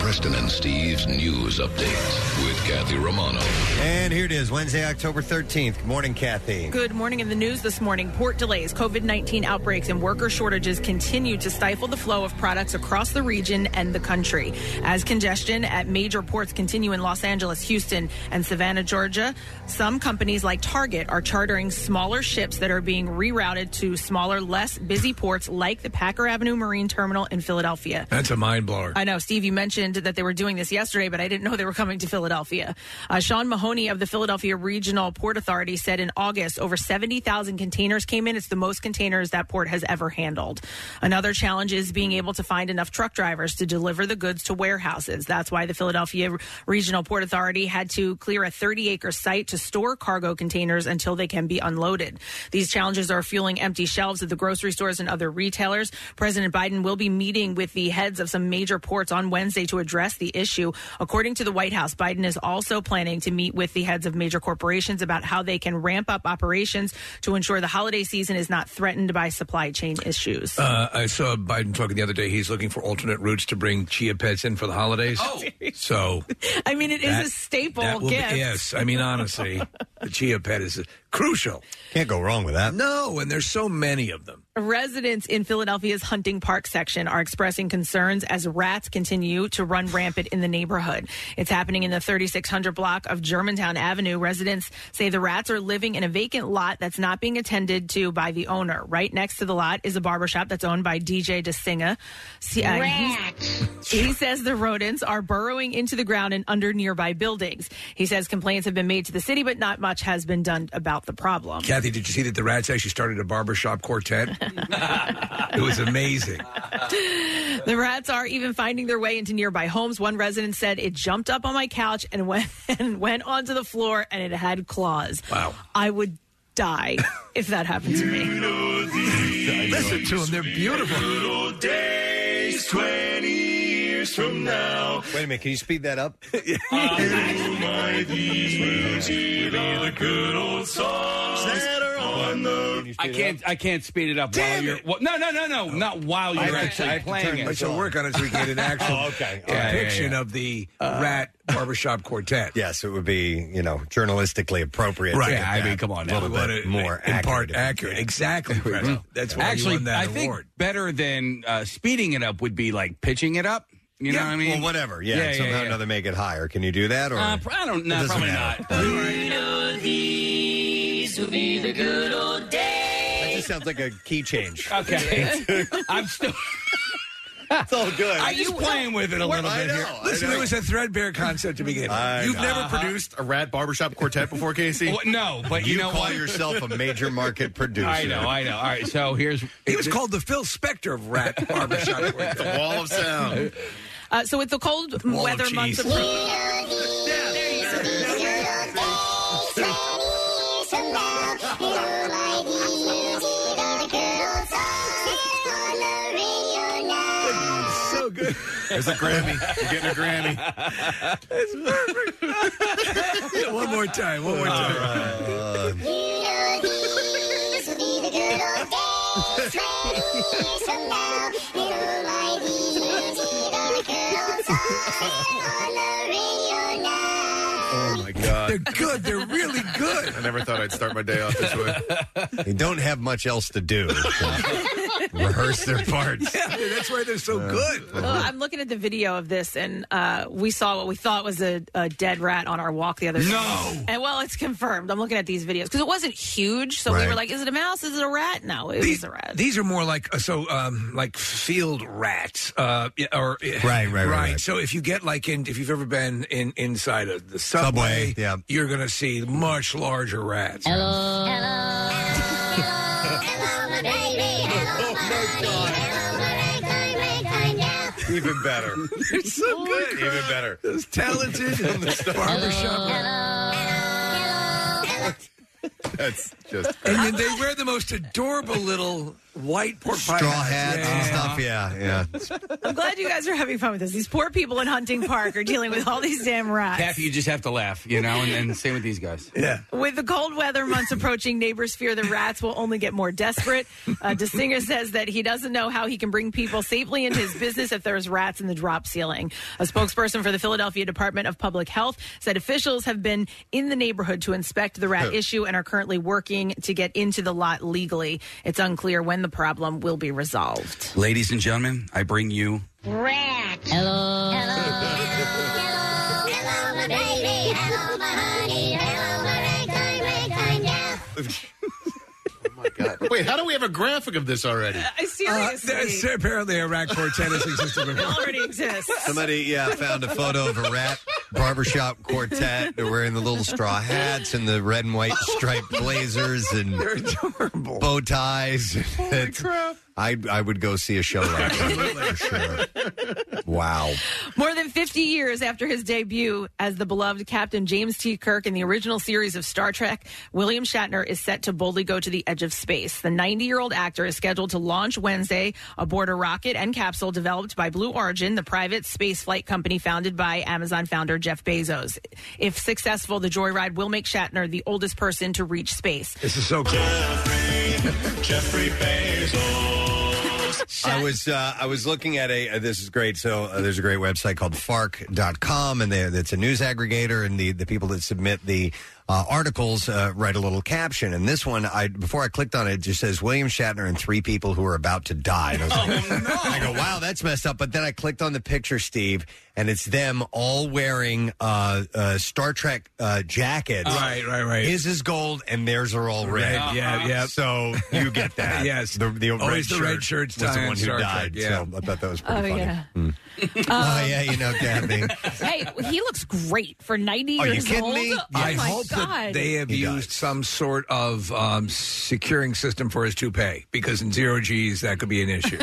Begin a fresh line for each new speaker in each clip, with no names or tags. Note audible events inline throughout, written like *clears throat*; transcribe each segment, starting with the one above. Preston and Steve's news update with Kathy Romano.
And here it is, Wednesday, October 13th. Good morning, Kathy.
Good morning. In the news this morning, port delays, COVID 19 outbreaks, and worker shortages continue to stifle the flow of products across the region and the country. As congestion at major ports continue in Los Angeles, Houston, and Savannah, Georgia, some companies like Target are chartering smaller ships that are being rerouted to smaller, less busy ports like the Packer Avenue Marine Terminal in Philadelphia.
That's a mind blower.
I know, Steve, you mentioned that they were doing this yesterday, but I didn't know they were coming to Philadelphia. Uh, Sean Mahoney of the Philadelphia Regional Port Authority said in August over 70,000 containers came in. It's the most containers that port has ever handled. Another challenge is being able to find enough truck drivers to deliver the goods to warehouses. That's why the Philadelphia Regional Port Authority had to clear a 30 acre site to store cargo containers until they can be unloaded. These challenges are fueling empty shelves at the grocery stores and other retailers. President Biden will be meeting with the heads of some major ports on Wednesday to address the issue. According to the White House, Biden is also planning to meet with the heads of major corporations about how they can ramp up operations to ensure the holiday season is not threatened by supply chain issues. *laughs*
Uh, I saw Biden talking the other day. He's looking for alternate routes to bring chia pets in for the holidays. Oh, so
I mean, it is
that-
a staple
that will be-
gift.
yes, I mean honestly, the chia pet is crucial.
Can't go wrong with that.
No, and there's so many of them.
Residents in Philadelphia's Hunting Park section are expressing concerns as rats continue to run rampant in the neighborhood. It's happening in the 3600 block of Germantown Avenue. Residents say the rats are living in a vacant lot that's not being attended to by the owner. Right next to the lot is a barbershop that's owned by DJ DeSinga. See, uh, he's- he says the rodents are burrowing into the ground and under nearby buildings. He says complaints have been made to the city, but not much has been done about the problem.
Kathy, did you see that the rats actually started a barbershop quartet?
*laughs*
it was amazing.
The rats are even finding their way into nearby homes. One resident said it jumped up on my couch and went *laughs* and went onto the floor and it had claws. Wow. I would die if that happened to me.
Listen to them; they're beautiful.
days, 20 years from now.
Wait a minute, can you speed that
*laughs*
up?
Uh, I can't. I can't speed it up
Damn
while you're.
it.
Well, no, no, no, no. Not while
Oh. I
Oh, you're
have to-
actually
I have to
playing
turn
it.
my- so work on it so
*laughs*
*laughs*
we can get an actual
Oh, okay. All right.
depiction of the
Uh,
rat barbershop quartet.
Yes, it would be, you know, journalistically appropriate. to
Right.
get
Yeah, I mean,
that
come
A
on now.
little
But
bit
it-
more
in part
accurate.
accurate. Exactly. Presto. That's why
Hmm. Actually,
you won that
I
award.
think better than uh, speeding it up would be like pitching it up. You know what I mean?
Well, whatever. Yeah, somehow or another make it higher. Can you do that? Or
Uh, pr- I don't
It
know.
doesn't
Probably
matter.
not.
That just sounds like a key change.
*laughs*
*laughs*
Okay. I'm still.
it's all good.
I'm just playing with it a little
I
bit here.
know.
Listen, it was a threadbare concept to begin with.
I
You've
know.
never produced a rat barbershop quartet before, Casey?
What- no, but you,
you
know
call
what?
*laughs*
yourself a major market producer.
I know. I know. All right.
*laughs*
So here's.
He was called the Phil Spector of rat
*laughs*
barbershop quartet.
Wall of sound.
Uh, so with the cold
of
weather months
cheese.
approaching,
so good.
There's a Grammy. You're getting a Grammy.
*laughs* one more time. One more time.
*laughs*
Oh, my God.
They're good. They're really good.
I never thought I'd start my day off this
*laughs*
way.
They don't have much else to do.
*laughs*
Rehearse their parts.
*laughs* Yeah, that's why they're so good.
Well, I'm looking at the video of this, and uh, we saw what we thought was a, a dead rat on our walk the other day.
No.
And well, it's confirmed. I'm looking at these videos because it wasn't huge, so
Right.
we were like, "Is it a mouse? Is it a rat?" No, it was a rat.
These are more like uh, so, um, like field rats, uh, yeah, or right,
right, right, right.
So if you get like in, if you've ever been in inside of the subway,
Subway, yeah.
you're gonna see much larger rats.
Even better.
*laughs* It's so
Oh
good.
Even better.
Those talented barbershop.
That's just
And then they wear the most adorable little white pork pie
Straw
hats.
hats and stuff. Yeah, yeah.
I'm glad you guys are having fun with this. These poor people in Hunting Park are dealing with all these damn rats.
Kathy, you just have to laugh, you know, and then same with these guys.
Yeah.
With the cold weather months approaching, neighbors fear the rats will only get more desperate. Uh, DeSinger says that he doesn't know how he can bring people safely into his business if there's rats in the drop ceiling. A spokesperson for the Philadelphia Department of Public Health said officials have been in the neighborhood to inspect the rat issue and are currently working to get into the lot legally. It's unclear when the problem will be resolved.
Ladies and gentlemen, I bring you
Rat. Hello. Hello.
*laughs*
Hello. Hello, my baby. Hello, my honey. Hello, my ragtime, ragtime gal.
Oh
Wait, how do we have a graphic of this
Uh,
already?
That's apparently a rat quartet has existed before.
already exists.
Somebody, yeah, found a photo of a rat barbershop quartet. They're wearing the little straw hats and the red and white striped blazers and bow ties. Holy crap. I, I would go see a show like that. for sure. Wow.
More than 50 years after his debut as the beloved Captain James T. Kirk in the original series of Star Trek, William Shatner is set to boldly go to the edge of space. The 90 year old actor is scheduled to launch Wednesday aboard a rocket and capsule developed by Blue Origin, the private space flight company founded by Amazon founder Jeff Bezos. If successful, the joyride will make Shatner the oldest person to reach space.
This is so cool.
Jeffrey Bezos.
I was uh, I was looking at a uh, this is great. So uh, there's a great website called fark.com and they- it's a news aggregator and the the people that submit the uh, articles uh, write a little caption. And this one I before I clicked on it, it just says William Shatner and three people who are about to die. And I was like,
Oh,
I go, wow, that's messed up. But then I clicked on the picture, Steve, and it's them all wearing uh, uh, Star Trek uh, jackets.
Right, right, right.
His is gold and theirs are all red.
Red, yeah, yeah.
So you get that.
*laughs* Yes.
The, the red
Always
shirt
Oh, the red shirts
was the
tie
one
in
who
Star Trek,
died.
yeah.
So I thought that was pretty
Oh,
funny. Hmm.
yeah. *laughs* Um,
oh yeah, you know, Kathy.
hey, he looks great for 90
Are you
years
kidding
old.
me?
Oh,
I
my
hope
God.
that they have
He died.
used some sort of um, securing system for his toupee because in zero G's that could be an
*laughs*
issue.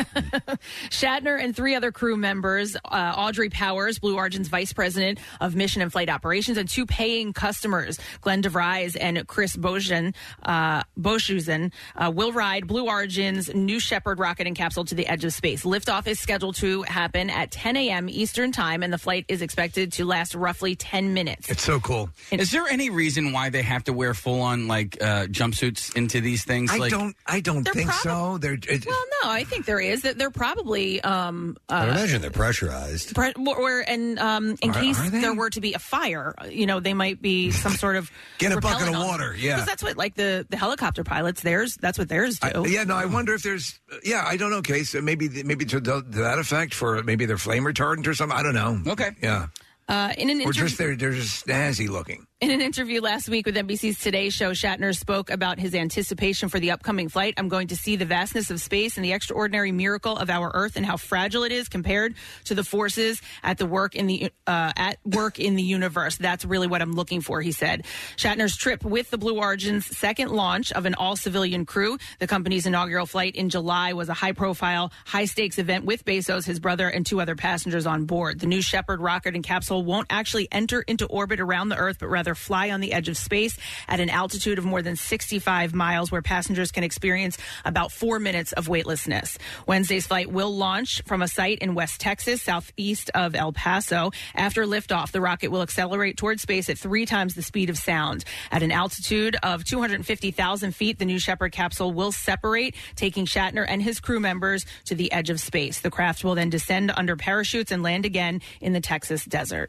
Shatner and three other crew members, uh, Audrey Powers, Blue Origin's vice president of mission and flight operations, and two paying customers, Glenn DeVries and Chris Bojan, uh, Boschusen, uh, will ride Blue Origin's New Shepard rocket and capsule to the edge of space. Liftoff is scheduled to happen at 10 a.m. Eastern Time, and the flight is expected to last roughly 10 minutes.
it's so cool.
Is there any reason why they have to wear full on like uh, jumpsuits into these things?
I
like,
don't. I don't
They're
think
prob-
so. They're. It,
well, no, I think there is that they're probably um,
I
uh,
would imagine they're pressurized.
Pre- or, or- and um, in
Are-
case
are they?
there were to be a fire, you know, they might be some sort of
*laughs* Get a bucket of water, yeah.
because that's what like the the helicopter pilots theirs. That's what theirs do.
I- yeah, no. I wonder if there's. Yeah, I don't know. Case so maybe maybe to, to that effect for maybe their flame retardant or something. I don't know.
Okay.
Yeah.
Uh, in an
Or
interview,
just they're they're just snazzy looking.
in an interview last week with NBC's Today Show, Shatner spoke about his anticipation for the upcoming flight. I'm going to see the vastness of space and the extraordinary miracle of our Earth and how fragile it is compared to the forces at the work in the uh, at work in the universe. That's really what I'm looking for, he said. Shatner's trip with the Blue Origin's second launch of an all civilian crew. The company's inaugural flight in July was a high profile, high stakes event with Bezos, his brother, and two other passengers on board. The new Shepard rocket and capsule won't actually enter into orbit around the Earth, but rather fly on the edge of space at an altitude of more than 65 miles, where passengers can experience about four minutes of weightlessness. Wednesday's flight will launch from a site in West Texas, southeast of El Paso. After liftoff, the rocket will accelerate toward space at three times the speed of sound. At an altitude of 250,000 feet, the New Shepard capsule will separate, taking Shatner and his crew members to the edge of space. The craft will then descend under parachutes and land again in the Texas desert.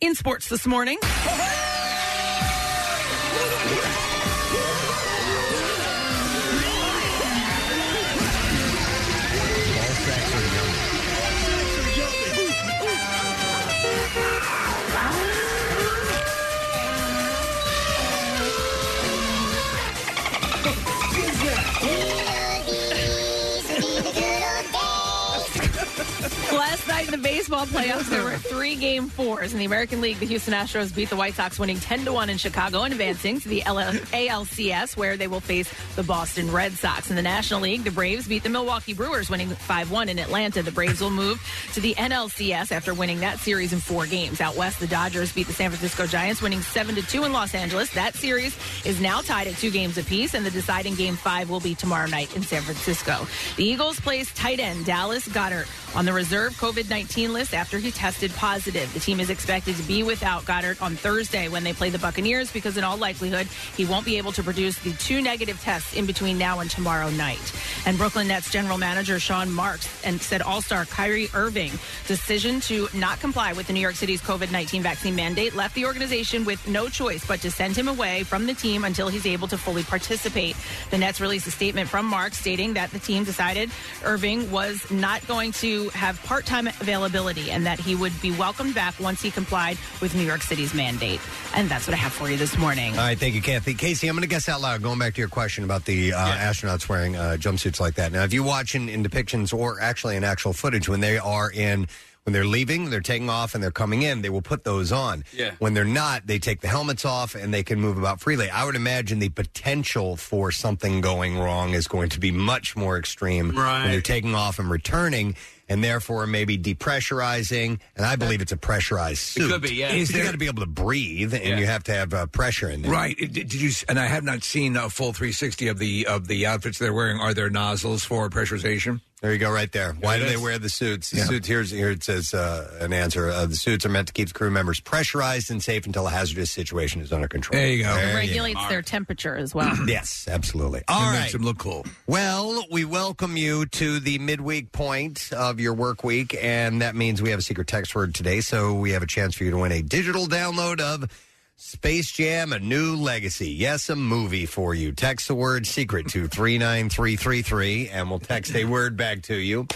In sports this morning.
These will be the good old days.
Last night in the baseball playoffs, there were three game fours in the American League. The Houston Astros beat the White Sox, winning 10 to 1 in Chicago and advancing to the LL- ALCS, where they will face the Boston Red Sox. In the National League, the Braves beat the Milwaukee Brewers, winning 5 1 in Atlanta. The Braves will move to the NLCS after winning that series in four games. Out west, the Dodgers beat the San Francisco Giants, winning 7 to 2 in Los Angeles. That series is now tied at two games apiece, and the deciding game five will be tomorrow night in San Francisco. The Eagles place tight end Dallas Goddard on the reserve COVID 19 list after he tested positive. The team is expected to be without Goddard on Thursday when they play the Buccaneers because, in all likelihood, he won't be able to produce the two negative tests in between now and tomorrow night. And Brooklyn Nets general manager Sean Marks and said All Star Kyrie Irving decision to not comply with the New York City's COVID 19 vaccine mandate left the organization with no choice but to send him away from the team until he's able to fully participate. The Nets released a statement from Mark stating that the team decided Irving was not going to have part time availability and that he would be welcomed back once he complied with New York City's mandate. And that's what I have for you this morning.
All right, thank you, Kathy. Casey, I'm going to guess out loud. Going back to your question about the uh, astronauts wearing uh, jumpsuits like that. Now, if you watch in, in depictions or actually in actual footage, when they are in, when they're leaving, they're taking off and they're coming in, they will put those on.
Yeah.
When they're not, they take the helmets off and they can move about freely. I would imagine the potential for something going wrong is going to be much more extreme when you're taking off and returning. And therefore, maybe depressurizing, and I believe it's a pressurized suit.
could be, yeah.
Is
Is
you
there-
got to be able to breathe, and you have to have uh, pressure in there.
Right. Did did you? s- And I have not seen a full 360 of the of the outfits they're wearing. Are there nozzles for pressurization?
There you go, right there. Why do they wear the suits? The
Yeah.
suits here's here it says uh, an answer. Uh, the suits are meant to keep the crew members pressurized and safe until a hazardous situation is under control.
There you go.
There you
Regulates their temperature as well.
go. Yes, absolutely. All
it
right.
makes them look cool.
Well, we welcome you to the midweek point of your work week, and that means we have a secret text word today. So we have a chance for you to win a digital download of Space Jam: A New Legacy. Yes, a movie for you. Text the word "secret" to three nine three three three, and we'll text a word back to you.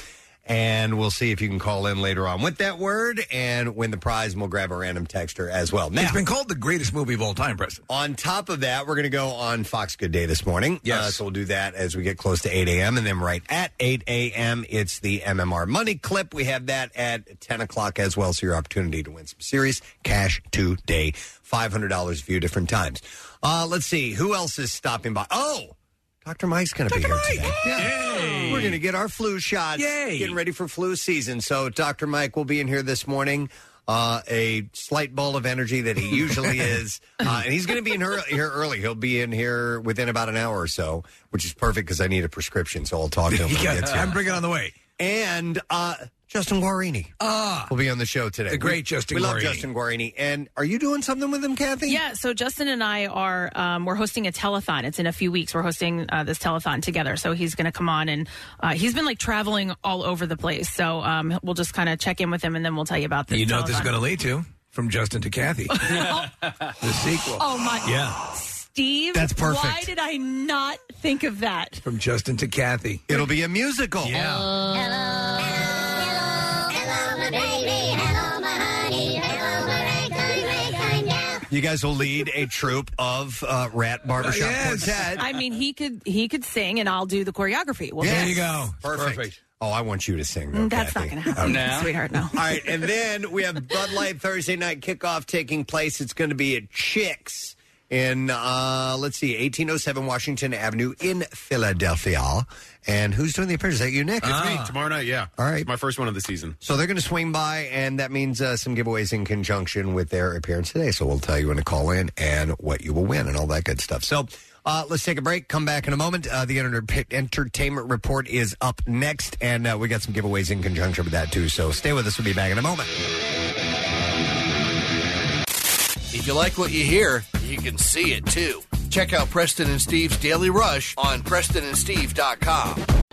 And we'll see if you can call in later on with that word and win the prize. And we'll grab a random texter as well. Now,
It's been called the greatest movie of all time, Preston.
on top of that, we're going to go on Fox Good Day this morning.
Yes.
Uh, so we'll do that as we get close to 8 a.m. And then right at 8 a.m., it's the MMR Money Clip. We have that at 10 o'clock as well. So your opportunity to win some serious cash today. $500 a few different times. Uh, let's see. Who else is stopping by? Oh, Dr. Mike's going to be here today. Yeah. We're going to get our flu shots.
Yay.
Getting ready for flu season. So Dr. Mike will be in here this morning. Uh, a slight ball of energy that he
*laughs*
usually is. Uh, and he's going to be in here, here early. He'll be in here within about an hour or so, which is perfect because I need a prescription. So I'll talk to him when he gets
I'm *laughs*
here.
bringing on the way.
And uh, Justin Guarini
Ah,
will be on the show today.
The great Justin
we
Guarini.
love Justin Guarini. And are you doing something with him, Kathy?
Yeah, so Justin and I are um, we're hosting a telethon. It's in a few weeks. We're hosting uh, this telethon together. So he's going to come on, and uh, he's been like traveling all over the place. So um, we'll just kind of check in with him, and then we'll tell you about this.
you know what this is
telethon.
going to lead to? From Justin to
*laughs*
Kathy, the sequel.
Oh my,
Yeah,
Steve,
That's perfect.
Why did I not think of that?
from Justin to Kathy.
It'll be a musical.
Yeah,
Uh.
Hello, my baby. Hello, my honey. Hello, my red kind, red kind gal.
You guys will lead a troupe of uh, rat barbershop
Uh, yes.
quartet.
I mean, he could he could sing, and I'll do the choreography. Well, Mm,
there you go.
Perfect. Oh, I want you to sing. Though,
That's not
Kathy.
going *laughs* to happen,
No.
sweetheart. No.
All right, and then we have Bud Light Thursday night kickoff taking place. It's going to be at Chicks in uh, let's see, 1807 Washington Avenue in Philadelphia. And who's doing the appearance? Is that you, Nick?
It's me tomorrow night. Yeah.
Ah. All right.
It's my first one of the season.
So they're going to swing by, and that means uh, some giveaways in conjunction with their appearance today. So we'll tell you when to call in and what you will win and all that good stuff. So uh, let's take a break. Come back in a moment. Uh, the enter- entertainment report is up next, and uh, we got some giveaways in conjunction with that too. So stay with us. We'll be back in a moment.
If you like what you hear, you can see it too. Check out Preston and Steve's Daily Rush on PrestonandSteve.com.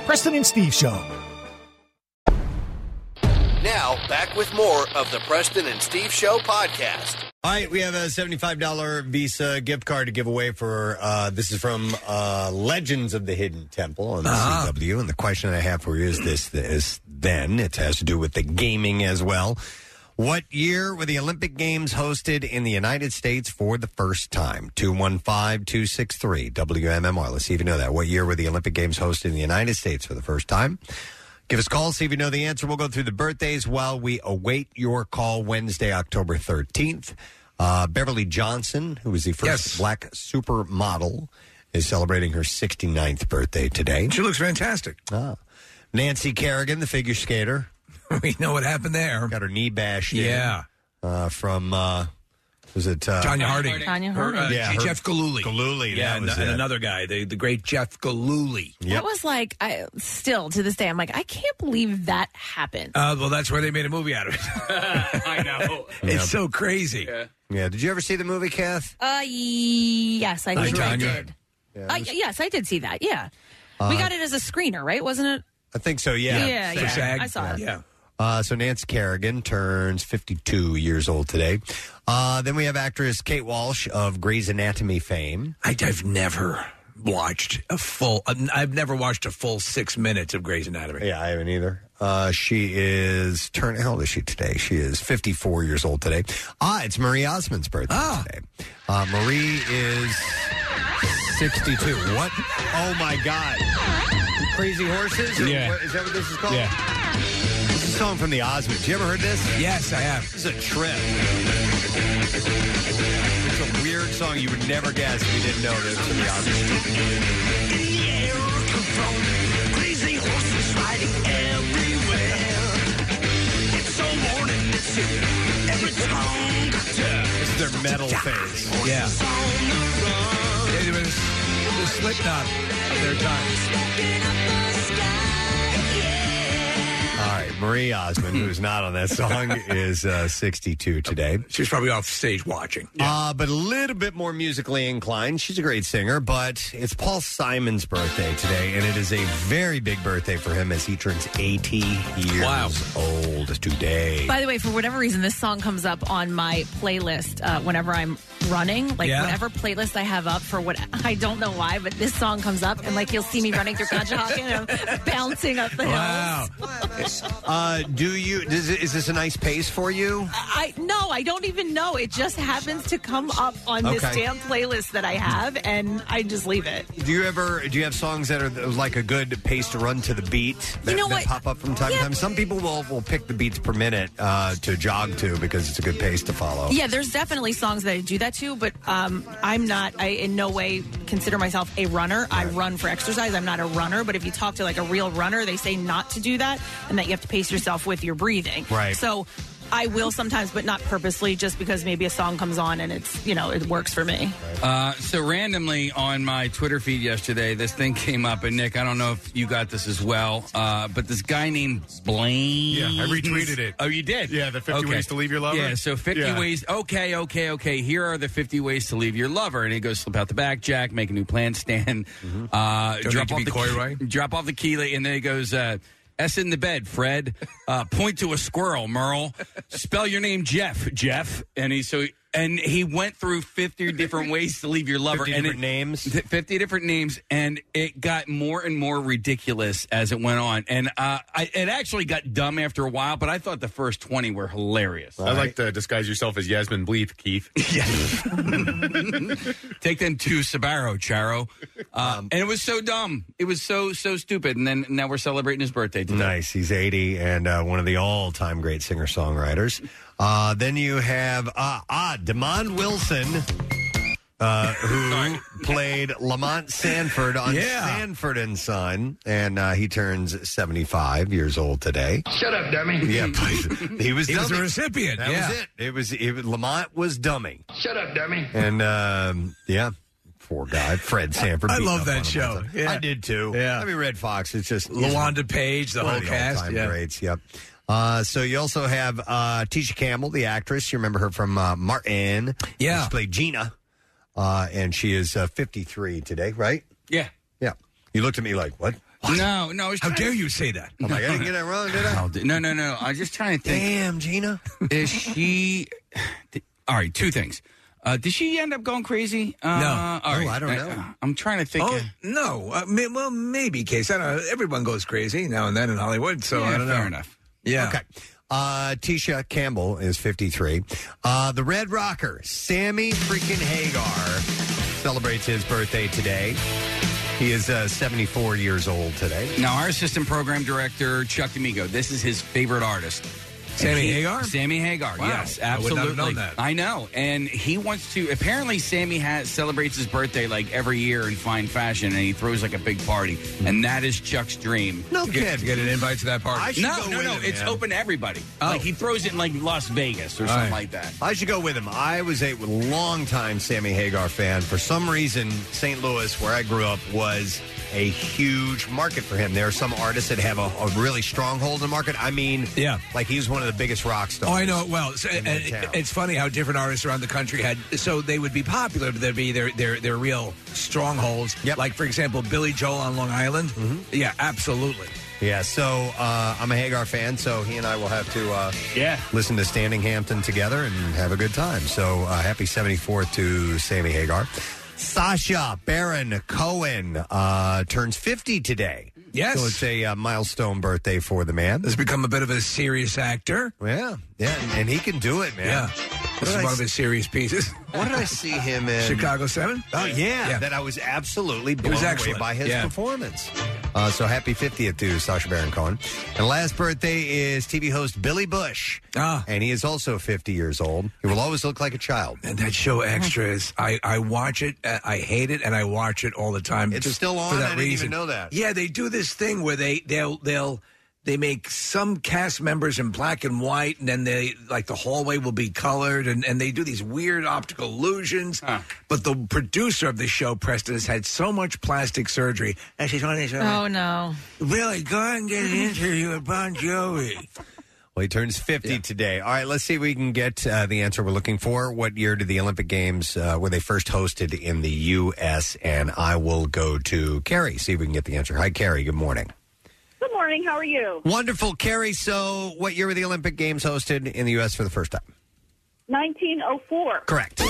Preston and Steve Show.
Now, back with more of the Preston and Steve Show podcast.
All right, we have a $75 Visa gift card to give away for uh, this is from uh, Legends of the Hidden Temple on the CW. And the question I have for you is this is then it has to do with the gaming as well. What year were the Olympic Games hosted in the United States for the first time? 215 263 WMMR. Let's see if you know that. What year were the Olympic Games hosted in the United States for the first time? Give us a call, see if you know the answer. We'll go through the birthdays while we await your call Wednesday, October 13th. Uh, Beverly Johnson, who was the first black supermodel, is celebrating her 69th birthday today. She
looks fantastic.
Ah. Nancy Kerrigan, the figure skater.
*laughs* we know what happened there.
Got her knee bashed in,
Yeah.
Uh, from, uh, was it? Uh,
Tanya Harding. Her, uh,
yeah, her-
Jeff Galooly.
Galooly,
Yeah,
that
and,
was
and
it.
another guy, the, the great Jeff Galooly.
Yep.
That was like, I still to this day, I'm like, I can't believe that happened.
Uh, well, that's why they made a movie out of
*laughs*
it. I know. *laughs* It's
Yeah.
so crazy.
Yeah, did you ever see the movie, Kath?
Uh, yes, I think I
Tanya.
did. Uh, y- yes, I did see that. Yeah, we
Uh,
got it as a screener, right? Wasn't it?
I think so, yeah.
yeah, yeah. I saw it.
Uh, so Nance Kerrigan turns 52 years old today. Uh, then we have actress Kate Walsh of Grey's Anatomy fame.
I, I've never watched a full. I've- I've never watched a full six minutes of Grey's Anatomy.
Yeah, I haven't either. Uh, she is turn. How old is she today? She is 54 years old today. Ah, it's Marie Osmond's birthday today. Uh, Marie is 62. What? Oh my God! Crazy horses.
Yeah.
What- Is that what this is called?
Yeah.
This is a song from the Osmonds. You ever heard this?
Yes, I have.
This is a trip. It's a weird song you would never guess if you didn't know this from the Osmonds.
Crazy horses riding everywhere. It's so morning, it's in every tongue.
This is their metal phase.
Yeah. It was the Slipknot of their time.
All right, Marie Osmond, who's not on that
*laughs*
song, is uh, 62 today.
She's probably off stage watching.
Uh, but a little bit more musically inclined. She's a great singer, but it's Paul Simon's birthday today, and it is a very big birthday for him as he turns 80 years old today.
By the way, for whatever reason, this song comes up on my playlist uh, whenever I'm running. Like
Yeah.
whatever playlist I have up for what *laughs* I don't know why, but this song comes up, and like you'll see me running through Conshohocken and I'm *laughs* bouncing up the hill.
uh, do you? Does, it- is this a nice pace for you?
I no, I don't even know. It just happens to come up on this
Okay.
damn playlist that I have, and I just leave it.
Do you ever? Do you have songs that are like a good pace to run to the beat that,
know
that
what?
pop up from time to
Yeah.
time? Some people will will pick the beats per minute uh, to jog to because it's a good pace to follow.
Yeah, there's definitely songs that I do that to, but um, I'm not. I in no way consider myself a runner. I run for exercise. I'm not a runner. But if you talk to like a real runner, they say not to do that, and that you have to pace yourself with your breathing.
Right.
So. I will sometimes, but not purposely, just because maybe a song comes on and it's, you know, it works for me.
Uh, so randomly on my Twitter feed yesterday, this thing came up, and Nick, I don't know if you got this as well, uh, but this guy named Blaine.
Yeah, I retweeted it.
Oh, you did?
Yeah, the 50 ways to leave your lover.
Yeah, so 50
Yeah.
ways. Okay, okay, okay. Here are the 50 ways to leave your lover, and he goes slip out the back, Jack, make a new plan, Stan. Uh,
Mm-hmm. Don't need
drop
to
off
be
the
coy,
key- Drop off the keeley, and then he goes. Uh, S in the bed, Fred. Uh, point to a squirrel, Merle. Spell your name, Jeff. Jeff, and he so and he went through fifty different ways to leave your lover.
50
and
different names,
fifty different names, and it got more and more ridiculous as it went on. And uh, I, it actually got dumb after a while, but I thought the first twenty were hilarious.
I like to disguise yourself as Yasmin Bleeth,
*laughs*
Keith.
Take them to Sabaro, Charo. Uh,
Um,
and it was so dumb. It was so, so stupid. And then now we're celebrating his birthday today.
Nice. He's 80 and uh, one of the all time great singer songwriters. Uh, then you have uh, ah, Demond Wilson, uh, who played Lamont Sanford on
Yeah.
Sanford and Son, and uh, he turns 75 years old today.
Shut up, dummy.
Yeah, but he was
He was
dummy.
a recipient,
That
yeah.
was it. It was it, was- Lamont was dummy,
Shut up, dummy.
and um, yeah, poor guy Fred Sanford.
I
beat
love
up on
that
him.
show. Yeah.
I did too.
Yeah.
I mean, Red Fox. It's just
Lawanda Page, the
One
whole
of
cast,
all-time
yeah.
greats. Yep. Uh, so you also have uh, Tisha Campbell, the actress. You remember her from uh, Martin.
Yeah.
she played Gina, uh, and she is uh, 53 today, right?
Yeah.
Yeah. You looked at me like what?
No, no. How
dare you say that?
I'm like, I didn't get that wrong, did I?
No, no, no. I'm just trying to think.
Damn, Gina.
Is she. All right, two things. Uh, did she end up going crazy? Uh, all right. Uh, I'm trying to think.
Oh, no. Uh, may, well, maybe, Case. I don't know. Everyone goes crazy now and then in Hollywood, so
Yeah,
I don't know.
fair enough.
Yeah.
Okay. Uh, Tisha Campbell is 53. Uh, the Red Rocker, Sammy freaking Hagar, celebrates his birthday today. He is uh, 74 years old today.
Now, our assistant program director, Chuck D'Amico, this is his favorite artist.
Sammy
And he-
Hagar?
Sammy Hagar,
Wow.
yes,
I would
absolutely.
not have known that.
I know. And he wants to, apparently, Sammy has, celebrates his birthday like every year in fine fashion, and he throws like a big party. And that is Chuck's dream.
No To get- kidding. to get an invite to that party. I should
No,
go
no,
with
no.
him,
It's
man. Oh.
open to everybody. Like he throws it in like Las Vegas or
All right.
something like that.
I should go with him. I was a longtime Sammy Hagar fan. For some reason, St. Louis, where I grew up, was a huge market for him. There are some artists that have a, a really strong hold in the market. I mean, yeah, like he was one of the biggest rock stars.
Oh, I know it well. So,
in
and,
that town.
it's funny how different artists around the country had. So they would be popular, but there'd be their their their real strongholds. Like for example, Billy Joel on Long Island. Yeah, absolutely.
Mm-hmm. Yeah, so uh, I'm a Hagar fan, so he and I will have to uh,
yeah
listen to Standing Hampton together and have a good time. So uh, happy 74th to Sammy Hagar. Sasha Baron Cohen uh, turns 50 today.
Yes.
So it's a uh, milestone birthday for the man.
Has become a bit of a serious actor.
Yeah, yeah, and, and he can do it, man.
Yeah.
What did
This is
I
one
s-
of his serious pieces.
*laughs* What did I see him in?
Chicago Seven.
Oh yeah, that I was absolutely
was
blown away
excellent.
by his
Yeah.
performance. Uh, so happy 50th to Sasha Baron Cohen. And last birthday is TV host Billy Bush, ah. and he is also 50 years old. He will always look like a child.
And that show extras, I, I watch it, uh, I hate it, and I watch it all the time.
It's
just
still on?
For
I
that
didn't even
reason.
know that.
Yeah, they do this thing where they they'll they'll they make some cast members in black and white, and then they like the hallway will be colored, and, and they do these weird optical illusions. But the producer of the show, Preston, has had so much plastic surgery, and she's on this.
Oh no.
Really, go and get an interview with Bon Jovi.
Well, he turns 50 today. All right, let's see if we can get uh, the answer we're looking for. What year did the Olympic Games uh, were they first hosted in the U.S.? And I will go to Carrie, see if we can get the answer. Hi, Carrie. Good morning.
Good morning. How are you?
Wonderful, Carrie. So, what year were the Olympic Games hosted in the U.S. for the first time?
1904.
Correct.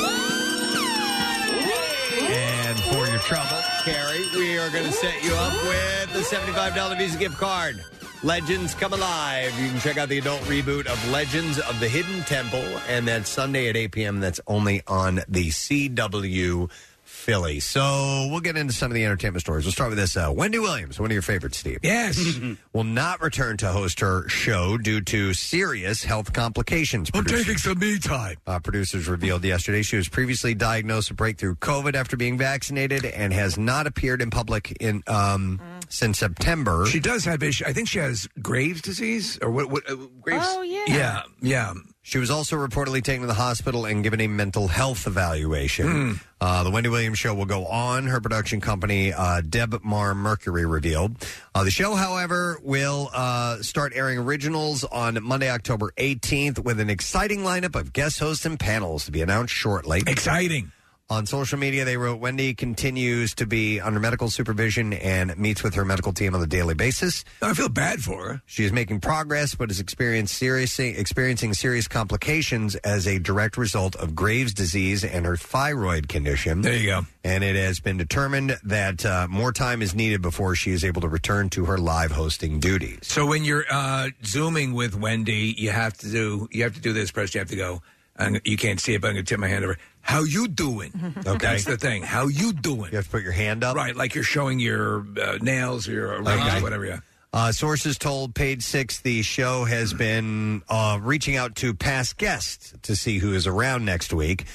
And for your trouble, Carrie, we are going to set you up with the $75 Visa gift card. Legends Come Alive. You can check out the adult reboot of Legends of the Hidden Temple, and that's Sunday at 8 p.m. That's only on the CW Philly. So we'll get into some of the entertainment stories. We'll start with this. Uh, Wendy Williams, one of your favorites, Steve.
Yes.
*laughs* will not return to host her show due to serious health complications. Producers-
some me time.
uh, producers revealed yesterday she was previously diagnosed with breakthrough COVID after being vaccinated and has not appeared in public in um, since September.
She does have issues. I think she has Graves' disease or what? what uh, Graves?
Oh, yeah.
yeah, yeah.
She was also reportedly taken to the hospital and given a mental health evaluation. Uh, the Wendy Williams show will go on. Her production company, uh, Deb Mar Mercury, revealed. Uh, the show, however, will uh, start airing originals on Monday, October 18th, with an exciting lineup of guest hosts and panels to be announced shortly.
Exciting.
On social media, they wrote Wendy continues to be under medical supervision and meets with her medical team on a daily basis.
I feel bad for her.
She is making progress, but is experiencing serious, experiencing serious complications as a direct result of Graves' disease and her thyroid condition. There
you go.
And it has been determined that uh, more time is needed before she is able to return to her live hosting duties.
So when you're uh, zooming with Wendy, you have to do you have to do this. Press. You have to go. I'm, you can't see it, but I'm going to tip my hand over. How you doing?
Okay.
that's the thing. How you doing? You
have to put your hand up,
right? Like you're showing your uh, nails or your rings,
Okay.
or whatever. Yeah.
Uh, sources told Page Six the show has been uh, reaching out to past guests to see who is around next week.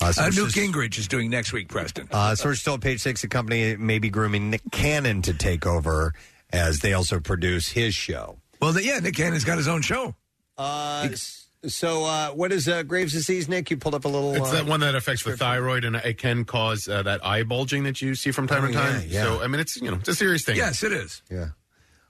Uh,
Uh, Newt
sources-
Gingrich is doing next week, Preston.
Uh, sources told Page Six the company may be grooming Nick Cannon to take over as they also produce his show.
Well, the, yeah, Nick Cannon's got his own show.
Uh, so, uh, what is uh, Graves' disease, Nick? You pulled up a little.
It's
uh,
that one that affects the thyroid, and it can cause uh, that eye bulging that you see from time
Oh,
to
yeah,
time.
yeah.
So, I mean, it's you know, it's a serious thing.
Yes,
it is.
Yeah.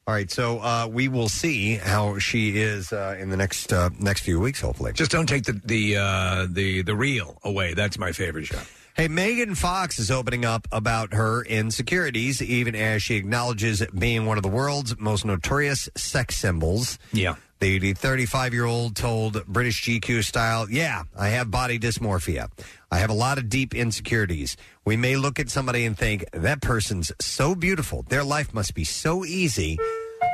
All right, so uh, we will see how she is uh, in the next uh, next few weeks, hopefully.
Just don't take the the uh, the the reel away. That's my favorite show.
Hey, Megan Fox is opening up about her insecurities, even as she acknowledges being one of the world's most notorious sex symbols.
Yeah.
The 35 year old told British GQ style, Yeah, I have body dysmorphia. I have a lot of deep insecurities. We may look at somebody and think, That person's so beautiful. Their life must be so easy.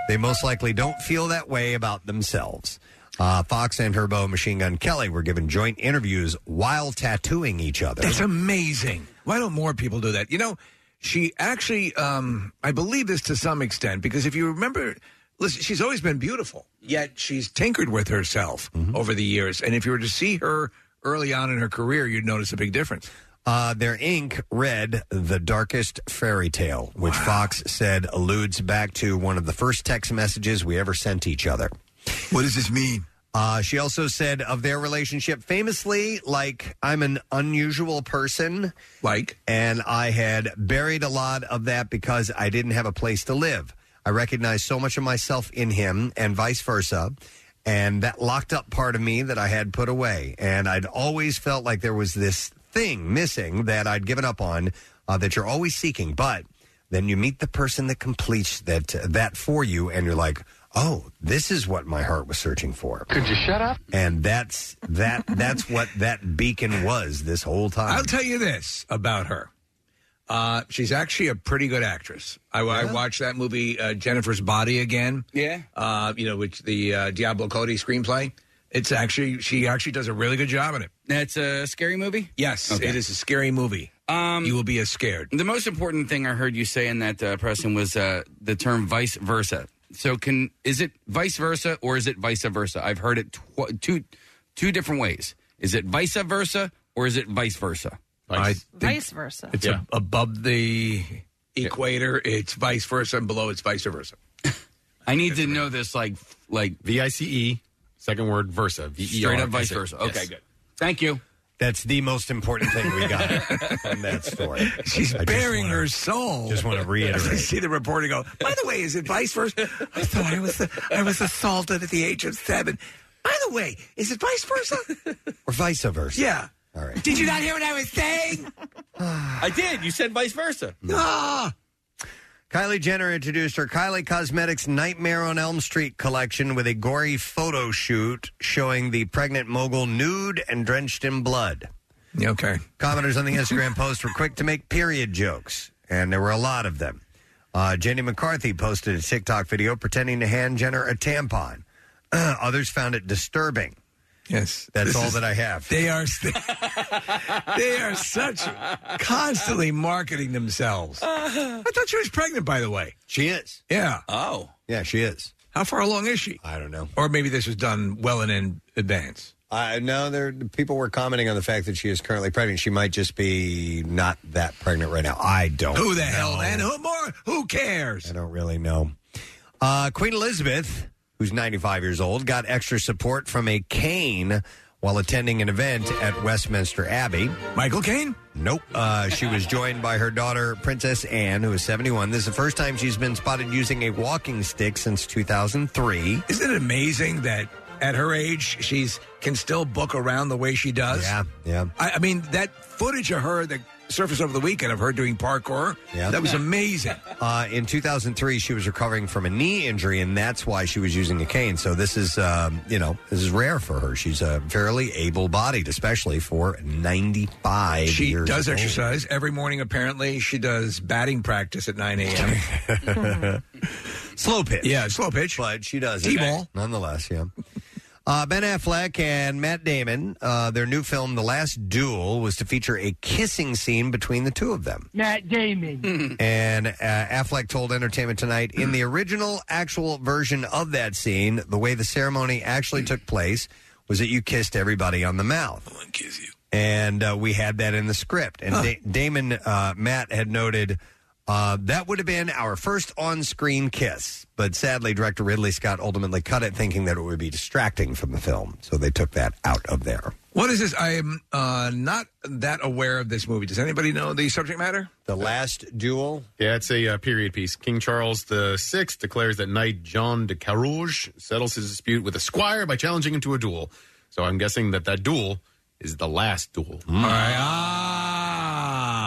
They most likely don't feel that way about themselves. Uh, Fox and her beau, Machine Gun Kelly, were given joint interviews while tattooing each other.
That's amazing. Why don't more people do that? You know, she actually, um, I believe this to some extent because if you remember, listen, she's always been beautiful, yet she's tinkered with herself over the years. And if you were to see her early on in her career, you'd notice a big difference.
Uh, their ink read The Darkest Fairy Tale, which Fox said alludes back to one of the first text messages we ever sent each other.
What does this mean?
Uh, she also said of their relationship, famously, like, I'm an unusual person.
Like?
And I had buried a lot of that because I didn't have a place to live. I recognized so much of myself in him and vice versa. And that locked up part of me that I had put away. And I'd always felt like there was this thing missing that I'd given up on uh, that you're always seeking. But then you meet the person that completes that, that for you, and you're like, oh, this is what my heart was searching for.
Could you shut up?
And that's that that's what that beacon was this whole time.
I'll tell you this about her. Uh, she's actually a pretty good actress. I, I watched that movie, uh, Jennifer's Body, again.
Yeah.
Uh, you know, which the uh, Diablo Cody screenplay. It's actually, she actually does a really good job in it.
That's a scary movie.
Yes, it is a scary movie.
Um,
you will be as scared.
The most important thing I heard you say in that uh, Preston was uh, the term vice versa. So can is it vice versa or is it vice versa? I've heard it tw- two two different ways. Is it vice versa or is it vice versa?
I think
Vice versa.
It's a, above the equator, it's vice versa, and below it's vice versa.
*laughs* I need to know this like like
V I C E, second word versa. V E R S A.
Straight up vice versa. Okay,
Yes.
good. Thank you.
That's the most important thing
*laughs*
we got from that story.
*laughs* She's bearing her soul.
Just want to reiterate.
*laughs* I see the reporter go. By the way, is it vice versa? I thought I was I was assaulted at the age of seven. By the way, is it vice versa?
Or vice versa.
Yeah.
All right.
Did you not hear what I was saying?
I did. You said vice versa.
Mm.
Ah! Kylie Jenner introduced her Kylie Cosmetics Nightmare on Elm Street collection with a gory photo shoot showing the pregnant mogul nude and drenched in blood.
Okay.
Commenters on the
*laughs*
Instagram post were quick to make period jokes, and there were a lot of them. Uh, Jenny McCarthy posted a TikTok video pretending to hand Jenner a tampon. *clears throat* others found it disturbing.
Yes.
That's
This
all
is-
that I have.
They are st- they are such constantly marketing themselves. I thought she was pregnant, by the way.
She is.
Yeah.
Oh.
Yeah, she is.
How far along is she?
I don't know.
Or maybe this was done well in, in advance.
Uh, no, there people were commenting on the fact that she is currently pregnant. She might just be not that pregnant right now. I don't.
Who the
know.
hell and who more? Who cares?
I don't really know. Uh, Queen Elizabeth, who's 95 years old, got extra support from a cane while attending an event at Westminster Abbey.
Michael Caine?
Nope. Uh, she was joined by her daughter, Princess Anne, who is 71. This is the first time she's been spotted using a walking stick since 2003.
Isn't it amazing that at her age she's can still book around the way she does?
Yeah, yeah.
I, I mean that footage of her that surfaced over the weekend of her doing parkour.
Yeah.
That was amazing.
Uh, in 2003, she was recovering from a knee injury, and that's why she was using a cane. So this is, um, you know, this is rare for her. She's uh, fairly able-bodied, especially for 95
She
years
does
old.
exercise every morning. Apparently, she does batting practice at nine a.m.
*laughs* slow pitch.
Yeah, slow pitch.
But she does it.
T-ball.
Nonetheless, yeah. Uh, ben Affleck and Matt Damon, uh, their new film, The Last Duel, was to feature a kissing scene between the two of them.
Matt
*laughs*
Damon.
And uh, Affleck told Entertainment Tonight in the original, actual version of that scene, the way the ceremony actually took place was that you kissed everybody on the mouth. I kiss you. And uh, we had that in the script. And da- Damon uh, Matt had noted uh, that would have been our first on screen kiss. But sadly, director Ridley Scott ultimately cut it, thinking that it would be distracting from the film. So they took that out of there.
What is this? I am uh, not that aware of this movie. Does anybody know the subject matter?
The Last Duel.
Yeah, it's a uh, period piece. King Charles the Sixth declares that Knight John de Carouge settles his dispute with a squire by challenging him to
Hmm.
a duel. So I'm guessing that that duel is the last duel.
All right. Ah,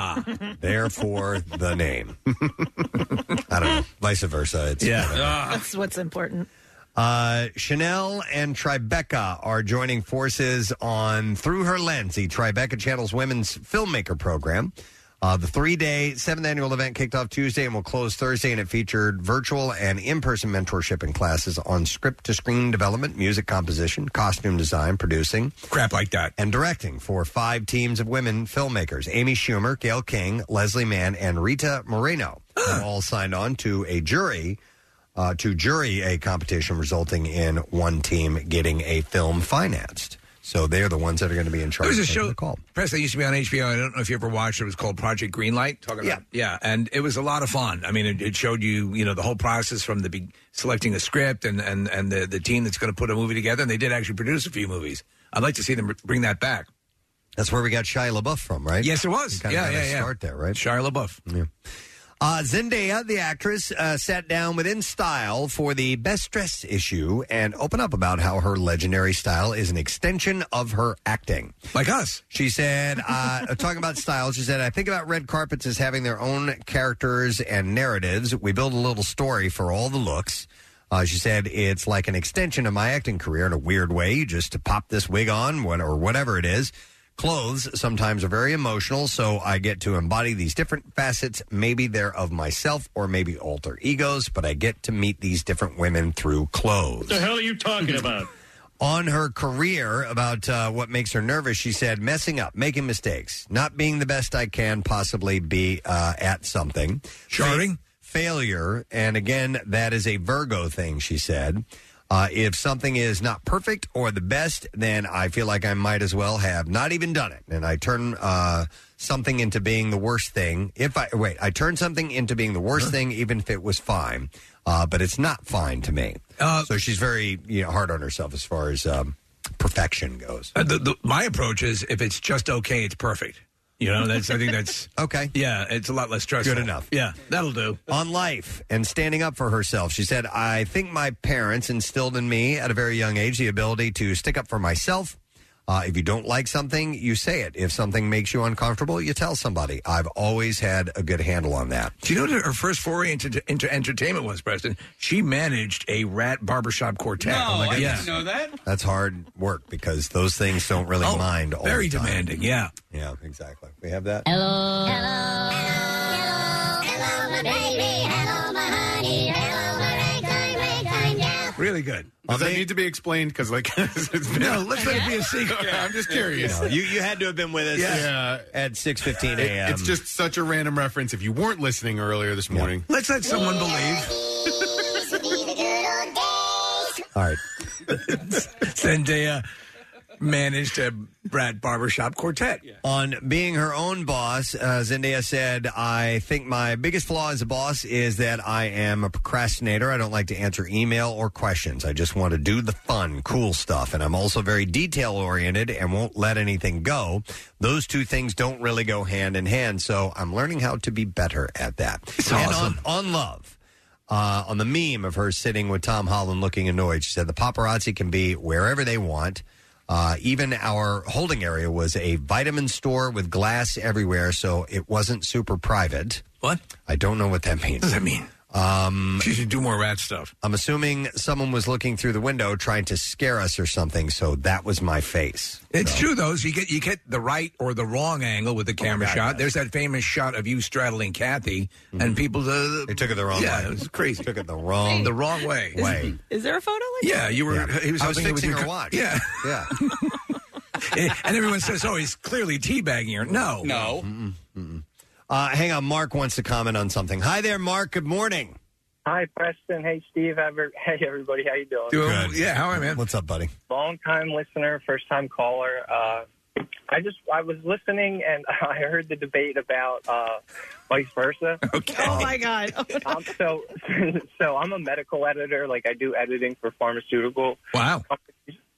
Ah, therefore the name. *laughs* I don't know. Vice versa. It's
Ah.
That's what's important.
Uh, Chanel and Tribeca are joining forces on Through Her Lens, the Tribeca Channel's women's filmmaker program. Uh, the three day, seventh annual event kicked off Tuesday and will close Thursday, and it featured virtual and in person mentorship and classes on script to screen development, music composition, costume design, producing,
crap like that,
and directing for five teams of women filmmakers Amy Schumer, Gail King, Leslie Mann, and Rita
*gasps*
Moreno. have all signed on to a jury uh, to jury a competition resulting in one team getting a film financed. So they're the ones that are going to be in charge.
There was a
of taking
show,
the call.
Press that used to be on HBO. I don't know if you ever watched it. It was called Project Greenlight. Talking about, yeah. And it was a lot of fun. I mean, it, it showed you, you know, the whole process from the be- selecting a script and, and, and the, the team that's going to put a movie together. And they did actually produce a few movies. I'd like to see them br- bring that back.
That's where we got Shia LaBeouf from, right?
Yes, it was.
Kinda
yeah,
got
yeah,
to
yeah.
Start there, right?
Shia LaBeouf.
Yeah. Uh, Zendaya, the actress, uh, sat down with In Style for the Best Dressed issue and opened up about how her legendary style is an extension of her acting.
Like us.
She said, uh, *laughs* talking about style, she said, I think about red carpets as having their own characters and narratives. We build a little story for all the looks. Uh, she said, it's like an extension of my acting career in a weird way, just to pop this wig on what, or whatever it is. Clothes sometimes are very emotional, so I get to embody these different facets. Maybe they're of myself or maybe alter egos, but I get to meet these different women through
What
clothes.
the hell are you
*laughs*
talking about?
on her career about uh, what makes her nervous. She said, messing up, making mistakes, not being the best I can possibly be uh, at something. Charting? failure. And again, that is a Virgo thing, she said. Uh, if something is not perfect or the best, then I feel like I might as well have not even done it. And I turn uh, something into being the worst thing. If I wait, I turn something into being the worst thing, even if it was fine. Uh, but it's not fine to me.
Uh,
so she's very you know, hard on herself as far as um, perfection goes.
Uh, the, the, my approach is if it's just okay, it's perfect. You know, that's, I think that's.
*laughs* Okay.
Yeah, it's a lot less stressful.
Good enough.
Yeah, that'll do.
on life and standing up for herself. She said, I think my parents instilled in me at a very young age the ability to stick up for myself. Uh, if you don't like something, you say it. If something makes you uncomfortable, you tell somebody. I've always had a good handle on that.
Do you know what her first foray into, into entertainment was, Preston? She managed a rat barbershop quartet.
No, Oh, my I didn't goodness.
know that.
That's hard work because those things don't really mind all
Oh, very
the time.
demanding, yeah.
Yeah, exactly. We have that.
Hello. Hello. Hello. Hello, my baby. Hello, my honey. Hello, my ragtime, ragtime gal.
Really good.
Does that need to be explained? Because like, *laughs* no,
let's let it be a secret.
I'm just curious.
You, know, you, you had to have been with us
Yeah.
at 6.15
It-
a.m.
it's just such a random reference. If you weren't listening earlier this morning,
Let's let someone believe.
These will be the good old days.
All right.
uh,
Zendaya managed a rat barbershop quartet.
On being her own boss, uh, Zendaya said, I think my biggest flaw as a boss is that I am a procrastinator. I don't like to answer email or questions. I just want to do the fun, cool stuff. And I'm also very detail oriented and won't let anything go. Those two things don't really go hand in hand. So I'm learning how to be better at that. And on, on love. Uh, on the meme of her sitting with Tom Holland looking annoyed, she said, The paparazzi can be wherever they want. Uh, even our holding area was a vitamin store with glass everywhere, so it wasn't super private.
What?
I don't know what that means. What
does that mean?
Um,
She should *laughs* do more rat stuff.
I'm assuming someone was looking through the window trying to scare us or something, so that was my face.
It's true though. So you get you get the right or the wrong angle with the camera
Oh, God, Mm-hmm.
shot. There's that famous shot of you straddling Kathy, and people uh,
they took it the wrong
yeah,
way.
it was crazy.
Took it the wrong
the wrong way.
way.
Is there a photo like
Yeah, you were. He was
I was
helping you with
fixing
your
her
co-
watch.
Yeah,
Yeah.
and everyone says, "Oh, he's clearly teabagging her." No,
No.
Uh, hang on, Mark wants to comment on something. Hi there, Mark. Good morning.
Hi, Preston. Hey, Steve. Ever- Hey, everybody. How you doing?
Dude, yeah, how are you, man?
What's up, buddy?
Long time listener, first time caller. Uh, I just I was listening and *laughs* I heard the debate about uh, vice versa.
that? Oh my god.
Um, so *laughs* so I'm a medical editor. Like I do editing for pharmaceutical
Wow.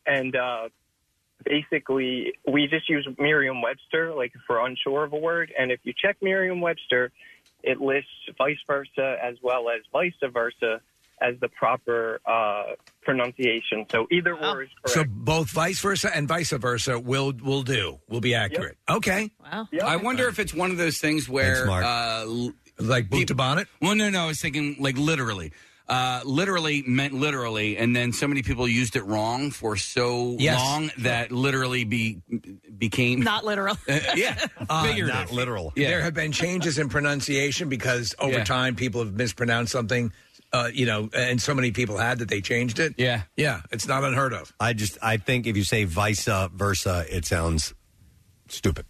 and uh, basically we just use Merriam-Webster, like if we're unsure of a word. And if you check Merriam-Webster, it lists vice versa as well as vice versa as the proper uh, pronunciation. So either or is correct.
So both vice versa and vice versa will will do. Will be accurate. Okay.
Wow.
I wonder if it's one of those things where, uh,
like boot to bonnet.
Well, no, no. I was thinking like literally. Uh, literally meant literally, and then so many people used it wrong for so
Yes.
long that literally be became
Not literal.
Uh,
*laughs*
*laughs*
yeah, figurative. Yeah.
There have been changes in pronunciation because over
Yeah.
time people have mispronounced something. Uh, you know, and so many people had that they changed it.
Yeah,
yeah, it's not unheard of.
I just I think if you say vice uh, versa, it sounds stupid.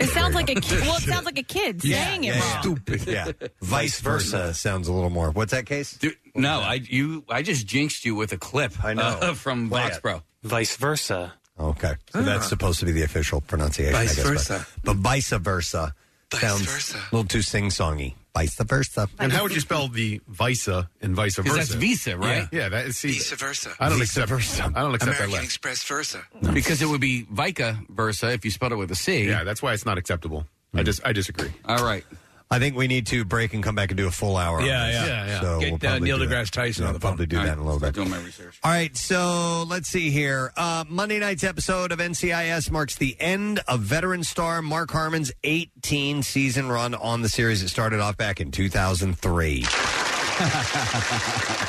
It sounds like a kid. Well, it sounds like a kid saying it wrong.
stupid. Yeah, vice versa sounds a little more. What's that case?
No, I you I just jinxed you with a clip. I
know.
*laughs* from
Play
Vox
it.
Pro.
Vice versa. Okay, so
Ah.
that's supposed to be the official pronunciation.
Vice
I guess, but-
versa.
but, vice versa sounds a little too sing songy. Vice versa.
And how would you spell the visa and vice versa?
'Cause that's visa, right?
Yeah, yeah that is
Visa
versa. I don't accept versa. I don't accept that left.
Express versa. Because it would be Vica versa if you spelled it with a C.
Yeah, that's why it's not acceptable. I just I disagree.
All right.
I think we need to break and come back and do a full hour. on
Yeah,
this.
yeah. Yeah, yeah.
So
Get,
we'll
uh,
probably
Neil
do that.
deGrasse Tyson
Yeah,
on the phone.
Probably do that in a little bit.
Doing my research.
All right, so let's see here. Uh, Monday night's episode of NCIS marks the end of veteran star Mark Harmon's 18 season run on the series. It started off back in 2003.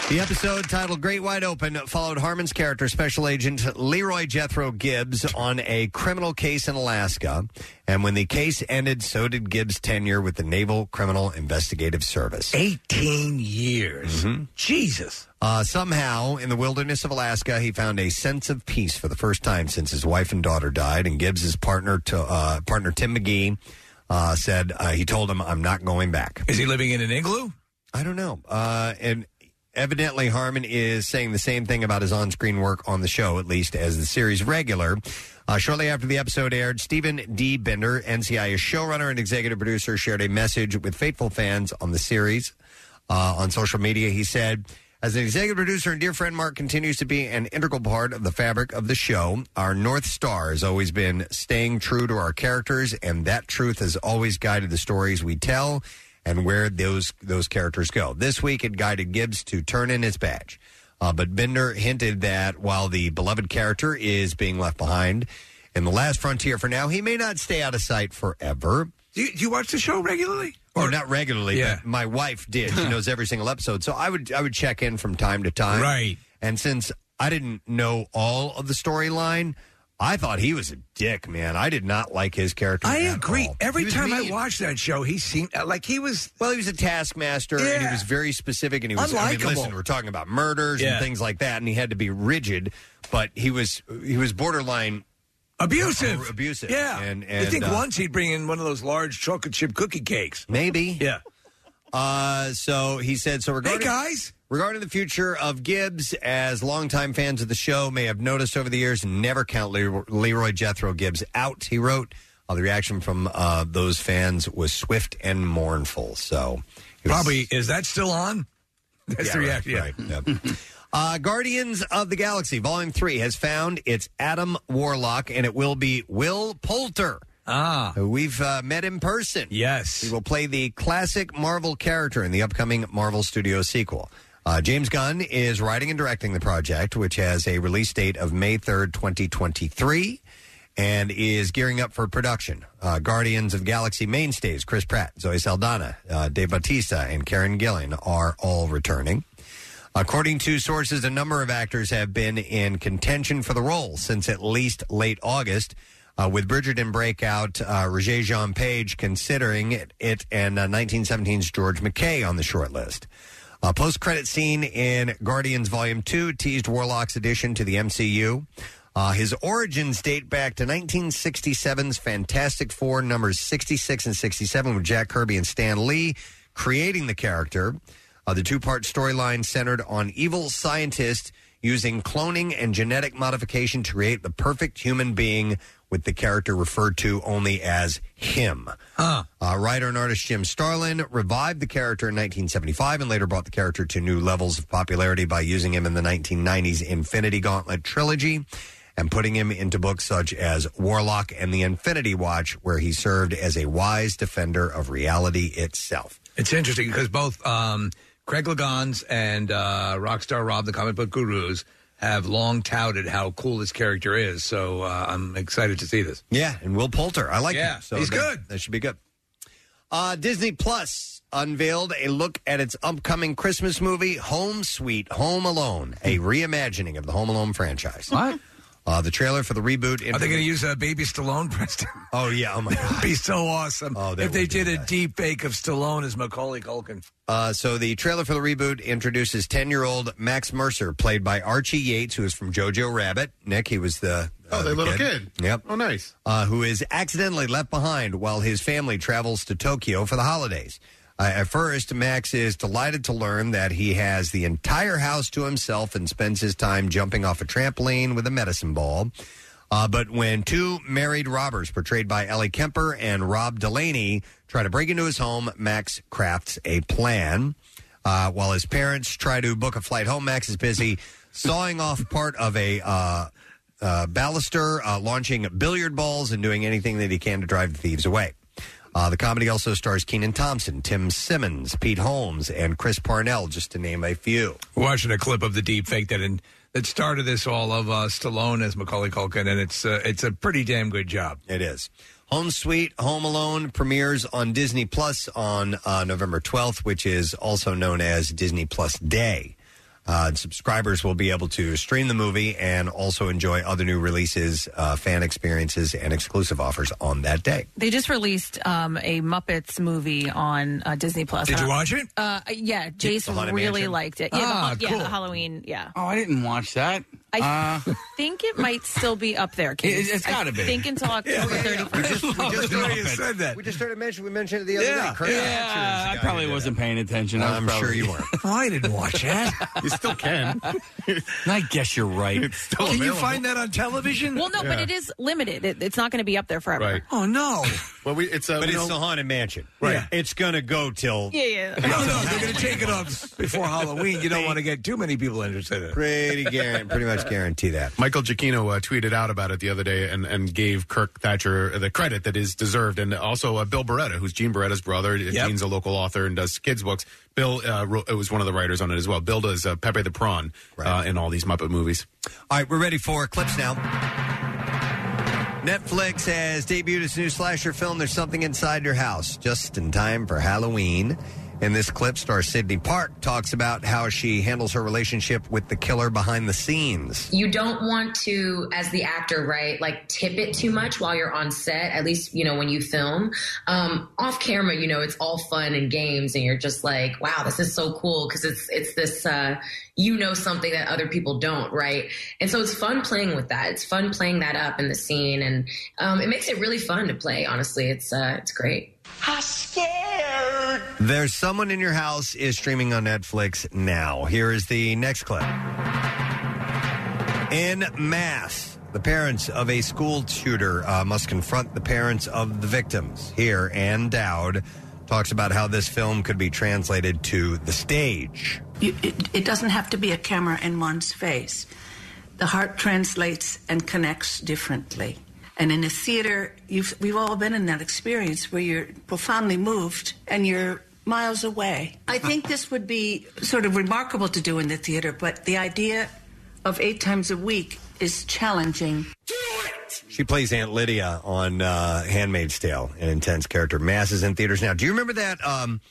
the episode titled Great Wide Open followed Harmon's character, Special Agent Leroy Jethro Gibbs, on a criminal case in Alaska. And when the case ended, so did Gibbs' tenure with the Naval Criminal Investigative Service.
18 years.
Mm-hmm.
Jesus.
Uh, somehow, in the wilderness of Alaska, he found a sense of peace for the first time since his wife and daughter died. And Gibbs's partner, to, uh, partner Tim McGee, uh, said uh, he told him, "I'm not going back."
Is he living in an igloo?
I don't know. Uh, and evidently, Harmon is saying the same thing about his on screen work on the show, at least as the series regular. Uh, shortly after the episode aired, Stephen D. Bender, NCIS showrunner and executive producer, shared a message with faithful fans on the series. Uh, on social media, he said, as an executive producer and dear friend, Mark continues to be an integral part of the fabric of the show. Our North Star has always been staying true to our characters, and that truth has always guided the stories we tell and where those those characters go. This week, it guided Gibbs to turn in his badge, uh, but Bender hinted that while the beloved character is being left behind in the last frontier for now, he may not stay out of sight forever.
Do you, do you watch the show regularly?
Or not regularly,
Yeah.
but my wife did.
*laughs*
She knows every single episode, so I would I would check in from time to time.
Right.
And since I didn't know all of the storyline, I thought he was a dick, man. I did not like his character.
I
at
agree.
all. He
Every
was
time I
mean.
watched that show, he seemed uh, like he was.
Well, he was a taskmaster, and he was very specific, and he was. I mean,
Unlikable.
listen, we're talking about murders
Yeah.
and things like that, and he had to be rigid, but he was he was borderline
abusive,
abusive.
Yeah.
and,
you
and,
think
uh,
once he'd bring in one of those large chocolate chip cookie cakes?
Maybe.
Yeah.
Uh, so he said, so regarding,
guys.
regarding the future of Gibbs, as longtime fans of the show may have noticed over the years, never count Leroy, Leroy Jethro Gibbs out, he wrote. Uh, the reaction from uh, those fans was swift and mournful. So it was-
Probably. Is that still on? That's
Yeah,
the
right,
reaction.
right, yeah. *laughs* Uh, Guardians of the Galaxy Volume 3 has found its Adam Warlock, and it will be Will Poulter.
Ah.
Who we've uh, met in person.
Yes.
He will play the classic Marvel character in the upcoming Marvel Studio sequel. Uh, James Gunn is writing and directing the project, which has a release date of May 3rd, 2023 and is gearing up for production. Uh, Guardians of Galaxy mainstays Chris Pratt, Zoe Saldana, uh, Dave Bautista, and Karen Gillan are all returning. According to sources, a number of actors have been in contention for the role since at least late August. Uh, with Bridgerton breakout, uh, Roger Jean Page considering it, it and uh, 1917's George McKay on the short list. A post credit scene in Guardians Volume 2 teased Warlock's addition to the MCU. Uh, his origins date back to 1967's Fantastic Four numbers 66 and 67 with Jack Kirby and Stan Lee creating the character. Uh, the two part storyline centered on evil scientists using cloning and genetic modification to create the perfect human being with the character referred to only as him. Uh, writer and artist Jim Starlin revived the character in 1975 and later brought the character to new levels of popularity by using him in the 1990s Infinity Gauntlet trilogy and putting him into books such as Warlock and the Infinity Watch, where he served as a wise defender of reality itself.
It's interesting because both um, Craig Lagans and uh, Rockstar Rob, the comic book gurus, have long touted how cool this character is. So uh, I'm excited to see this.
Yeah, and Will Poulter, I like
Yeah,
him. So
he's
that-
good.
That should be good. Uh, Disney Plus unveiled a look at its upcoming Christmas movie, Home Sweet Home Alone, a reimagining of the Home Alone franchise. What? Uh, the trailer for the reboot.
Are they going to use a baby Stallone, *laughs* Preston?
Oh yeah! Oh
*laughs*
my God!
Be so awesome
Oh,
if they did a deep fake of Stallone as Macaulay Culkin.
Uh, so the trailer for the reboot introduces 10-year-old Max Mercer, played by Archie Yates, who is from Jojo Rabbit. Nick, he was the
Oh, the little
Yep.
Oh, nice.
Uh, who is accidentally left behind while his family travels to Tokyo for the holidays. Uh, at first, Max is delighted to learn that he has the entire house to himself and spends his time jumping off a trampoline with a medicine ball. Uh, but when two married robbers, portrayed by Ellie Kemper and Rob Delaney, try to break into his home, Max crafts a plan. Uh, while his parents try to book a flight home, Max is busy sawing off part of a uh, uh, baluster, uh, launching billiard balls, and doing anything that he can to drive the thieves away. Uh, the comedy also stars Keenan Thompson, Tim Simmons, Pete Holmes, and Chris Parnell, just to name a few.
We're watching a clip of the deep fake that in, that started this all of uh, Stallone as Macaulay Culkin, and it's uh, it's a pretty damn good job.
It is. Home Sweet Home Alone premieres on Disney Plus on uh, November 12th, which is also known as Disney Plus Day. Uh, and subscribers will be able to stream the movie and also enjoy other new releases, uh, fan experiences, and exclusive offers on that day.
They just released um, a Muppets movie on uh, Disney Plus.
Did you
Uh,
watch it?
Uh, yeah, Jason
Haunted
really
Mansion?
liked it. Yeah,
Ah,
the, ha- yeah,
cool.
the Halloween. Yeah,
Oh, I didn't watch that.
I-
*laughs* uh,
think it might still be up there. Keith.
It- it's gotta be.
I think until October thirty first.
Oh, said that. We just started mentioning. We mentioned it the
other
day. Kurt Hatcher
I probably wasn't paying attention. I was
I'm
probably-
sure you
*laughs*
weren't.
I didn't watch that.
you still can. *laughs* I guess you're right.
Can you find that on television?
Well, no, but it is limited. It, it's not going to be up there forever.
Right.
Oh no!
Well, we, it's a
But it's the Haunted Mansion. Right. It's going to go till.
Yeah, yeah.
*laughs* No, no, they're going to take it off before Halloween. You don't want to get too many people interested in
*laughs*
it.
Pretty guaran- pretty much guarantee that.
Michael Giacchino uh, tweeted out about it the other day and, and gave Kirk Thatcher the credit that is deserved, and also uh, Bill Beretta, who's Gene Beretta's brother. Gene's a local author and does kids books. Bill uh, wrote, was one of the writers on it as well. Bill does uh, Pepe the Prawn uh, in all these Muppet movies.
All right, we're ready for clips now. Netflix has debuted its new slasher film, There's Something Inside Your House, just in time for Halloween. In this clip, star Sydney Park talks about how she handles her relationship with the killer behind the scenes.
You don't want to, as the actor, right, like tip it too much while you're on set, at least, you know, when you film. Um, off camera, you know, it's all fun and games, and you're just like, wow, this is so cool because it's, it's this, uh, you know, something that other people don't, right? And so it's fun playing with that. It's fun playing that up in the scene, and um, it makes it really fun to play, honestly. It's, uh, it's great.
I'm scared.
There's Someone in Your House is streaming on Netflix now. Here is the next clip. In mass, the parents of a school shooter uh, must confront the parents of the victims. Here, Ann Dowd talks about how this film could be translated to the stage.
You, it, it doesn't have to be a camera in one's face. The heart translates and connects differently. And in a theater, you've, we've all been in that experience where you're profoundly moved and you're miles away. I think this would be sort of remarkable to do in the theater, but the idea of eight times a week is challenging.
She plays Aunt Lydia on uh, *Handmaid's Tale*, an intense character. Mass is in theaters now. Do you remember that um,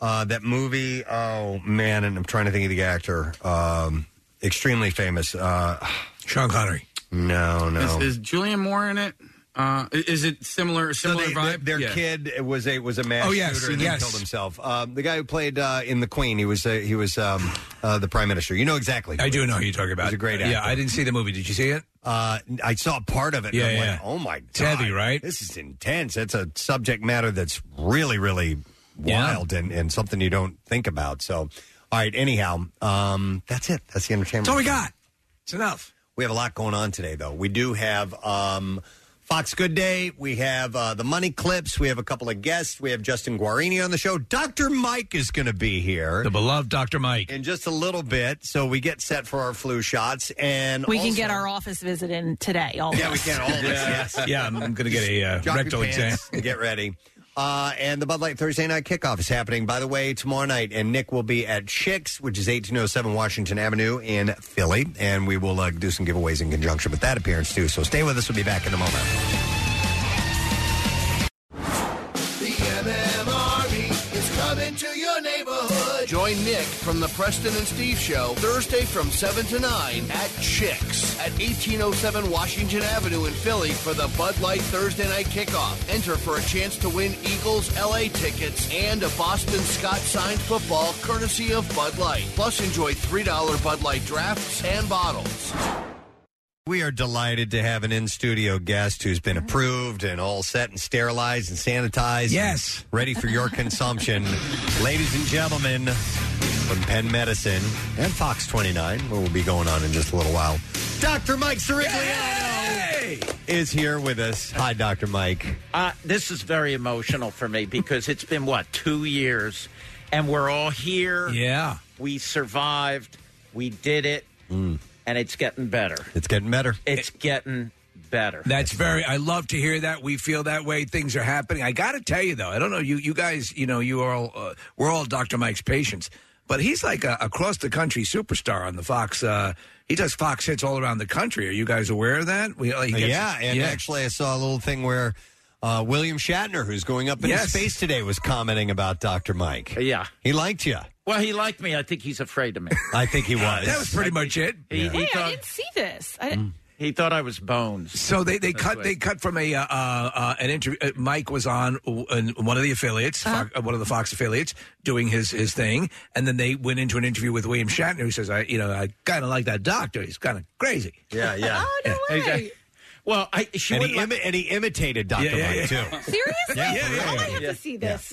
uh, that movie? Oh man, and I'm trying to think of the actor. Um, extremely famous. Uh,
Sean Connery.
No, no.
Is, is Julian Moore in it? Uh, i- is it similar similar
they-
vibe?
their kid was a was a mass
Oh, yes,
shooter and then
yes.
killed himself. Um, the guy who played uh, in *The Queen*, he was uh, he was um, uh, the prime minister. You know exactly. who
I
it
do
is.
know who you're talking about.
He's a great actor.
Yeah, I didn't see the movie. Did you see it?
Uh, I saw part of it.
Yeah,
and I'm
yeah.
Like, oh my god,
It's heavy, right?
This is intense. That's a subject matter that's really, really
Yeah.
wild and, and something you don't think about. So, all right. Anyhow, um, that's it. That's the entertainment.
That's all we got. It's enough.
We have a lot going on today, though. We do have um, Fox Good Day. We have uh, the Money Clips. We have a couple of guests. We have Justin Guarini on the show. Dr. Mike is going to be here. The
beloved Dr. Mike.
In just a little bit. So we get set for our flu shots. And
*laughs* We
also-
can get our office visit in today. All of
yeah, we
us.
can all of us.
Yeah.
Yes.
Yeah, I'm- I'm gonna get a, uh,
Drop your
rectal
pants
exam.
and Get ready. Uh, and the Bud Light Thursday night kickoff is happening, by the way, tomorrow night. And Nick will be at Chicks, which is 1807 Washington Avenue in Philly. And we will uh, do some giveaways in conjunction with that appearance, too. So stay with us. We'll be back in a moment.
The
E
MMRE is coming to your neighborhood. Join Nick from the Preston and Steve Show Thursday from 7 to 9 at Chicks at 1807 Washington Avenue in Philly for the Bud Light Thursday night kickoff. Enter for a chance to win Eagles LA tickets and a Boston Scott signed football courtesy of Bud Light. Plus, enjoy $3 Bud Light drafts and bottles.
We are delighted to have an in studio guest who's been approved and all set and sterilized and sanitized. Yes. ready for your consumption. Ladies and gentlemen, from Penn Medicine and Fox 29, where we'll be going on in just a little while, Dr. Mike Sirigliano is here with us. Hi, Dr. Mike.
Uh, this is very emotional for me because it's been, what, two years? And we're all here. Yeah. We survived. We did it.
Mm.
And it's getting better.
It's getting better.
It's getting better.
That's very. I love to hear that. We feel that way. Things are happening. I got to tell you though. I don't know you. You guys. You know. You are all. Uh, we're all Dr. Mike's patients. But he's like a across the country superstar on the Fox. Uh, he does Fox hits all around the country. Are you guys aware of that? We, like, he gets-
yeah, and actually, I saw a little thing where uh, William Shatner, who's going up into
Yes.
space today, was commenting about Dr. Mike.
Yeah.
He liked you.
Well, he liked me. I think he's afraid of me.
I think *laughs* he
*laughs*
was.
That was
pretty much it.
He, he
Hey, I
thought,
didn't see this. I,
he thought I was bones.
So they, they
That's
cut
what-
they cut from a uh, uh, an interview. Uh, Mike was on uh, in one of the affiliates,
Uh-huh.
Fox, uh, one of the Fox affiliates, doing his his thing, and then they went into an interview with William Shatner, who says, "I you know I kind of like that doctor. He's kind of crazy."
*laughs*
Yeah, yeah.
oh
no way. Well, I she
and,
wouldn't
he
let-
and he imitated Dr.
Yeah, yeah,
Mike,
yeah. *laughs*
too.
Seriously?
Yeah, yeah,
Oh, I
yeah,
have
yeah.
to see this.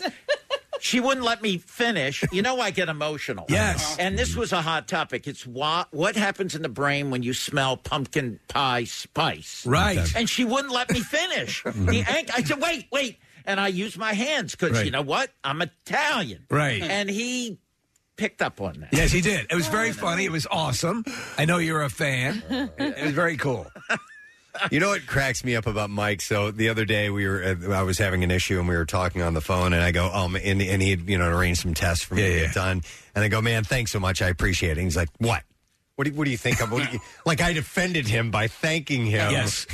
she wouldn't let me finish. You know, I get emotional. Yes. And this was a hot topic. It's what, what happens in the brain when you smell pumpkin pie spice.
Right.
And she wouldn't let me finish. the anch- I said, wait, wait. And I used my hands because,
Right.
you know what? I'm Italian.
Right.
And he picked up on that.
Yes, he did. It was
Oh.
very funny. It was awesome. I know you're
*laughs*
a fan. It was very cool.
you know what cracks me up about Mike? So the other day we were, uh, I was having an issue and we were talking on the phone, and I go, um, and, and he, you know, arranged some tests for me to get done, and I go, man, thanks so much, I appreciate it. And he's like, what? What do you, what do you think? I'm,
*laughs*
what do you, like I defended him by thanking him. *laughs*
Yes.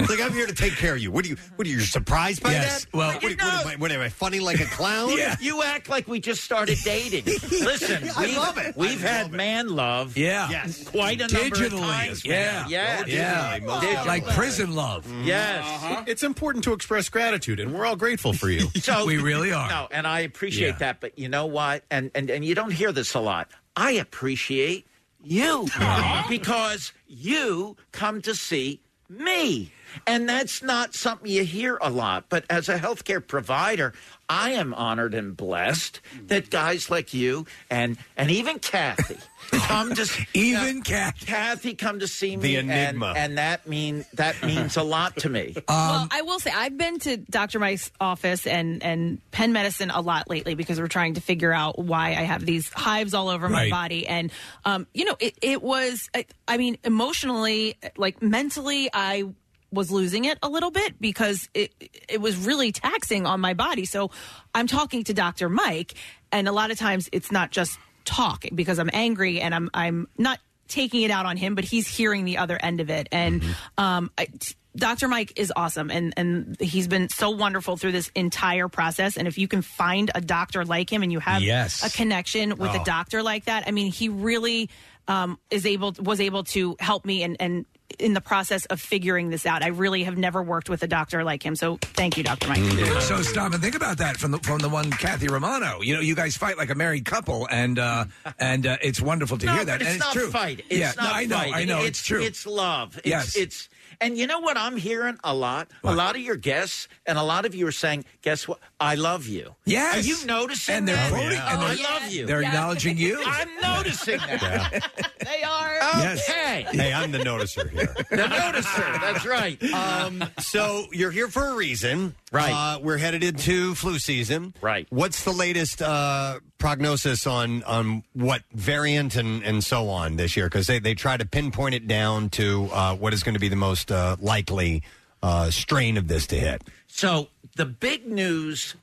like I'm here to take care of you. What do you? What are you surprised by
Yes.
that?
Well-
what, do you- what, am I, what am I funny like a clown?
You act like we just started dating. Listen,
I
we've-
love it.
We've had man love.
Yeah.
Yes.
Quite a number of
Digitally
times.
as well.
Yeah.
Oh, digitally, most Digitally. Like definitely. prison love.
Yes.
It's important to express gratitude, and we're all grateful for
*laughs*
you.
*laughs* So No,
No.
and I appreciate
Yeah.
that, but you know what? And and and you don't hear this a lot. I appreciate you *laughs* because you come to see me. And that's not something you hear a lot, but as a healthcare provider, I am honored and blessed that guys like you and and even Kathy come to s-
even Kathy.
Kathy come to see me
The
and-
enigma.
and, that mean that means a lot to me.
well, I will say I've been to Dr. Mike's office and and Penn Medicine a lot lately because we're trying to figure out why I have these hives all over my
Right.
body. And um, you know, it, it was I, I mean, emotionally, like mentally, I was losing it a little bit because it it was really taxing on my body. So I'm talking to Dr. Mike, and a lot of times it's not just talk because I'm angry and I'm I'm not taking it out on him, but he's hearing the other end of it. And
Mm-hmm.
um, I, t- Dr. Mike is awesome, and and he's been so wonderful through this entire process. And if you can find a doctor like him, and you have
Yes.
a connection with
Oh.
a doctor like that, I mean, he really um, is able was able to help me and and in the process of figuring this out. I really have never worked with a doctor like him, so thank you, Dr. Mike.
So stop and think about that from the from the one Kathy Romano. You know, you guys fight like a married couple, and uh, and uh, it's wonderful to
no,
hear that.
But it's
and it's
not
true.
fighting. It's
yeah,
not
no, I know,
fighting.
I know, it's, true.
It's love. It's,
Yes.
It's and you know what I'm hearing a lot. A lot of your guests and a lot of you are saying, "Guess what? I love you."
Yes.
Are you noticing?
And they're
that?
quoting- and
Oh,
they're-
I love you.
they're Yeah. acknowledging you.
*laughs* I'm noticing *laughs* that.
They are.
Okay.
Hey, I'm the noticer here.
The noticer. That's right.
Um, so you're here for a reason,
Right.
Uh, we're headed into flu season, right? What's the latest uh, prognosis on on what variant and, and so on this year? Because they they try to pinpoint it down to uh, what is going to be the most uh, likely uh, strain of this to hit.
So the big news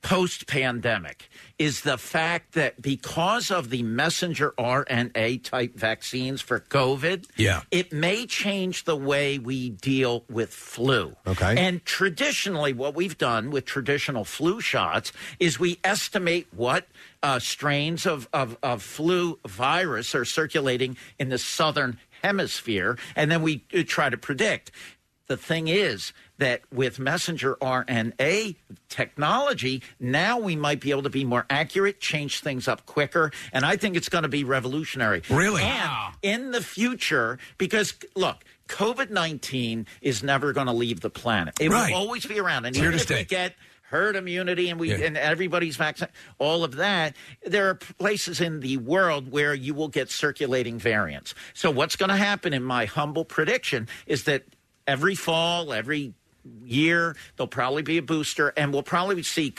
post pandemic is the fact that because of the messenger RNA type vaccines for COVID,
Yeah.
it may change the way we deal with flu.
Okay.
And traditionally, what we've done with traditional flu shots is we estimate what uh, strains of, of, of flu virus are circulating in the southern hemisphere, and then we uh, try to predict. The thing is that with messenger RNA technology, now we might be able to be more accurate, change things up quicker, and I think it's going to be revolutionary.
Really?
And in the future, because look, COVID 19 is never going to leave the planet. It
Right.
will always be around. And
It's here
even
to
if we
stay.
get herd immunity and we
Yeah.
and everybody's vaccinated, all of that, there are places in the world where you will get circulating variants. So what's going to happen in my humble prediction is that every fall, every year there'll probably be a booster and we'll probably see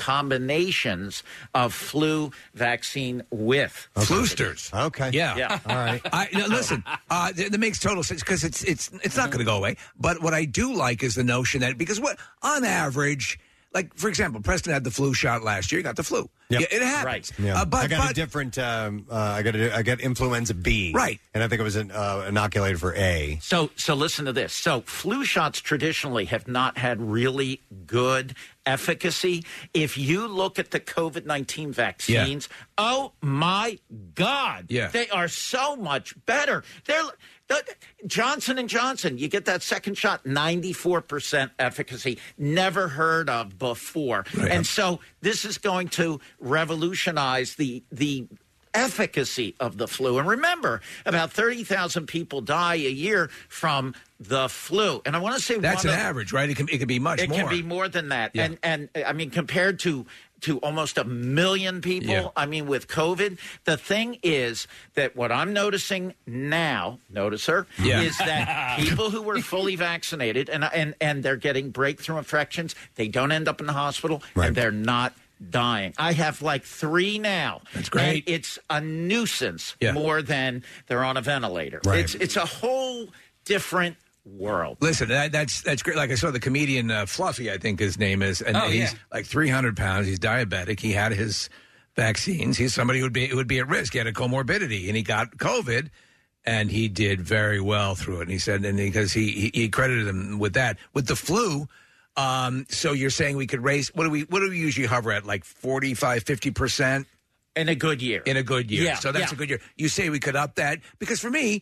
combinations of flu vaccine with
Floosters.
Okay.
Yeah.
Yeah. *laughs*
All right.
I, no, listen, uh, th- that makes total sense because it's it's it's not going to go away. But what I do like is the notion that because what on average, like for example, Preston had the flu shot last year. He got the flu.
Yep.
Yeah, it happens.
Yeah.
Uh, but
I got
but-
a different. Um, uh, I got a, I got influenza B.
Right.
And I think it was an, uh, inoculated for A.
So, so listen to this. So, flu shots traditionally have not had really good efficacy. If you look at the COVID nineteen vaccines, oh my God,
Yeah.
they are so much better. They're the, Johnson and Johnson. You get that second shot, ninety four percent efficacy, never heard of before. And so, this is going to revolutionize the the efficacy of the flu. And remember, about 30,000 people die a year from the flu. And I want to say
that's an
one of-
average, right? It can it can be much
it
more.
can be more than that.
Yeah.
And and I mean compared to to almost a million people,
Yeah.
I mean with COVID, the thing is that what I'm noticing now, noticer,
Yeah.
is that
*laughs*
people who were fully vaccinated and and and they're getting breakthrough infections, they don't end up in the hospital and they're not dying. I have like 3 now. That's great. it's a nuisance
Yeah.
more than they're on a ventilator.
Right.
It's it's a whole different world.
Listen, that, that's that's great. Like I saw the comedian uh, Fluffy, I think his name is, and
Oh,
he's
yeah.
like 300 pounds. He's diabetic. He had his vaccines. He's somebody who would be who would be at risk. He had a comorbidity, and he got COVID, and he did very well through it. And he said, and because he, he he credited him with that with the flu. Um, so you're saying we could raise what do we what do we usually hover at like 45 50 percent
in a good year
in a good year
Yeah,
so that's
yeah.
a good year you say we could up that because for me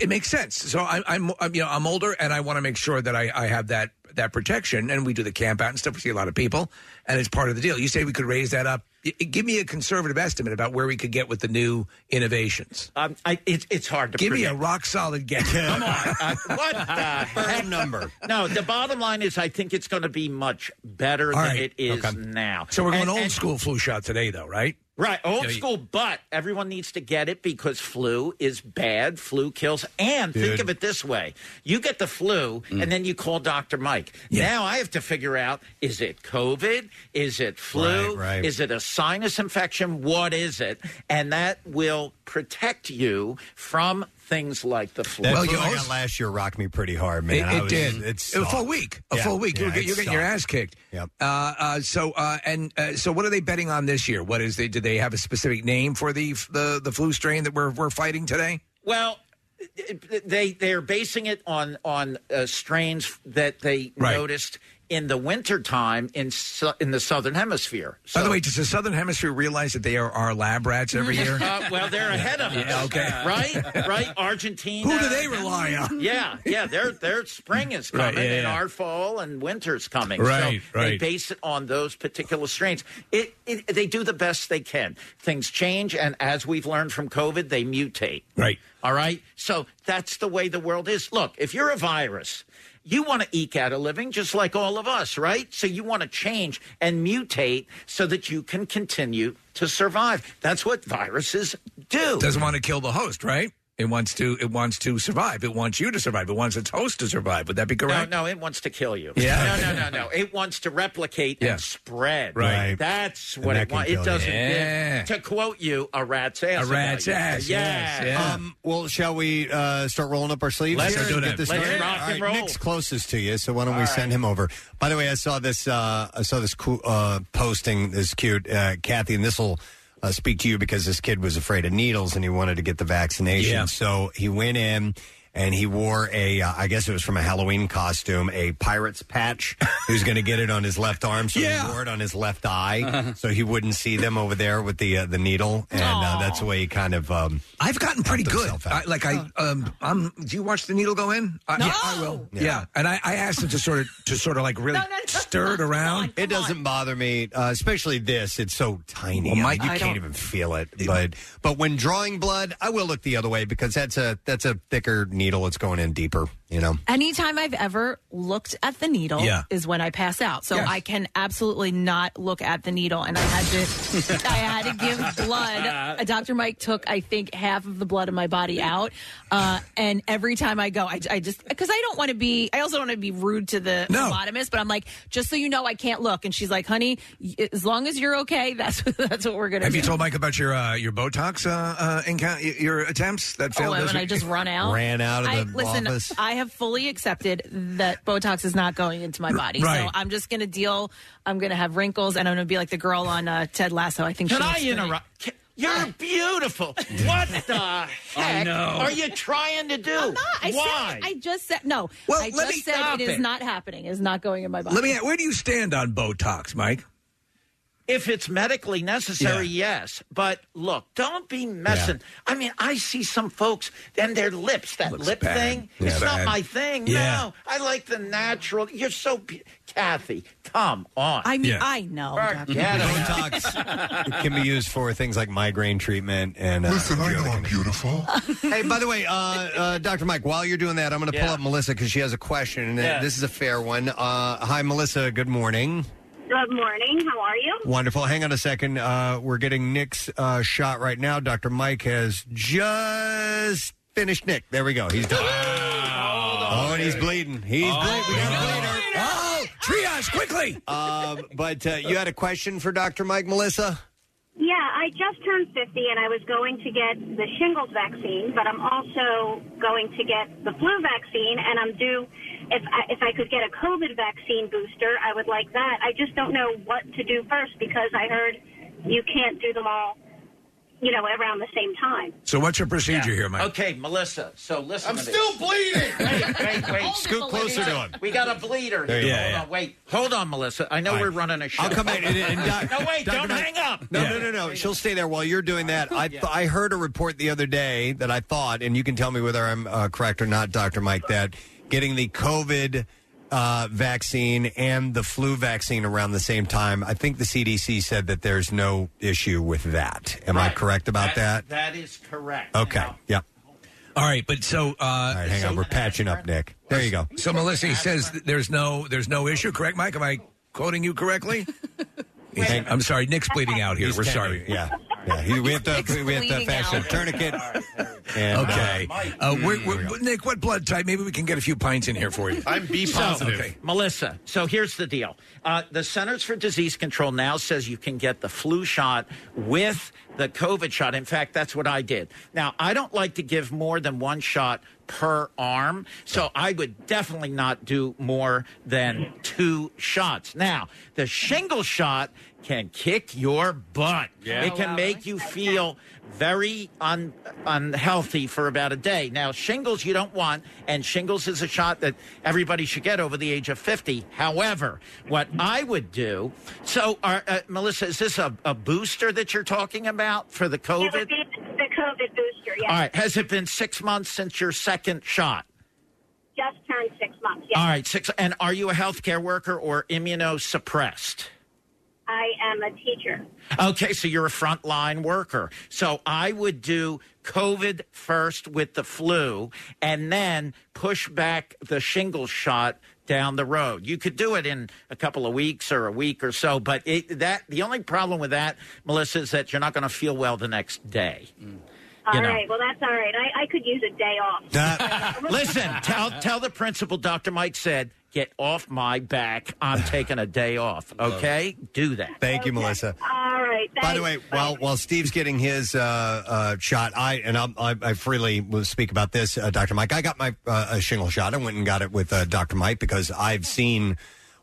it makes sense so I, I'm, I'm you know i'm older and i want to make sure that I, I have that that protection and we do the camp out and stuff we see a lot of people and it's part of the deal you say we could raise that up Y- give me a conservative estimate about where we could get with the new innovations
um, I, it's it's hard to
give me a
predict.
rock solid guess come on
Uh, what *laughs* the heck? number? No, the bottom line is I think it's going to be much better
All
than
right.
it is
Okay.
now.
so we're going
And-
old
and-
school flu shot today though right
Right, old
Yeah, you-
school, but everyone needs to get it because flu is bad. Flu kills. And think
Dude.
of it this way you get the flu, and then you call Dr. Mike. Now I have to figure out is it COVID? Is it flu?
Right, right.
Is it a sinus infection? What is it? And that will protect you from things like the flu.
That well, I got last year rocked me pretty hard, man.
It,
I
it
was-
did.
It
a
sucked.
full week. A
Yeah,
full week.
yeah,
you're
it
you're getting your
sucked.
ass kicked. Yep. Uh, uh, so uh, and uh, so, what are they betting on this year? What is they? Do they have a specific name for the the the flu strain that we're we're fighting today?
Well, they they're basing it on on uh, strains that they noticed in the wintertime in su- in the southern hemisphere.
By the way, does the Southern Hemisphere realize that they are our lab rats every year?
Uh, well, they're ahead of us.
Yeah, okay.
Right? Right? Argentina.
Who do they rely on?
Yeah, yeah. Their their spring is
Right,
coming
yeah,
and
yeah.
our fall and winter's coming.
Right,
so They
right.
base it on those particular strains. It, it they do the best they can. Things change and as we've learned from COVID, they mutate.
Right.
All right? So that's the way the world is. Look, if you're a virus, you want to eke out a living just like all of us, right? So you want to change and mutate so that you can continue to survive. That's what viruses *laughs* do.
Doesn't want to kill the host, right? It wants to. It wants to survive. It wants you to survive. It wants its host to survive. Would that be correct?
No, no, it wants to kill you.
Yeah.
No, no, no, no. It wants to replicate
Yeah.
and spread.
Right.
That's
And
what
that
it
can
wants. It
kill you.
doesn't. give-
Yeah.
to quote you, a rat's ass.
A rat's
value.
ass,
Yeah.
yes, yeah. Um, well, shall we uh, start rolling up our sleeves?
Let's
here
do
and
that.
get this
Let's
started?
rock
All
and
right,
roll.
Nick's closest to you, so why don't we
All
send him over? By the way, I saw this. Uh, I saw this cool uh, posting. This cute uh, Kathy, and this will uh, speak to you because this kid was afraid of needles and he wanted to get the vaccination.
Yeah.
So he went in. And he wore a, uh, I guess it was from a Halloween costume, a
*laughs*
pirate's patch. he was going to get it on his left arm, so he wore it on his left eye,
Uh-huh.
so he wouldn't see them over there with the uh, the needle. And uh, that's the way he kind of. Um,
I've gotten pretty
helped
good.
himself out.
I, like I, um, I'm. Do you watch the needle go in? I,
No.
yeah, I will. Yeah. and I, I asked him to sort of to sort of like really stir it around.
It doesn't bother me, uh, especially this. It's so tiny.
Well,
I
Mike,
mean, you
I
can't
don't-
even feel it. But but when drawing blood, I will look the other way because that's a that's a thicker needle. It's going in deeper. You
*laughs*
know.
Anytime I've ever looked at the needle
Yeah.
is when I pass out. So
Yes.
I can absolutely not look at the needle. And I
*laughs*
had to, I had to give blood. Uh, Dr. Mike took, I think, half of the blood of my body out. Uh, and every time I go, I, I just, because I don't want to be, I also don't want to be rude to the
No.
phlebotomist, but I'm like, just so you know, I can't look. And she's like, honey, y- as long as you're okay, that's, *laughs* that's what we're going to
Have
do.
you told Mike about your uh, your Botox uh, uh, encounter, your attempts that
Oh,
failed?
and
this
I
week?
just run out. I, listen, uh, I have fully accepted that Botox is not going into my body,
right.
so I'm just going to deal. I'm going to have wrinkles, and I'm going to be like the girl on uh, Ted Lasso. I think.
Can
she
I
looks great.
interrupt? Ca- You're beautiful. What
*laughs*
the heck
know.
are you trying to do?
I'm not. I
Why?
Said, I just said no.
Well,
I
let
just
me-
said
Stop
it is
it.
not happening. It's not going in my body.
Let me. Where do you stand on Botox, Mike?
if it's medically necessary, yes. But look, don't be messing. I mean, I see some folks and their lips, that lip
bad.
thing.
Looks
it's
bad.
not my thing.
Yeah.
No, I like the natural. You're so, be- Kathy. Come on.
I mean, I know. Dr.
Forget it.
Botox can be used for things like migraine treatment and. Uh, Listen, I know I'm beautiful. hey, by the way, uh, uh, Dr. Mike, while you're doing that, I'm going to pull
Yeah.
up Melissa because she has a question. And uh,
Yeah.
This is a fair one. Uh, hi, Melissa. Good morning.
Good morning. How are you?
Wonderful. Hang on a second. Uh, we're getting Nick's uh, shot right now. Dr. Mike has just finished Nick. There we go. He's done. Oh, and he's bleeding. He's bleeding. We got a bleeder.
Oh, triage quickly.
Um, but uh, you had a question for Dr. Mike, Melissa?
Yeah, I just turned 50 and I was going to get the shingles vaccine, but I'm also going to get the flu vaccine and I'm due if I, if I could get a COVID vaccine booster, I would like that. I just don't know what to do first because I heard you can't do them all, you know, around the same time.
So what's your procedure here, Mike?
Okay, Melissa. So listen.
I'm
to me.
still
bleeding.
wait, wait, wait.
Scoot Melissa. closer to him.
We got a bleeder.
There you
here.
go.
Hold
Yeah,
on. Wait. Hold on, Melissa. I know
All right.
we're running a show.
I'll come in and- and Doc-
no, wait.
Dr.
Don't
Mike-
hang up.
No, no, no, no. She'll stay there while you're doing
*laughs*
that. I I heard a report the other day that I thought, and you can tell me whether I'm uh, correct or not, Doctor Mike, that getting the COVID uh, vaccine and the flu vaccine around the same time. I think the CDC said that there's no issue with that. Am I
Right.
correct about that?
That is correct.
Okay. Yep.
All right, but so. Uh, All
right, hang on. We're patching up, Nick. There you go.
So Melissa he says th- there's no there's no issue, correct, Mike? Am I quoting
*laughs*
you correctly? He's- I'm sorry, Nick's bleeding out here.
He's
We're
tender.
sorry.
Yeah, yeah. He- we have to we have to
bleeding
fashion a
out.
*laughs*
tourniquet. And- Mm,
Okay. Uh, we're, we're, Nick, what blood type? Maybe we can get a few pints in here for you.
*laughs* I'm B So, okay. Melissa, so here's the deal. Uh, the Centers for Disease Control now says you can get the flu shot with the COVID shot. In fact, that's what I did. Now, I don't like to give more than one shot per arm, so I would definitely not do more than two shots. Now, the shingle shot can kick your butt.
Yeah.
It can
Wow.
make you feel very un- unhealthy for about a day. Now, shingles you don't want, and shingles is a shot that everybody should get over the age of 50. However, what I would do so, are, uh, Melissa, is this a, a booster that you're talking about for the
It would
COVID?
be the COVID booster, yes.
All right. Has it been six months since your second shot?
Just turned six months, yes.
All right, six. And are you a healthcare worker or immunosuppressed?
I am a teacher.
Okay, so you're a frontline worker. So I would do COVID first with the flu and then push back the shingle shot down the road. You could do it in a couple of weeks or a week or so, but it, that the only problem with that, Melissa, is that you're not going to feel well the next day.
Mm. All
You
right.
know.
Well, that's all right. I, I could use a day off. *laughs*
Listen, tell tell the principal Dr. Mike said, get off my back.
*laughs*
I'm taking a day off. Okay? Do that.
Thank you, Melissa.
All right.
By the way, while while Steve's getting his uh, uh, shot, I and I'm, I, I freely will speak about this, uh, Doctor Mike. I got my uh, a shingle shot. I went and got it with uh, Doctor Mike because I've seen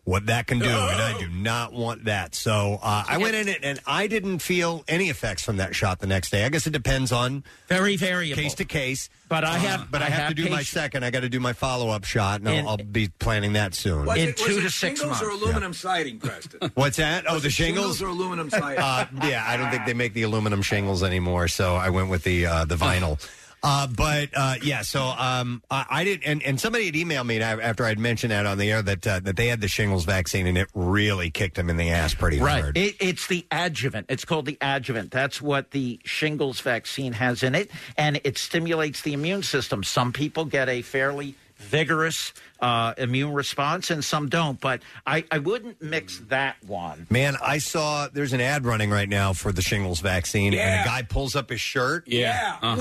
what that can do, and
Oh.
I do not want that. So uh, I went in it, and I didn't feel any effects from that shot the next day. I guess it depends on
very variable
case to case.
But I
Uh,
have-
but I,
I
have,
have
to do my
patient-
second. I got to do my follow up shot, and, I'll-
In-
I'll, be planning that soon.
Was it, was it shingles or aluminum siding, Preston?
What's that? Oh,
Was
the
it
shingles.
or *laughs* aluminum siding?
uh, yeah, I don't think they make the aluminum shingles anymore, so I went with the uh, the vinyl. Uh, but uh, yeah, so um, I, I did, and, and somebody had emailed me af- after I'd mentioned that on the air that uh, that they had the shingles vaccine, and it really kicked them in the ass pretty
Right.
hard.
It, it's the adjuvant. It's called the adjuvant. That's what the shingles vaccine has in it, and it stimulates the immune system. Some people get a fairly vigorous uh, immune response, and some don't. But I, I wouldn't mix that one.
Man, I saw there's an ad running right now for the shingles vaccine, and
Yeah.
a guy pulls up his shirt.
Yeah. Yeah. Uh-huh.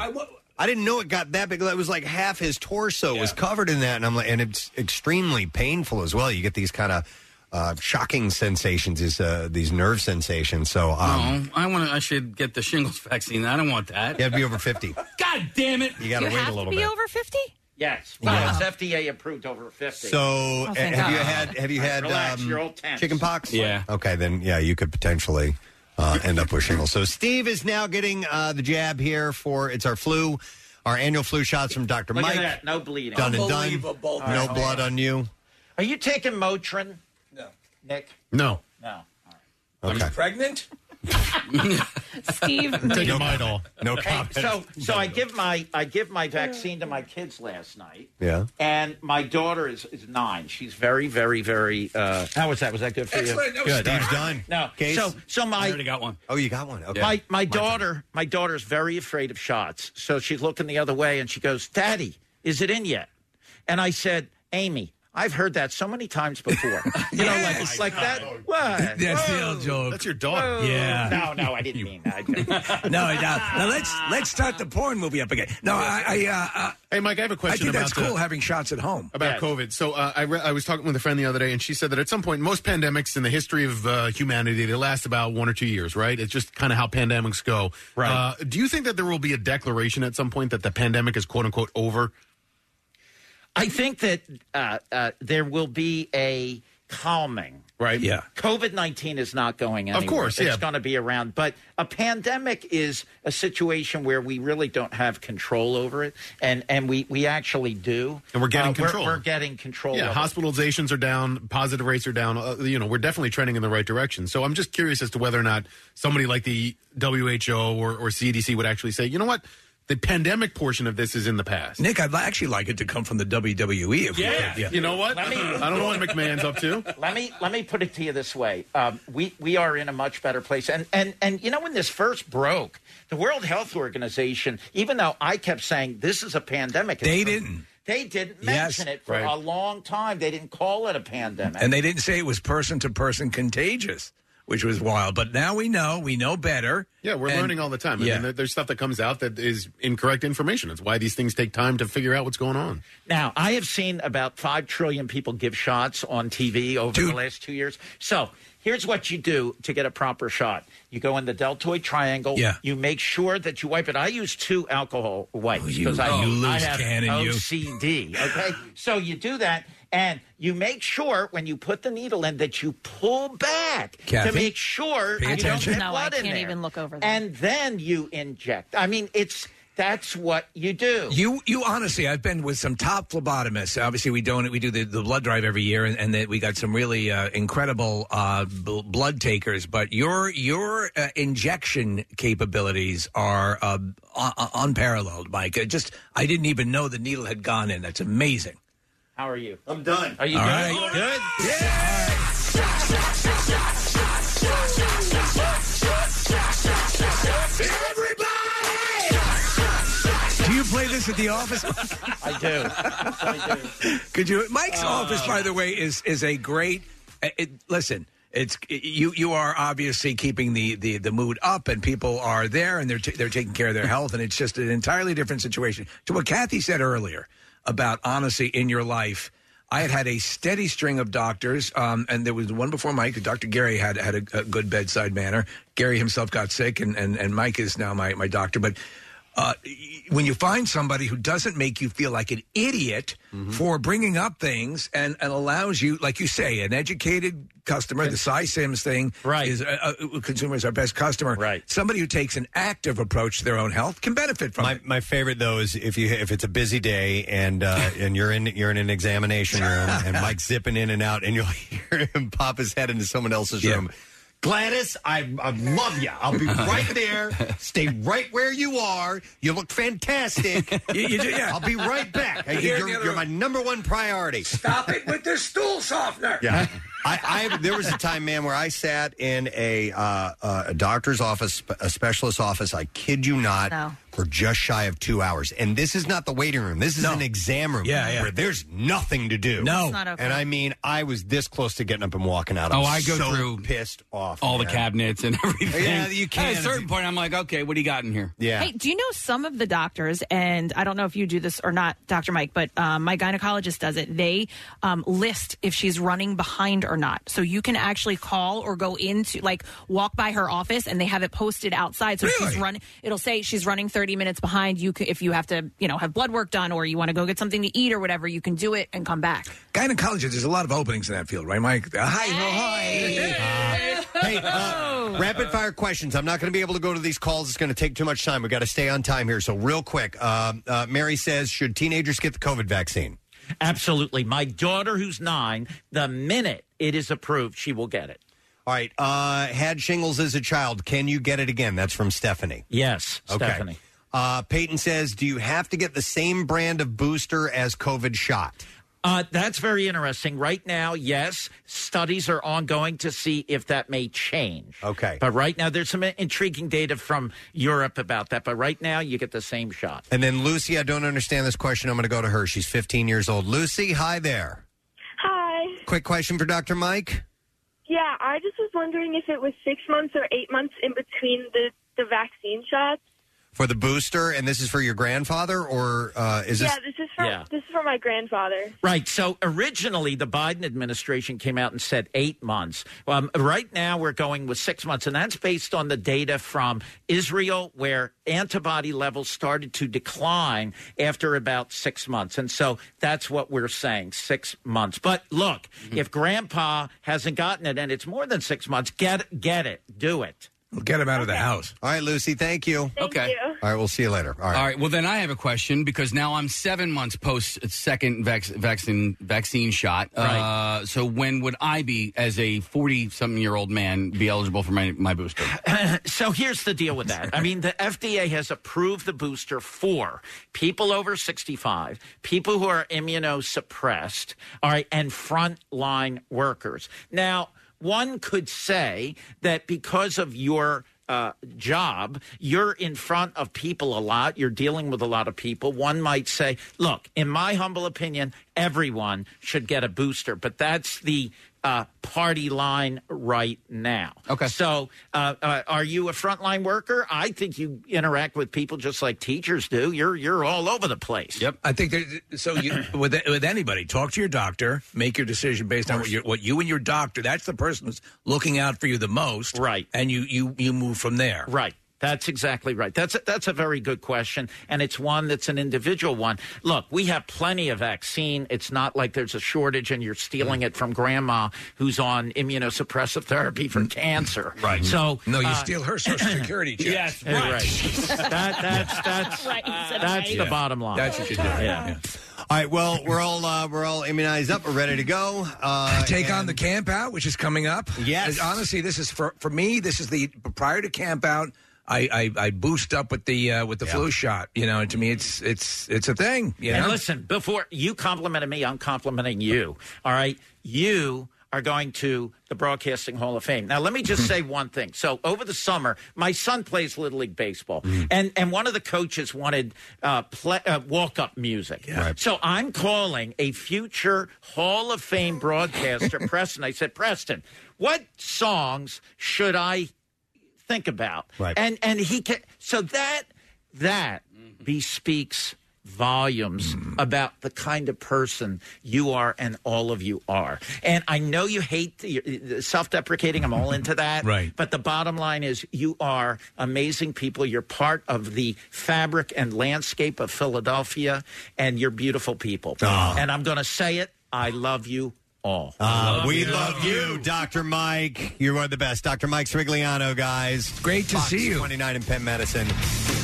Whoa! I, didn't know it got that big. It was like half his torso was covered in that, and I'm like, and it's extremely painful as well. You get these kind of uh, shocking sensations, these uh, these nerve sensations. So, um,
no, Oh, I want. to. I should get the shingles *laughs* vaccine. I don't want that.
You have to be over fifty.
God damn it!
You gotta wait a little bit.
over fifty.
Yes,
Wow.
well, it's FDA approved over fifty.
So,
Oh,
uh, have you had have you
All right,
had
relax,
um,
you're all tense.
chicken pox?
Yeah.
Okay, then yeah, you could potentially uh, end up with shingles. So Steve is now getting uh, the jab here for it's our flu, our annual flu shots from Doctor
Look
Mike.
at that, no bleeding,
Done and done. No blood on you.
Are you taking Motrin? No, Nick.
No.
No.
Okay.
Pregnant?
Steve.
Taking
Midol. No
Hey,
comment.
so, so I give my I give my vaccine to my kids last night.
Yeah.
And my daughter is, is nine. She's very, very, very. Uh, how was that? Was that good for
Excellent.
you?
That was Good. Steve's done.
No.
Case?
So, so my.
I already got
one.
Oh, you got one. Okay.
My my
My
daughter, my daughter's very afraid of shots. So she's looking the other way, and she goes, "Daddy, is it in yet?" And I said, "Amy." I've heard that so many times
*laughs*
before. You know, like it's like that. What?
Oh, That's the
Whoa.
old joke. That's your
daughter. Whoa.
Yeah.
No, no, I didn't *laughs* mean that. I didn't.
no, no, now let's let's start the porn movie up again. No, I, I uh, uh,
hey, Mike, I have a question
I think that's
about the-
cool having shots at home
about COVID. So uh, I, re- I was talking with a friend the other day, and she said that at some point, most pandemics in the history of uh, humanity they last about one or two years, right? It's just kind of how pandemics go. Right. Uh, do you think that there will be a declaration at some point that the pandemic is quote unquote over?
I think that uh, uh, there will be a calming.
Right. Yeah.
COVID 19 is not going
Of
anywhere.
course, yeah.
It's going to be around. But a pandemic is a situation where we really don't have control over it. And, and we, we actually do.
And we're getting
Uh,
control.
We're, getting control
Yeah,
of it.
hospitalizations are down, positive rates are down. Uh, you know, we're definitely trending in the right direction. So I'm just curious as to whether or not somebody like the WHO or, or CDC would actually say, you know what, the pandemic portion of this is in the past.
Nick, I'd li- actually like it to come from the WWE. E, If
Yeah.
we could.
You know what? I don't know what McMahon's up to.
Let me let me put it to you this way: um, we we are in a much better place, and and and you know when this first broke, the World Health Organization, even though I kept saying this is a pandemic,
They
it's-
didn't.
They didn't
Yes,
mention it for
right.
a long time. They didn't call it a pandemic.
and they didn't say it was person to person contagious, which was wild. But now we know. We know better.
Yeah, we're
And-
learning all the time. I
Yeah.
mean, there- there's stuff that comes out that is incorrect information. It's why these things take time to figure out what's going on.
Now, I have seen about 5 trillion people give shots on TV over the last two years. So, here's what you do to get a proper shot you go in the deltoid triangle.
Yeah.
You make sure that you wipe it. I use two alcohol wipes
you-
because
oh,
I,
you
I
loose
have
cannon, you.
OCD. Okay. so, you do that. And you make sure when you put the needle in that you pull back
Kathy,
to make sure
pay
you don't
attention.
get
No, I
blood in
can't
there.
even
look over
that. And then you inject. I mean, it's that's what you do.
You, you honestly, I've been with some top phlebotomists. Obviously, we don't. We do the, the blood drive every year, and, and that we got some really uh, incredible uh, bl- blood takers. But your your uh, injection capabilities are uh, un- un- unparalleled, Mike. It just I didn't even know the needle had gone in. That's amazing.
How are you? I'm done. Are you
All
done?
right.
Good.
Do you play this at the office?
*laughs* I do. Oh,
Could you? Mike's office, by the way, is is a great. uh, It, listen, it's you. You are obviously keeping the, the, the mood up, and people are there, and they're t- they're taking care of their health, and it's just an entirely different situation to what Kathy said earlier about honesty in your life. I had had a steady string of doctors, um, and there was one before Mike. Dr. Gary had had a, a good bedside manner. Gary himself got sick, and, and, and Mike is now my, my doctor. But uh, y- when you find somebody who doesn't make you feel like an idiot
Mm-hmm.
for bringing up things and, and allows you, like you say, an educated customer, the SciSims thing, right. is uh, uh, consumers our best customer. Right. Somebody who takes an active approach to their own health can benefit from
my, my favorite though is if you if it's a busy day
*laughs*
and uh, and you're in you're in an examination room and Mike's zipping in and out and you'll *laughs* hear him pop his head into someone else's room. Gladys, I, I love you. I'll
*laughs*
be right there. Stay right where you are. You look fantastic.
*laughs* You- you do- yeah.
I'll be right back.
You're in
You're,
the other
you're my number one priority.
Stop it with the stool softener.
Yeah. I, I there was a time, man, where I sat in a uh, uh, a doctor's office, a specialist office. I kid you not, for just shy of two hours. And this is not the waiting room. This is an exam room.
Yeah, yeah.
where there's nothing to do.
No. It's not okay.
and I mean, I was this close to getting up and walking out. I'm
Oh, I go
so
through
pissed off
all the
man.
cabinets and *laughs* everything.
Yeah, you
At
can
a
if
certain point, I'm like, okay, what do you got in here?
Yeah.
Hey, do you know some of the doctors, and I don't know if you do this or not, Dr. Mike, but um, my gynecologist does it. They um, list if she's running behind or not. So you can actually call or go into, like, walk by her office and they have it posted outside. So if she's running, it'll say she's running 30 minutes behind. You can, If you have to, you know, have blood work done or you want to go get something to eat or whatever, you can do it and come back.
Gynecologist, there's a lot of openings in that field, right, Mike? Uh, hi,
Oh,
ho,
Hey, uh, rapid fire questions. I'm not going to be able to go to these calls. It's going to take too much time. We've got to stay on time here. So, real quick, uh, uh, Mary says, should teenagers get the COVID vaccine?
Absolutely. My daughter, who's nine, the minute it is approved, she will get it.
All right. Uh, had shingles as a child. Can you get it again? That's from Stephanie.
Yes, Stephanie.
Uh, Peyton says, do you have to get the same brand of booster as COVID shot?
Uh, that's very interesting. Right now, yes, studies are ongoing to see if that may change.
Okay.
But right now, there's some intriguing data from Europe about that. But right now, you get the same shot.
And then Lucy, I don't understand this question. I'm going to go to her. She's 15 years old. Lucy, hi there.
Hi.
Quick question for Dr. Mike.
Yeah, I just was wondering if it was six months or eight months in between the, the vaccine shots.
For the booster, and this is for your grandfather, or uh, is
yeah,
this?
this is for
Yeah.
this is for my grandfather.
Right. So originally, the Biden administration came out and said eight months. Um, right now, we're going with six months, and that's based on the data from Israel, where antibody levels started to decline after about six months. And so that's what we're saying six months. But look, if grandpa hasn't gotten it and it's more than six months, get, get it. Do it.
We'll get him out of the house.
All right, Lucy, thank you.
okay.
All right, we'll see you later. All right.
All right. Well, then I have a question because now I'm seven months post second vac- vaccine vaccine shot. Uh, so when would I be, as a forty something year old man, be eligible for my my
*clears throat*
booster?
so here's the deal with that. I mean, the FDA has approved the booster for people over 65, people who are immunosuppressed, all right, and frontline workers. Now, one could say that because of your uh, job, you're in front of people a lot, you're dealing with a lot of people. One might say, look, in my humble opinion, everyone should get a booster, but that's the uh, party line right now. Okay. So, uh, uh, are you a frontline worker? I think you interact with people just like teachers do. You're you're all over the place.
Yep. I think there, so.
*clears throat*
You, with with anybody, talk to your doctor, make your decision based on what, your, what you and your doctor. That's the person who's looking out for you the most, right? And you you you move from there,
Right. That's exactly right. That's a, that's a very good question, and it's one that's an individual one. Look, we have plenty of vaccine. It's not like there's a shortage, and you're
Mm.
stealing it from grandma who's on immunosuppressive therapy for cancer. Right. So
Mm. No, you
uh,
steal her
*clears throat*
social security. check.
Yes, right. Right. That- that's- that's- *laughs* Right, he said that's right. the bottom line.
That's what you do.
Yeah. Uh,
All right. Well, we're all uh, we're all immunized up. We're ready to go. Uh,
Take on the camp out, which is coming up.
Yes.
honestly, this is for for me. This is the prior to camp out. I, I, I
*laughs*
boost up with the uh, with the flu shot. You know, to me, it's it's it's a thing. You
and
know?
listen, before you complimented me, I'm complimenting you. All right. You are going to the Broadcasting Hall of Fame. Now, let me
*laughs*
just say one thing. So, over the summer, my son plays Little League Baseball,
Mm.
and, and one of the coaches wanted uh, play, uh, walk up music. So, I'm calling a future Hall of Fame
*laughs*
broadcaster, Preston. I said, Preston, what songs should I think about. Right. And and he can so that that bespeaks volumes about the kind of person you are and all of
*laughs*
you are. And I know you hate the- the self-deprecating, I'm all into
*laughs*
that.
Right.
But the bottom line is you are amazing people. You're part of the fabric and landscape of Philadelphia and you're beautiful people.
Ah.
And I'm going to say it, I love you all.
Uh, we love you, Dr. Mike. You're one of the best. Dr. Mike Smigliano, guys. Great
to see you.
29 in Penn Medicine.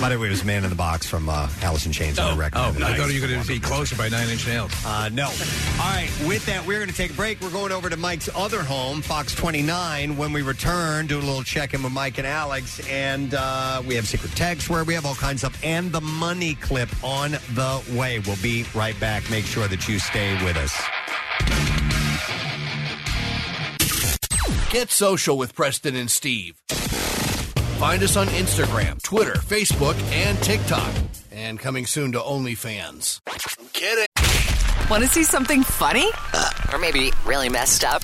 By the way, it was Man in the Box from uh, Alice in Chains. I
Oh,
recommend it.
I thought you were going to be closer by Nine Inch Nails.
Uh, no. All right, with that, we're going to take a break. We're going over to Mike's other home, Fox 29. When we return, do a little check in with Mike and Alex. And uh, we have secret text where we have all kinds of and the money clip on the way. We'll be right back. Make sure that you stay with us.
Get social with Preston and Steve. Find us on Instagram, Twitter, Facebook, and TikTok. And coming soon to OnlyFans. Get it?
Want to see something funny? Uh, or maybe really messed up?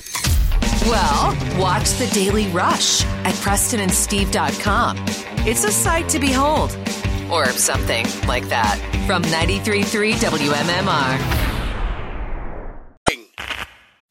Well, watch The Daily Rush at PrestonandSteve.com. It's a sight to behold, or something like that, from 93.3 WMMR.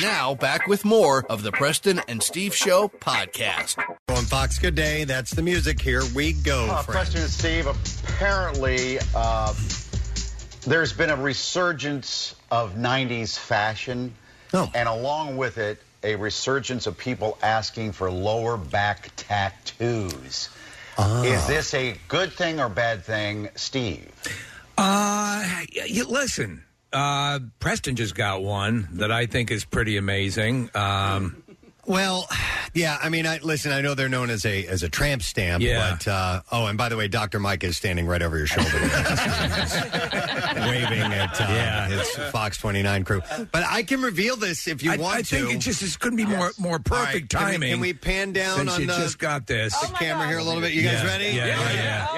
Now, back with more of the Preston and Steve Show podcast.
On Fox Good Day, that's the music. Here we go,
Uh, Preston and Steve, apparently uh, there's been a resurgence of 90s fashion.
Oh.
And along with it, a resurgence of people asking for lower back tattoos.
Ah.
Is this a good thing or bad thing,
*laughs*
Steve?
Uh, y- y- listen, uh, Preston just got one that I think is pretty amazing. Um,
Well, yeah, I mean, I listen, I know they're known as a as a tramp stamp,
Yeah.
but uh, oh, and by the way, Dr. Mike is standing right over your shoulder. *laughs* waving at uh, his Fox 29 crew. But I can reveal this if you
I-
want
I
to.
think it just is- couldn't be more- more
All right,
perfect
can we-
timing
Can we, pan down
since
on
you
the,
just got this.
the
Oh my
camera
God.
here a little bit? You guys
Yeah,
ready?
yeah, yeah,
All right.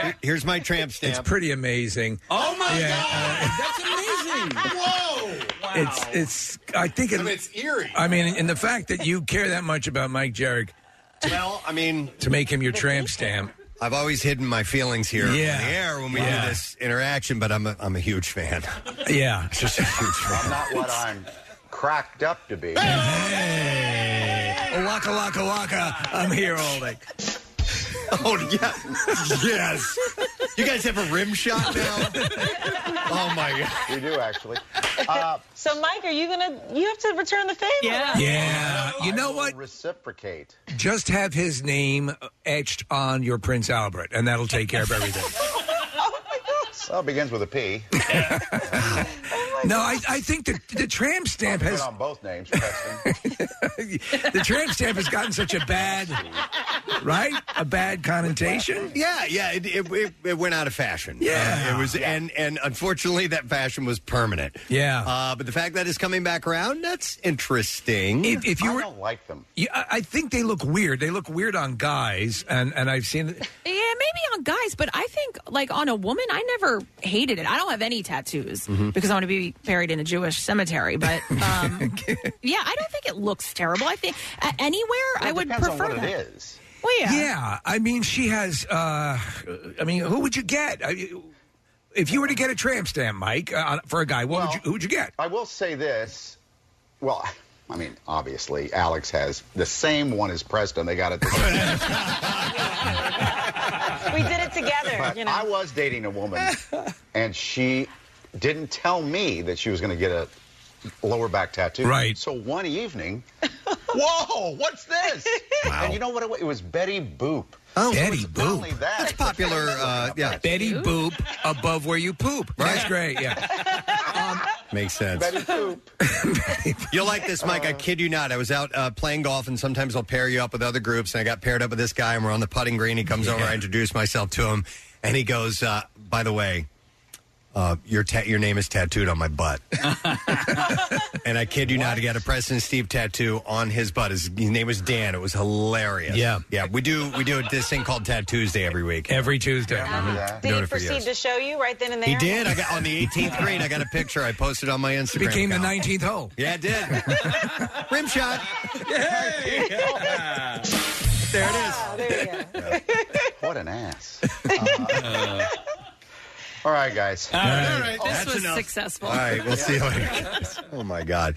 yeah.
Here's my tramp stamp.
it's pretty amazing.
Oh my
That's amazing. Whoa.
It's it's. I think it,
I mean, it's eerie.
I mean, and the fact that you care that much about Mike Jarek.
Well, I mean,
to make him your tramp stamp.
I've always hidden my feelings here
Yeah.
in the air when we
Yeah.
do this interaction, but I'm a, I'm a huge fan.
Yeah,
just a huge fan.
*laughs*
I'm not what I'm cracked up to be.
Waka waka waka. I'm here all day.
Oh yeah, yes. You guys have a rim shot now. oh my god,
we do actually.
so, Mike, are you gonna? You have to return the favor. Yeah.
Yeah, you know what?
Reciprocate.
Just have his name etched on your Prince Albert, and that'll take care of everything. *laughs*
Well, it begins with a P.
No, I, I think that the tramp stamp
Put
has
on both names, Preston.
*laughs* the tramp stamp has gotten such a bad, right? A bad connotation.
Yeah, yeah, it, it, it, it went out of fashion.
Yeah.
Uh, it was, and and unfortunately, that fashion was permanent.
Yeah.
uh, but the fact that it's coming back around, that's interesting.
If, if you were,
like them.
Yeah, I I think they look weird. They look weird on guys, and and I've seen.
Yeah, maybe on guys, but I think like on a woman, I never hated it. I don't have any tattoos
Mhm.
because I want to be buried in a Jewish cemetery. But um, yeah, I don't think it looks terrible. I think uh, anywhere I would
depends on
prefer
what it
that. Well, yeah.
Yeah, I mean, she has. uh I mean, who would you get? I, if you were to get a tramp stamp, Mike, uh, for a guy, what would you, who would you get?
I will say this. Well, I mean, obviously, Alex has the same one as Preston. They got it. The same.
We did it together.
But I was dating a woman, and she didn't tell me that she was going to get a lower back tattoo. Right. So one evening, whoa, what's this? And you know what? It was, it was Betty Boop.
Oh,
So
Betty
it's not only
Boop.
that-
That's popular,
uh, yeah.
Betty Boop above where you poop. That's great. Yeah.
Makes sense. *laughs* You'll like this, Mike. I kid you not. I was out uh, playing golf, and sometimes I'll pair you up with other groups. And I got paired up with this guy, and we're on the putting green. He comes over. I introduce myself to him, and he goes, uh, "By the way, uh, your ta- your name is tattooed on my butt." and I kid you not, he got a President Steve tattoo on his butt. His, his name was Dan. It was hilarious.
Yeah.
yeah. We do we do this thing called Tattoo Tuesday every week. Mm-hmm.
Every Tuesday.
Uh-huh.
Doing
Did
it
he
for years.
proceed to show you right then and there?
He did. I got on the
*laughs*
18th green. I got a picture. I posted on my Instagram.
Became the
account.
*laughs*
19th hole.
Yeah, it did. Rim shot.
There
it is.
*laughs* What an ass. Uh, all right, guys.
All right. All right.
This
That's
was
enough.
successful.
All right, we'll see you
*laughs*
later. Oh my god.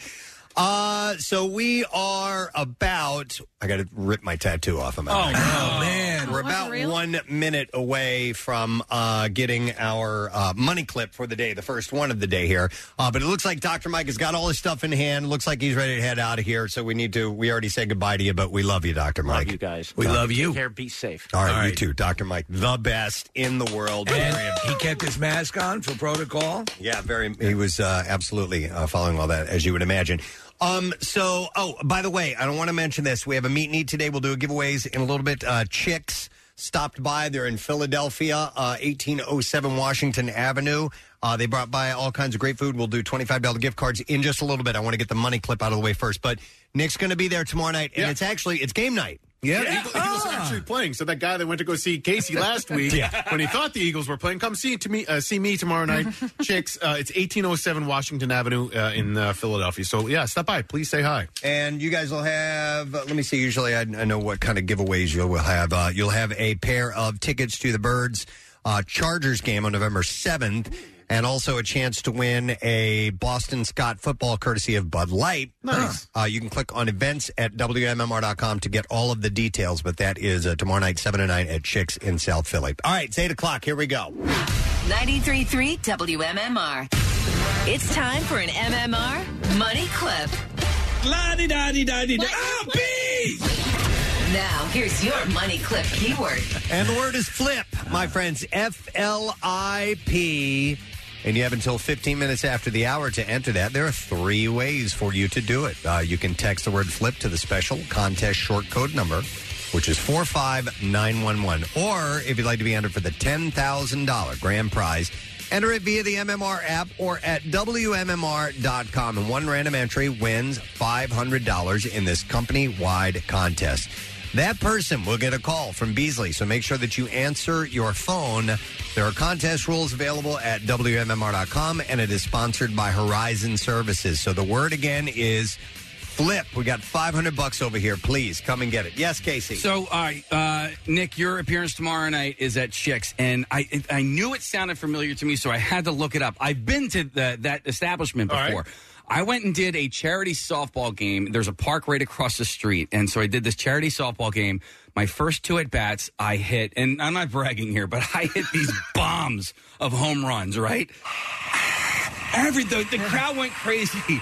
Uh, so we are about. I got to rip my tattoo off of my.
Oh,
back.
no. man.
we're
Wasn't
about
real?
one minute away from uh, getting our uh, money clip for the day, the first one of the day here. Uh, but it looks like Doctor Mike has got all his stuff in hand. Looks like he's ready to head out of here. So we need to. We already said goodbye to you, but we love you, Doctor Mike.
you guys.
We love
Take
you.
Care, be safe.
All right, you too, Doctor Mike, the best in the world.
And he kept his mask on for protocol.
Yeah, very. He was uh, absolutely uh, following all that, as you would imagine. Um. So, oh, by the way, I don't want to mention this. We have a meet and eat today. We'll do giveaways in a little bit. Uh, Chicks stopped by. They're in Philadelphia, uh, 1807 Washington Avenue. Uh, they brought by all kinds of great food. We'll do $25 gift cards in just a little bit. I want to get the money clip out of the way first. But Nick's going to be there tomorrow night, and it's actually it's game night.
Yeah, Ah. The Eagles, Eagles are actually playing. So that guy that went to go see *laughs* Casey last week,
Yeah.
when he thought the Eagles were playing, come see to me, uh, see me tomorrow *laughs* night, chicks. Uh, it's eighteen oh seven Washington Avenue uh, in uh, Philadelphia. So yeah, stop by, please say hi.
And you guys will have. uh, Let me see. Usually, I, I know what kind of giveaways you will have. Uh, you'll have a pair of tickets to the Birds uh, Chargers game on November seventh, and also a chance to win a Boston Scott football courtesy of Bud Light. Nice. Uh, you can click on events at wmmr.com to get all of the details. But that is uh, tomorrow night, seven to nine at Chicks in South Philly. All right, it's eight o'clock. Here we go.
93.3 WMMR. It's time for an MMR money clip.
La di da di da di da.
Now, here's your money clip keyword.
And the word is flip, my friends. F L I P. And you have until 15 minutes after the hour to enter that. There are three ways for you to do it. Uh, you can text the word flip to the special contest short code number, which is 45911. Or if you'd like to be entered for the $10,000 grand prize, enter it via the MMR app or at WMMR.com. And one random entry wins $500 in this company wide contest. That person will get a call from Beasley, so make sure that you answer your phone. There are contest rules available at WMMR.com, and it is sponsored by Horizon Services. So the word again is flip. We got 500 bucks over here. Please come and get it. Yes, Casey.
So, all right, uh, Nick, your appearance tomorrow night is at Chicks, and I I knew it sounded familiar to me, so I had to look it up. I've been to the, that establishment
All right.
before. I went and did a charity softball game. There's a park right across the street, and so I did this charity softball game. My first two at bats, I hit, and I'm not bragging here, but *laughs* I hit these bombs of home runs. Right, *sighs* every the, the crowd went crazy.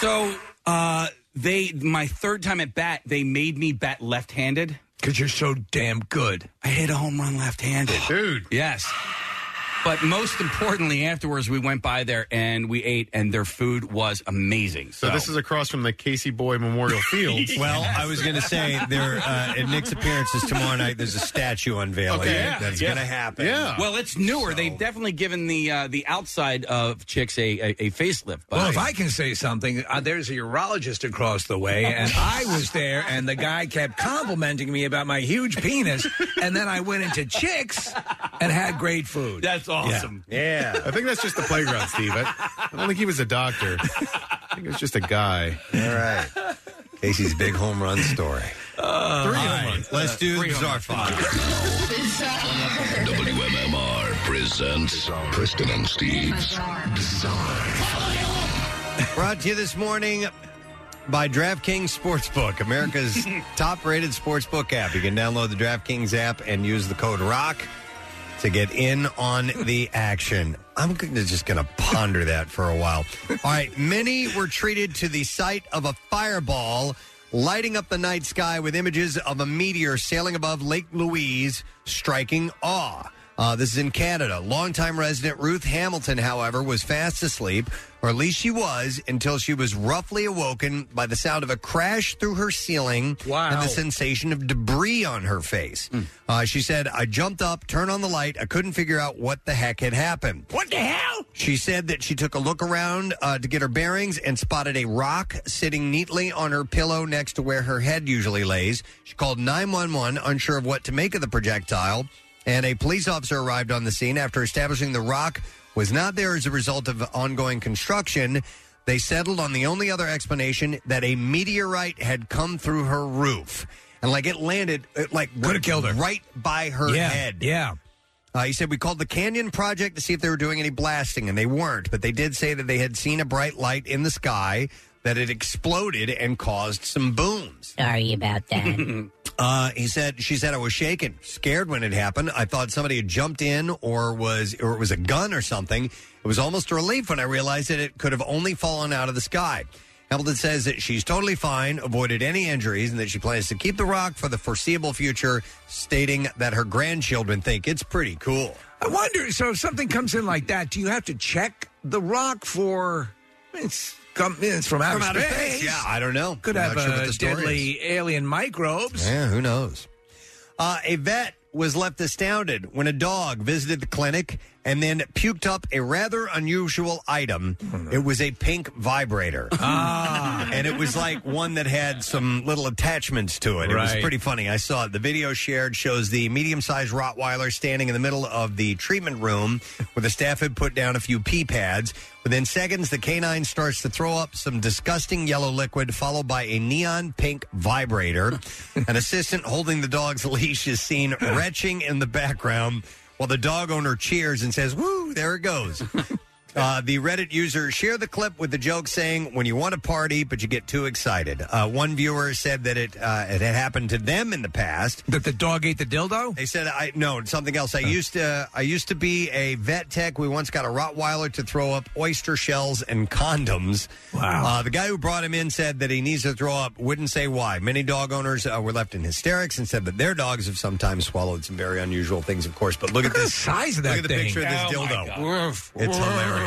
So uh, they, my third time at bat, they made me bat left-handed because you're so damn good. I hit a home run left-handed, dude. Yes. But most importantly, afterwards we went by there and we ate, and their food was amazing. So,
So this is across from the Casey Boy *laughs* Memorial Field.
Well, I was going to say there uh, at Nick's appearances tomorrow night. There's a statue unveiling
Okay. Yeah,
that's
yeah.
going to happen.
Well, it's newer. They've definitely given the uh, the outside of chicks a a, a facelift. But
Well, if I can say something, uh, there's a urologist across
*laughs*
the way, and I was there, and the guy kept complimenting me about my huge penis, and then I went into Chicks and had great food.
That's
awesome. I think that's just the playground, Steve. I, I don't think he was a doctor. I think it was just a guy. *laughs*
All right. Casey's big home run story.
Three
all
home
right,
runs.
Let's do
Three home
bizarre five.
WMMR presents Preston and Steve's Bizarre
Brought to you this morning by DraftKings Sportsbook, America's top rated sportsbook app. You can download the DraftKings app and use the code ROCK to get in on the action. I'm gonna, just going to ponder that for a while. All right, many were treated to the sight of a fireball lighting up the night sky with images of a meteor sailing above Lake Louise, striking awe. Uh, this is in Canada. Longtime resident Ruth Hamilton, however, was fast asleep, or at least she was, until she was roughly awoken by the sound of a crash through her ceiling and the sensation of debris on her face. Uh, she said, I jumped up, turned on the light. I couldn't figure out what the heck had happened. What the hell? She said that she took a look around uh, to get her bearings and spotted a rock sitting neatly on her pillow next to where her head usually lays. She called 911, unsure of what to make of the projectile, and a police officer arrived on the scene after establishing the rock was not there as a result of ongoing construction. They settled on the only other explanation that a meteorite had come through her roof. And like it landed, it like could have killed her right by her
Yeah,
head. Yeah. Uh, he said we called the Canyon Project to see if they were doing any blasting, and they weren't. But they did say that they had seen a bright light in the sky that had exploded and caused some booms.
Sorry about that.
*laughs* Uh, he said, she said, I was shaken, scared when it happened. I thought somebody had jumped in or was, or it was a gun or something. It was almost a relief when I realized that it could have only fallen out of the sky. Hamilton says that she's totally fine, avoided any injuries, and that she plans to keep the rock for the foreseeable future, stating that her grandchildren think it's pretty cool.
I wonder. So if something comes in like that, do you have to check the rock for? It's come. It's from outer,
From outer space, yeah, I don't know.
Could
I'm
have
not sure
uh,
what the story
deadly alien microbes.
Yeah, who knows? Uh, a vet was left astounded when a dog visited the clinic and then puked up a rather unusual item.
Hmm.
It was a pink vibrator. Ah. and it was like one that had some little attachments to it. It was
Right.
pretty funny. I saw it. The video shared shows the medium sized Rottweiler standing in the middle of the treatment room where the staff had put down a few pee pads. Within seconds, the canine starts to throw up some disgusting yellow liquid, followed by a neon pink vibrator. An assistant holding the dog's *laughs* leash is seen retching in the background while the dog owner cheers and says, Woo, there it goes. Uh, the Reddit user shared the clip with the joke saying, "When you want to party, but you get too excited." Uh, one viewer said that it uh, it had happened to them in the past. That the dog ate the dildo. They said, "I no, it's something else." I
Oh.
used to I used to be a vet tech. We once got a Rottweiler to throw up oyster shells and condoms. Wow. Uh, the guy who brought him in said that he needs to throw up. Wouldn't say why. Many dog owners uh, were left in hysterics and said that their dogs have sometimes swallowed some very unusual things, of course. But look, at
Look at
this
the size of that
Look at the
thing.
picture of this
Oh, my
dildo.
God. Woof,
It's
woof.
hilarious.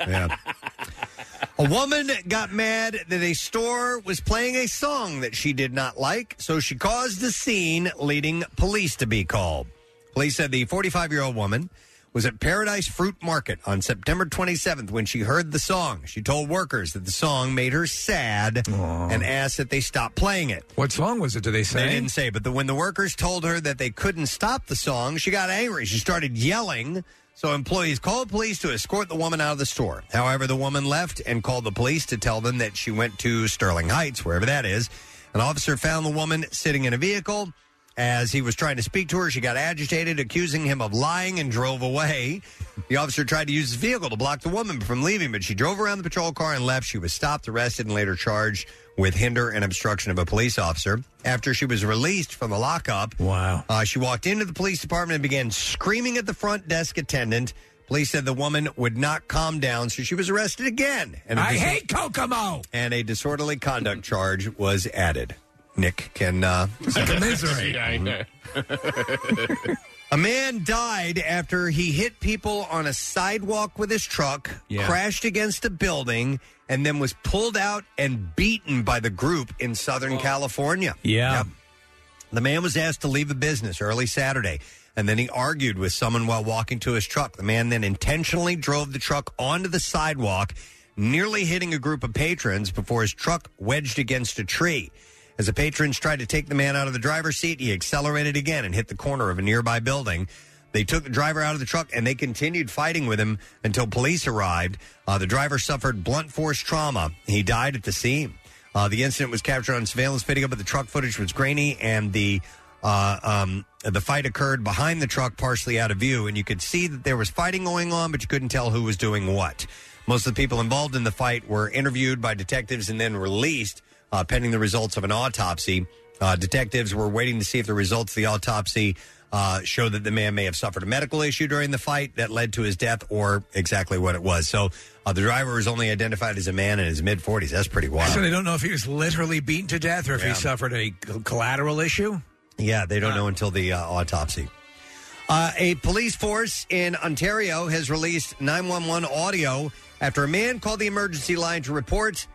Yeah. *laughs* A woman got mad that a store was playing a song that she did not like, so she caused a scene, leading police to be called. Police said the 45 year old woman was at Paradise Fruit Market on September 27th when she heard the song. She told workers that the song made her sad and asked that they stop playing it.
What song was it? Do they say?
They didn't say, but the, when the workers told her that they couldn't stop the song, she got angry. She started yelling. So employees called police to escort the woman out of the store. However, the woman left and called the police to tell them that she went to Sterling Heights, wherever that is. An officer found the woman sitting in a vehicle. As he was trying to speak to her, she got agitated, accusing him of lying, and drove away. The officer tried to use his vehicle to block the woman from leaving, but she drove around the patrol car and left. She was stopped, arrested, and later charged with hinder and obstruction of a police officer. After she was released from the lockup, wow, uh, she walked into the police department and began screaming at the front desk attendant. Police said the woman would not calm down, so she was arrested again. And
I hate Kokomo.
And a disorderly conduct charge was added. Nick can uh, *laughs*
Commiserate.
A man died after he hit people on a sidewalk with his truck,
Yeah.
crashed against a building, and then was pulled out and beaten by the group in Southern California.
Yeah.
Yep. The man was asked to leave the business early Saturday, and then he argued with someone while walking to his truck. The man then intentionally drove the truck onto the sidewalk, nearly hitting a group of patrons before his truck wedged against a tree. As the patrons tried to take the man out of the driver's seat, he accelerated again and hit the corner of a nearby building. They took the driver out of the truck and they continued fighting with him until police arrived. Uh, the driver suffered blunt force trauma. He died at the scene. Uh, the incident was captured on surveillance video, but the truck footage was grainy, and the uh, um, the fight occurred behind the truck, partially out of view, and you could see that there was fighting going on, but you couldn't tell who was doing what. Most of the people involved in the fight were interviewed by detectives and then released, uh, pending the results of an autopsy. Uh, detectives were waiting to see if the results of the autopsy uh, show that the man may have suffered a medical issue during the fight that led to his death or exactly what it was. So uh, the driver was only identified as a man in his mid 40s. That's pretty wild.
So they don't know if he was literally beaten to death or if
Yeah.
he suffered a collateral issue.
Yeah, they don't know until the uh, autopsy. Uh, a police force in Ontario has released 911 audio after a man called the emergency line to report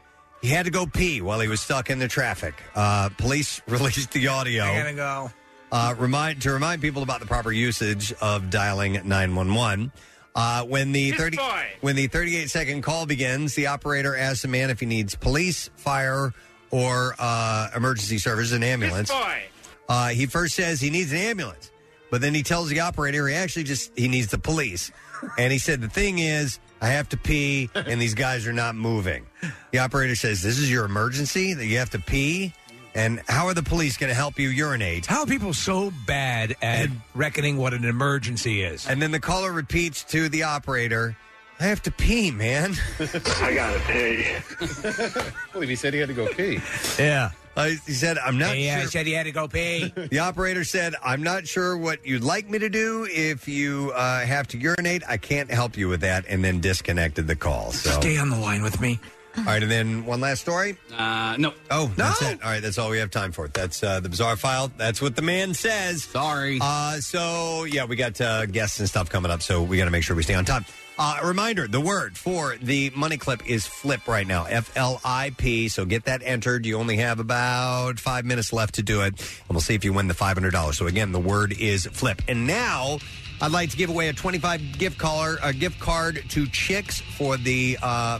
he had to go pee while he was stuck in the traffic. Uh, police *laughs* released the audio
I gotta go.
uh, remind to remind people about the proper usage of dialing 911. Uh, when the
This
30,
boy.
when the 38 second call begins, the operator asks the man if he needs police, fire, or uh, emergency service, an ambulance.
boy.
Uh, he first says he needs an ambulance, but then he tells the operator he actually just he needs the police. And he said the thing is I have to pee, and these guys are not moving. The operator says this is your emergency that you have to pee, and how are the police going to help you urinate?
How are people so bad at reckoning what an emergency is?
And then the caller repeats to the operator, I have to pee, man.
*laughs* I gotta pee.
*laughs* believe he said he had to go pee. Yeah. Uh, he said, I'm not
Yeah,
sure.
he said he had to go pee.
*laughs* the operator said, I'm not sure what you'd like me to do. If you uh, have to urinate, I can't help you with that. And then disconnected the call. So.
Stay on the line with me.
All right, and then one last story.
Uh, no.
Oh, that's it. All right, that's all we have time for. That's uh, the bizarre file. That's what the man says.
Sorry.
Uh, so yeah, we got uh, guests and stuff coming up, so we got to make sure we stay on time. Uh, a reminder: the word for the money clip is flip right now. F L I P. So get that entered. You only have about five minutes left to do it, and we'll see if you win the five hundred dollars. So again, the word is flip. And now I'd like to give away a twenty-five gift caller a gift card to Chicks for the. Uh,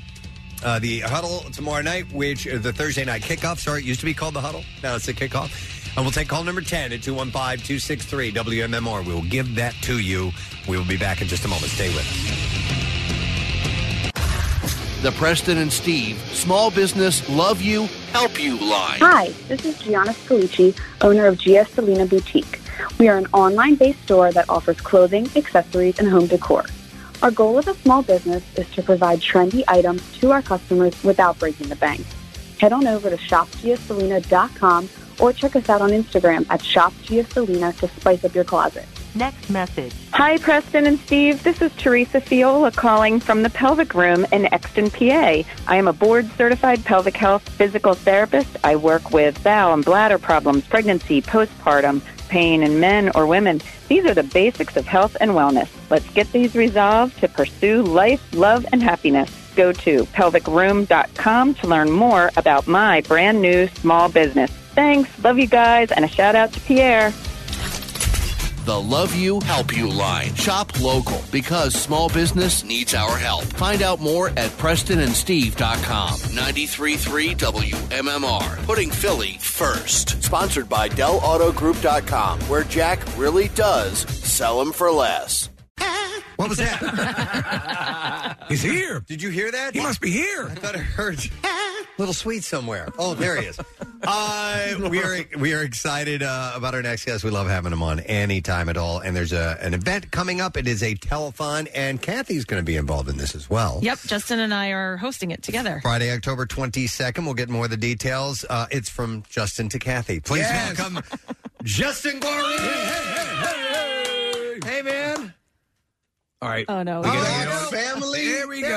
uh, the huddle tomorrow night, which uh, the Thursday night kickoff. Sorry, it used to be called the huddle. Now it's the kickoff. And we'll take call number 10 at 215 263 WMMR. We will give that to you. We will be back in just a moment. Stay with us.
The Preston and Steve Small Business Love You, Help You line.
Hi, this is Gianna Scalici, owner of Gia Selena Boutique. We are an online based store that offers clothing, accessories, and home decor. Our goal as a small business is to provide trendy items to our customers without breaking the bank. Head on over to shopgiaselena.com or check us out on Instagram at shopgiaselena to spice up your closet.
Next message.
Hi, Preston and Steve. This is Teresa Fiola calling from the Pelvic Room in Exton, PA. I am a board certified pelvic health physical therapist. I work with bowel and bladder problems, pregnancy, postpartum, pain in men or women. These are the basics of health and wellness. Let's get these resolved to pursue life, love, and happiness. Go to pelvicroom.com to learn more about my brand new small business. Thanks. Love you guys. And a shout out to Pierre.
The Love You, Help You line. Shop local because small business needs our help. Find out more at PrestonandSteve.com. 93.3 WMMR. Putting Philly first. Sponsored by DellAutoGroup.com, where Jack really does sell them for less.
What was that?
He's here.
Did you hear that?
He must be here.
I thought I heard little sweet somewhere. Oh, there he
*laughs*
is. Uh, we are we are excited uh, about our next guest. We love having him on anytime at all. And there's a, an event coming up. It is a telethon, and Kathy's going to be involved in this as well.
Yep, Justin and I are hosting it together.
Friday, October 22nd. We'll get more of the details. Uh, it's from Justin to Kathy.
*laughs*
Please welcome Justin Glory. Hey, man.
All right.
Oh no.
family. There we go.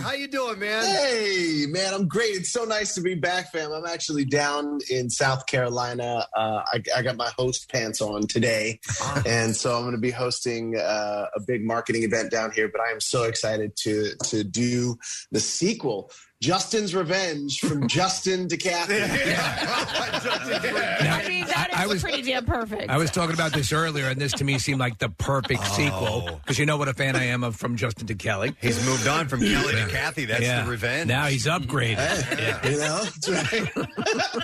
*laughs* How
you doing, man?
Hey, man, I'm great. It's so nice to be back, fam. I'm actually down in South Carolina. Uh, I, I got my host pants on today, and so I'm going to be hosting uh, a big marketing event down here. But I am so excited to to do the sequel. Justin's Revenge from Justin to Kathy.
I mean, that is
I- I was-
pretty damn perfect.
I was talking about this earlier, and this to me seemed like the perfect
Oh.
sequel because you know what a fan I am of from Justin to Kelly.
He's moved on from Kelly to Kathy. That's
Yeah.
the revenge.
Now he's upgraded.
You know, That's right.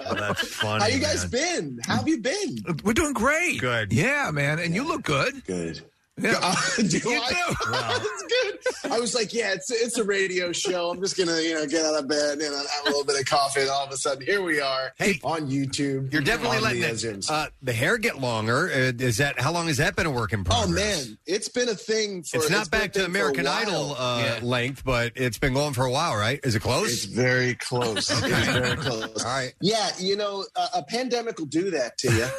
Oh, that's funny.
How you guys
man.
been? How have you been?
We're doing great. Good. Yeah, man. And you look good.
Good. uh,
Yeah.
*laughs* do I? That's good. I was like, yeah, it's it's a radio show. I'm just gonna you know get out of bed and you know, have a little bit of coffee, and all of a sudden here we are on YouTube.
You're definitely
on
letting
the
it,
Zooms.
uh, the hair get longer. Uh, is that how long has that been a work in
Oh
progress?
man, it's been a thing. For,
it's not
been a
back to
thing for a
American
while.
Idol uh, *laughs* length, but it's been going for a while, right? Is it close? It's
very close. It's very close.
All right.
Yeah, you know, a, a pandemic will do that to you.
*laughs*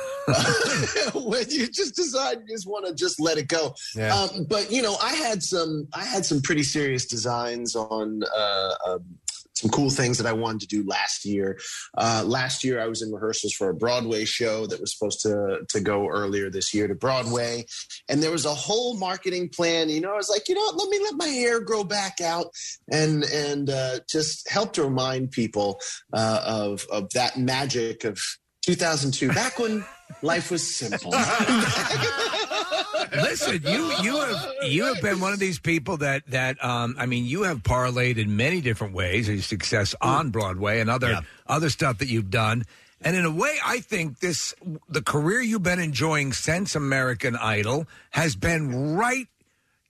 *laughs* when you just decide you just want to just let it go.
Yeah.
Um, but you know, I had some I had some pretty serious designs on uh, um, some cool things that I wanted to do last year. Uh, last year, I was in rehearsals for a Broadway show that was supposed to to go earlier this year to Broadway, and there was a whole marketing plan. You know, I was like, you know, what, let me let my hair grow back out, and and uh, just help to remind people uh, of of that magic of 2002, back when life was simple.
Listen, you you have you have been one of these people that that um, I mean, you have parlayed in many different ways your success on Broadway and other other stuff that you've done. And in a way, I think this the career you've been enjoying since American Idol has been right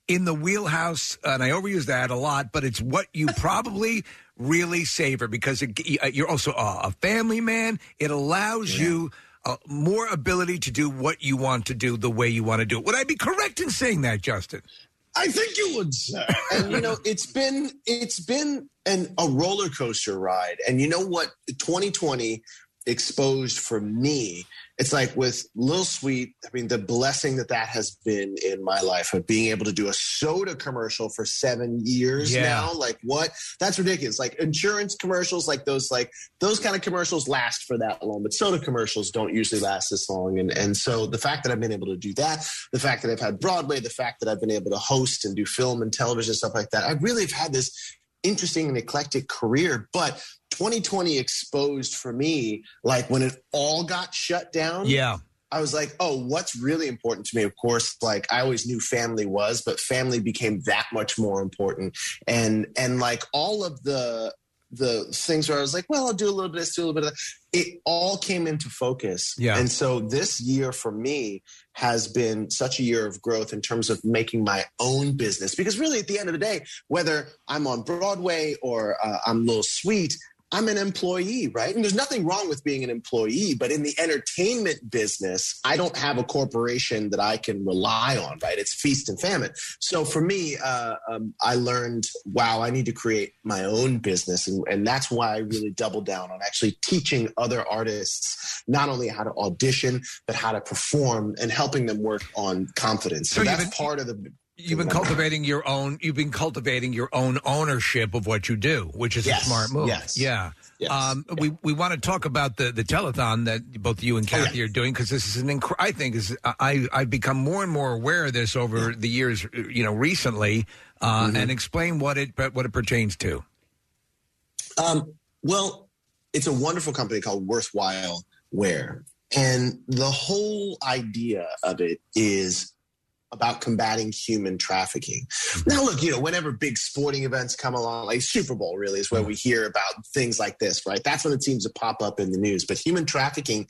in the wheelhouse, and I overuse that a lot, but it's what
*laughs*
you probably really savor because it, uh, you're also a, a family man. It allows you uh, more ability to do what you want to do the way you want to do it. Would I be correct in saying that, Justin?
I think you would, sir. And you know, it's been it's been an a roller coaster ride. And you know what? 2020 exposed for me. It's like with Lil Sweet. I mean, the blessing that that has been in my life of being able to do a soda commercial for seven years
Yeah.
now. Like what? That's ridiculous. Like insurance commercials, like those, like those kind of commercials last for that long, but soda commercials don't usually last this long. And and so the fact that I've been able to do that, the fact that I've had Broadway, the fact that I've been able to host and do film and television stuff like that, I really have had this interesting and eclectic career. But 2020 exposed for me, like when it all got shut down.
Yeah.
I was like, oh, what's really important to me? Of course, like I always knew family was, but family became that much more important. And and like all of the the things where I was like, well, I'll do a little bit of this, do a little bit of that. It all came into focus.
Yeah.
And so this year for me has been such a year of growth in terms of making my own business. Because really, at the end of the day, whether I'm on Broadway or uh, I'm Lil Sweet, I'm an employee, right? And there's nothing wrong with being an employee, but in the entertainment business, I don't have a corporation that I can rely on, right? It's feast and famine. So for me, uh, um, I learned, wow, I need to create my own business. And, and that's why I really doubled down on actually teaching other artists not only how to audition, but how to perform and helping them work on confidence. So,
So you've
that's
been-
part of the.
You've been cultivating your own. You've been cultivating your own ownership of what you do, which is
Yes,
a smart move.
yes.
Yeah. Um, We we want to talk about the the telethon that both you and
Oh,
Kathy are doing because this is an inc- I think is I I've become more and more aware of this over the years, you know, recently, uh,
Mm-hmm.
and explain what it what it pertains to.
Um, well, it's a wonderful company called Worthwhile Wear. And the whole idea of it is about combating human trafficking.
Hmm.
Now, look, you know, whenever big sporting events come along, like Super Bowl really
Hmm.
is where we hear about things like this, right? That's when it seems to pop up in the news. But human trafficking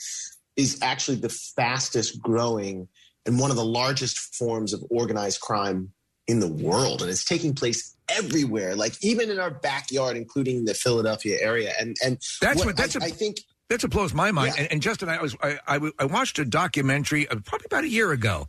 is actually the fastest growing and one of the largest forms of organized crime in the world. And it's taking place everywhere, like even in our backyard, including the Philadelphia area. And and
That's what- that's
I,
a-
I think
That's what blows my mind. And, and Justin, I was I, I, w- I watched a documentary uh, probably about a year ago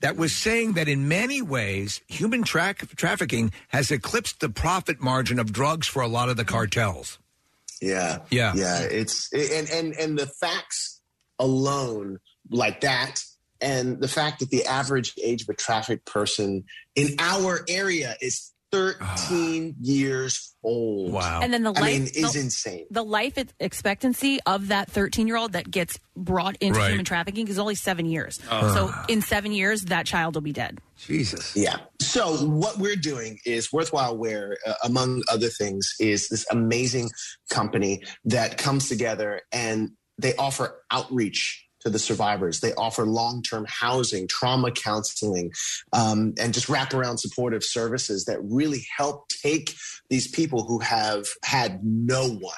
that was saying that in many ways human tra- trafficking has eclipsed the profit margin of drugs for a lot of the cartels.
*laughs*
Yeah.
Yeah.
Yeah. It's and and and the facts alone like that and the fact that the average age of a trafficked person in our area is 13 years old. Wow.
And then the
I mean
life
is
the-
insane.
The life ex- expectancy of that 13 year old that gets brought into
Right.
human trafficking is only seven years.
Oh.
So
*sighs*
in seven years, that child will be dead.
Jesus.
Yeah. So what we're doing is worthwhile. Where uh, among other things is this amazing company that comes together and they offer outreach to the survivors. They offer long-term housing, trauma counseling, um, and just wraparound supportive services that really help take these people who have had no one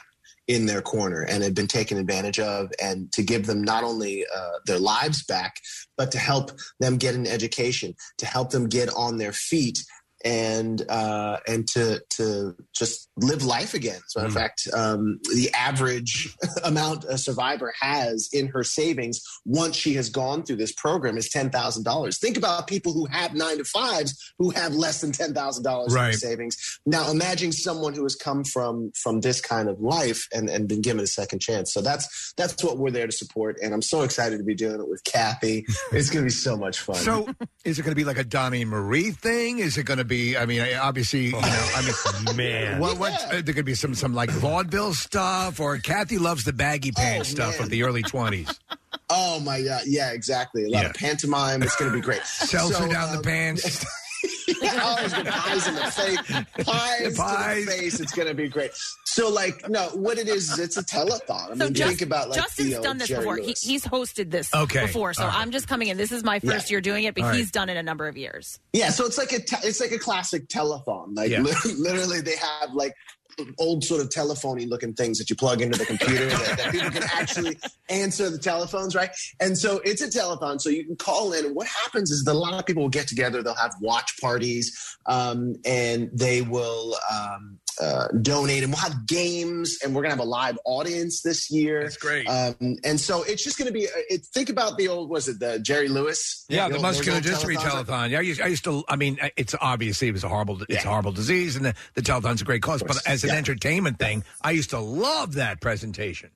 in their corner and had been taken advantage of, and to give them not only uh, their lives back, but to help them get an education, to help them get on their feet. and uh, and to to just live life again. As a matter of
Mm.
fact, um, the average *laughs* amount a survivor has in her savings once she has gone through this program is ten thousand dollars. Think about people who have nine to fives who have less than ten thousand dollars in their
Right.
savings. Now imagine someone who has come from from this kind of life and, and been given a second chance. So that's that's what we're there to support. And I'm so excited to be doing it with
*laughs*
Kathy. It's gonna be so much fun.
So, is it going to be like a Donnie Marie thing? Is it going to be? I mean, I- obviously, you know, I mean,
man,
what? What? Uh, there could be some some like vaudeville stuff, or Kathy loves the baggy pants stuff of the early twenties.
Oh my god! Yeah, exactly. A lot of pantomime. It's going to be
*laughs*
great. um,
Sells her down the
*laughs*
pants.
oh, it's got pies in the
*laughs*
face. Pies,
Pies.
in the face. It's going to be great. So, like, no, what it is, it's a telethon. I mean,
so Jus-
think about like
Justin's
Theo,
done this
Jerry
before. He,
Lewis.
he's hosted this
Okay,
before, so
all right.
I'm just coming in. This is my first
Yeah.
year doing it, but
All right.
he's done it a number of years.
Yeah, so it's like a te- it's like a classic telethon. Like
Yeah.
li- *laughs* literally, they have like old sort of telephony looking things that you plug into the computer that, that people can actually answer the telephones, right? And so it's a telethon, so you can call in. And what happens is that a lot of people will get together. They'll have watch parties, um, and they will. Um, uh, donate and we'll have games and we're gonna have a live audience this year. That's
great.
Um, and so it's just gonna be. uh, It, think about the old was it the Jerry Lewis?
Yeah,
old-
the
those
muscular
old
dystrophy
telethons.
telethon. Yeah, I used, I used to. I mean, it's obviously it was a horrible. It's a horrible disease, and the, the telethon's a great cause. But as an entertainment thing, I used to love that presentation.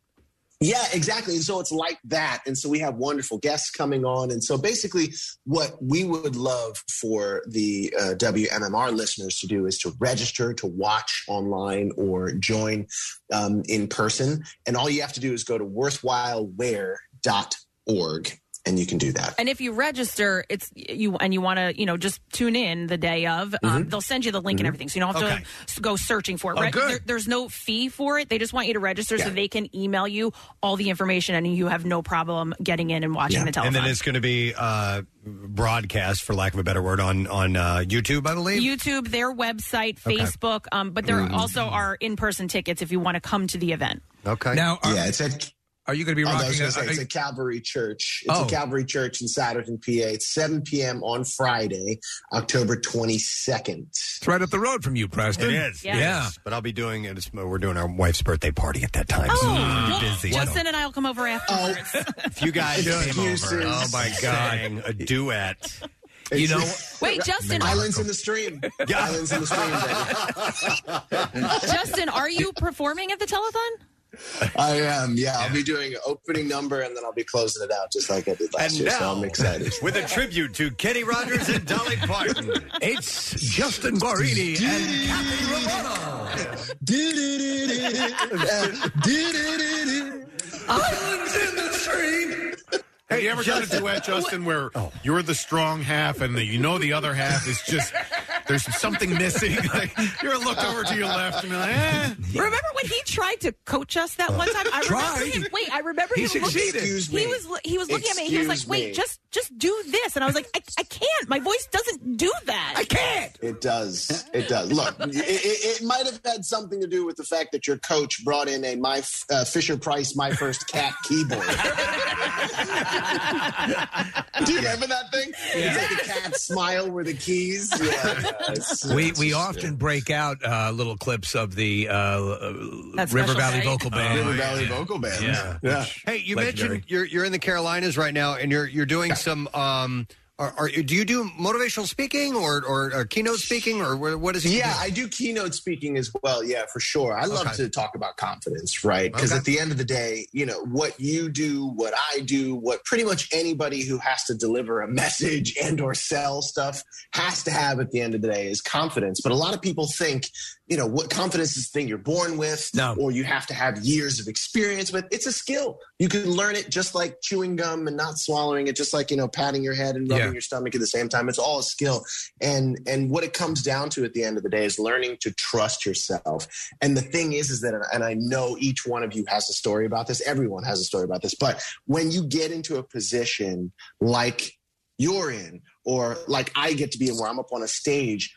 Yeah, exactly. And so it's like that. And so we have wonderful guests coming on. And so basically, what we would love for the uh, WMMR listeners to do is to register to watch online or join um, in person. And all you have to do is go to worthwhileware.org and you can do that.
And if you register, it's you and you want to, you know, just tune in the day of.
Mm-hmm.
Um, they'll send you the link and everything, so you don't have
Okay.
to s- go searching for it.
Oh,
Re-
good.
there- there's no fee for it. They just want you to register so
Yeah.
they can email you all the information, and you have no problem getting in and watching the
and
telephone.
then it's going to be uh, broadcast, for lack of a better word, on on uh, YouTube, I believe.
YouTube, their website,
Okay.
Facebook, um, but there
Mhm.
also are in-person tickets if you want to come to the event.
Okay.
Now,
are, yeah, it's at.
Are you going to be
Oh, no, I
rocking?
was
a-
gonna say,
are
it's
you-
a Calvary Church. It's
Oh.
a Calvary Church in Satterton, PA. It's 7 p.m. on Friday, October 22nd.
It's right up the road from you, Preston.
It is.
Yeah.
Yeah. But I'll be doing it. It's, we're doing our wife's birthday party at that time.
Oh,
so it's gonna be
well,
busy.
Justin and I'll come over afterwards.
If
*laughs*
you guys came over,
Excuses.
oh my god, a duet.
You
know,
*laughs* Wait, Justin,
Islands in the stream. Islands
*laughs*
in the stream.
*laughs* Justin, are you performing at the telethon?
baby. I am. Yeah, I'll be doing an opening number and then I'll be closing it out just like I did last
And
year.
now-
so I'm excited.
With a tribute to Kenny Rogers and Dolly Parton.
It's Justin Guarini and Kathy
Islands in the stream.
Have you ever done a duet, Justin, where
Oh.
you're the strong half and the, you know the other half is just there's something missing? *laughs* Like you're looked over to your left and you're like, eh.
Remember when he tried to coach us that one time? I remember
Tried?
him, wait, I remember
He
him looking-
succeeded. Excuse me.
He was he was looking at me. He was like,
Excuse
"Wait,
me.
just just do this," and I was like, "I, I can't. My voice doesn't do that. I
can't."
It does. It does. Look, it, it, it might have had something to do with the fact that your coach brought in a my F- uh, Fisher Price My First Cat
*laughs*
keyboard. do you remember that thing? It's like the cat smile were the keys. Yeah, it's-
We
it's
we
just-
often break out uh, little clips of the uh, uh,
That special
River Valley
band.
Vocal Band.
River Valley Vocal Band.
Yeah.
Yeah.
Hey, you
Legendary.
mentioned you're you're in the Carolinas right now, and you're you're doing some. Um, are, are do you do motivational speaking or or, or keynote speaking or wh- what is it? you
Yeah,
do?
I do keynote speaking as well. Yeah, for sure. I love
Okay.
to talk about confidence, right? Because
Okay.
at the end of the day, you know, what you do, what I do, what pretty much anybody who has to deliver a *laughs* message and or sell stuff has to have at the end of the day is confidence. But a lot of people think, you know, what confidence is the thing you're born with or you have to have years of experience with. It's a skill. You can learn it just like chewing gum and not swallowing it, just like, you know, patting your head and rubbing
Yeah.
your stomach at the same time. It's all a skill. And and what it comes down to at the end of the day is learning to trust yourself. And the thing is, is that and I know each one of you has a story about this. Everyone has a story about this. But when you get into a position like you're in, or like I get to be in where I'm up on a stage,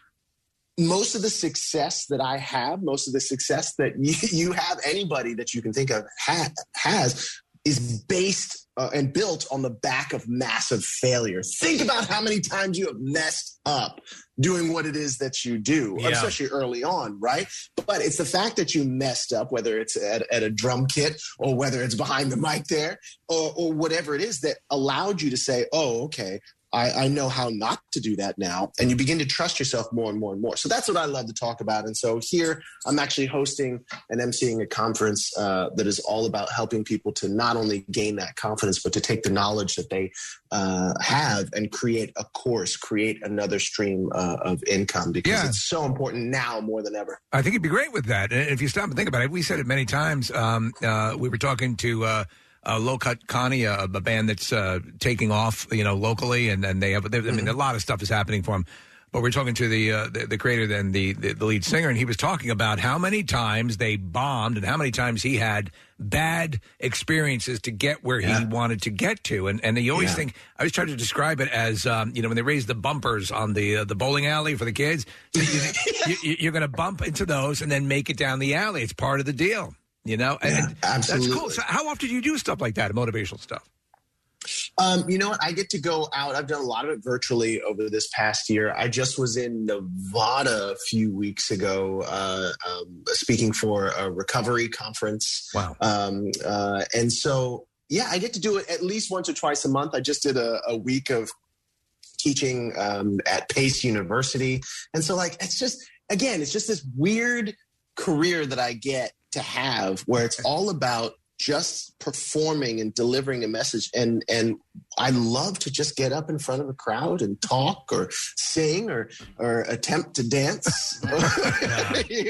most of the success that I *laughs* have, most of the success that you, you have, anybody that you can think of ha- has, is based uh, and built on the back of massive failure. Think about how many times you have messed up doing what it is that you do,
Yeah.
especially early on, right? But it's the fact that you messed up, whether it's at, at a drum kit or whether it's behind the mic there or, or whatever it is that allowed you to say, oh, okay. I, I know how not to do that now. And you begin to trust yourself more and more and more. So that's what I love to talk about. And so here I'm actually hosting and emceeing a conference uh, that is all about helping people to not only gain that confidence, but to take the knowledge that they uh, have and create a course, create another stream uh, of income because
Yeah.
it's so important now more than ever.
I think it'd be great with that. And if you stop and think about it, we said it many times. Um, uh, we were talking to uh, uh, Low Cut Connie, a, a band that's uh, taking off, you know, locally, and, and they have. They, I mean, a lot of stuff is happening for them. But we're talking to the uh, the, the creator, then the, the the lead singer, and he was talking about how many times they bombed and how many times he had bad experiences to get where he wanted to get to. And and you always
Yeah.
think I always try to describe it as um, you know when they raise the bumpers on the uh, the bowling alley for the kids, you, you, you're going to bump into those and then make it down the alley. It's part of the deal, you know. And, and that's cool.
absolutely.
So how often do you do stuff like that, motivational stuff?
Um, you know what? I get to go out. I've done a lot of it virtually over this past year. I just was in Nevada a few weeks ago, uh, um, speaking for a recovery conference.
Wow.
Um, uh, and so, yeah, I get to do it at least once or twice a month. I just did a, a week of teaching um, at Pace University. And so, like, it's just, again, it's just this weird career that I get to have where it's all about just performing and delivering a message and and I love to just get up in front of a crowd and talk or sing or or attempt to dance
*laughs*
you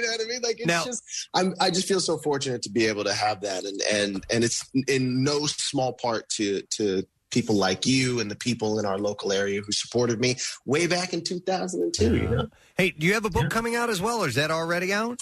know what I mean like it's
Now-
just I'm I just feel so fortunate to be able to have that and and and it's in no small part to to people like you and the people in our local area who supported me way back in 2002 you know
Hey, do you have a book coming out as well, or is that already out?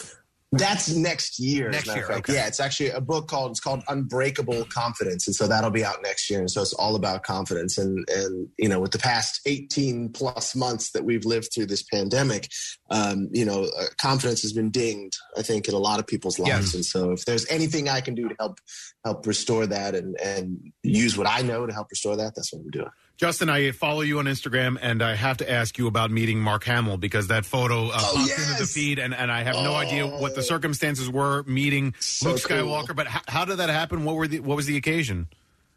That's next year. as a
Next
matter of
year,
fact.
okay.
yeah. It's actually a book called it's called Unbreakable Confidence, and so that'll be out next year. And so it's all about confidence, and and you know, with the past eighteen plus months that we've lived through this pandemic, um, you know, uh, confidence has been dinged, I think, in a lot of people's lives. And so, if there's anything I can do to help help restore that and and use what I know to help restore that, that's what I'm doing.
Justin, I follow you on Instagram, and I have to ask you about meeting Mark Hamill because that photo uh,
Oh,
popped into the feed, and, and I have no idea what the circumstances were meeting Luke Skywalker. But how, how did that happen? What were the what was the
*laughs*
occasion?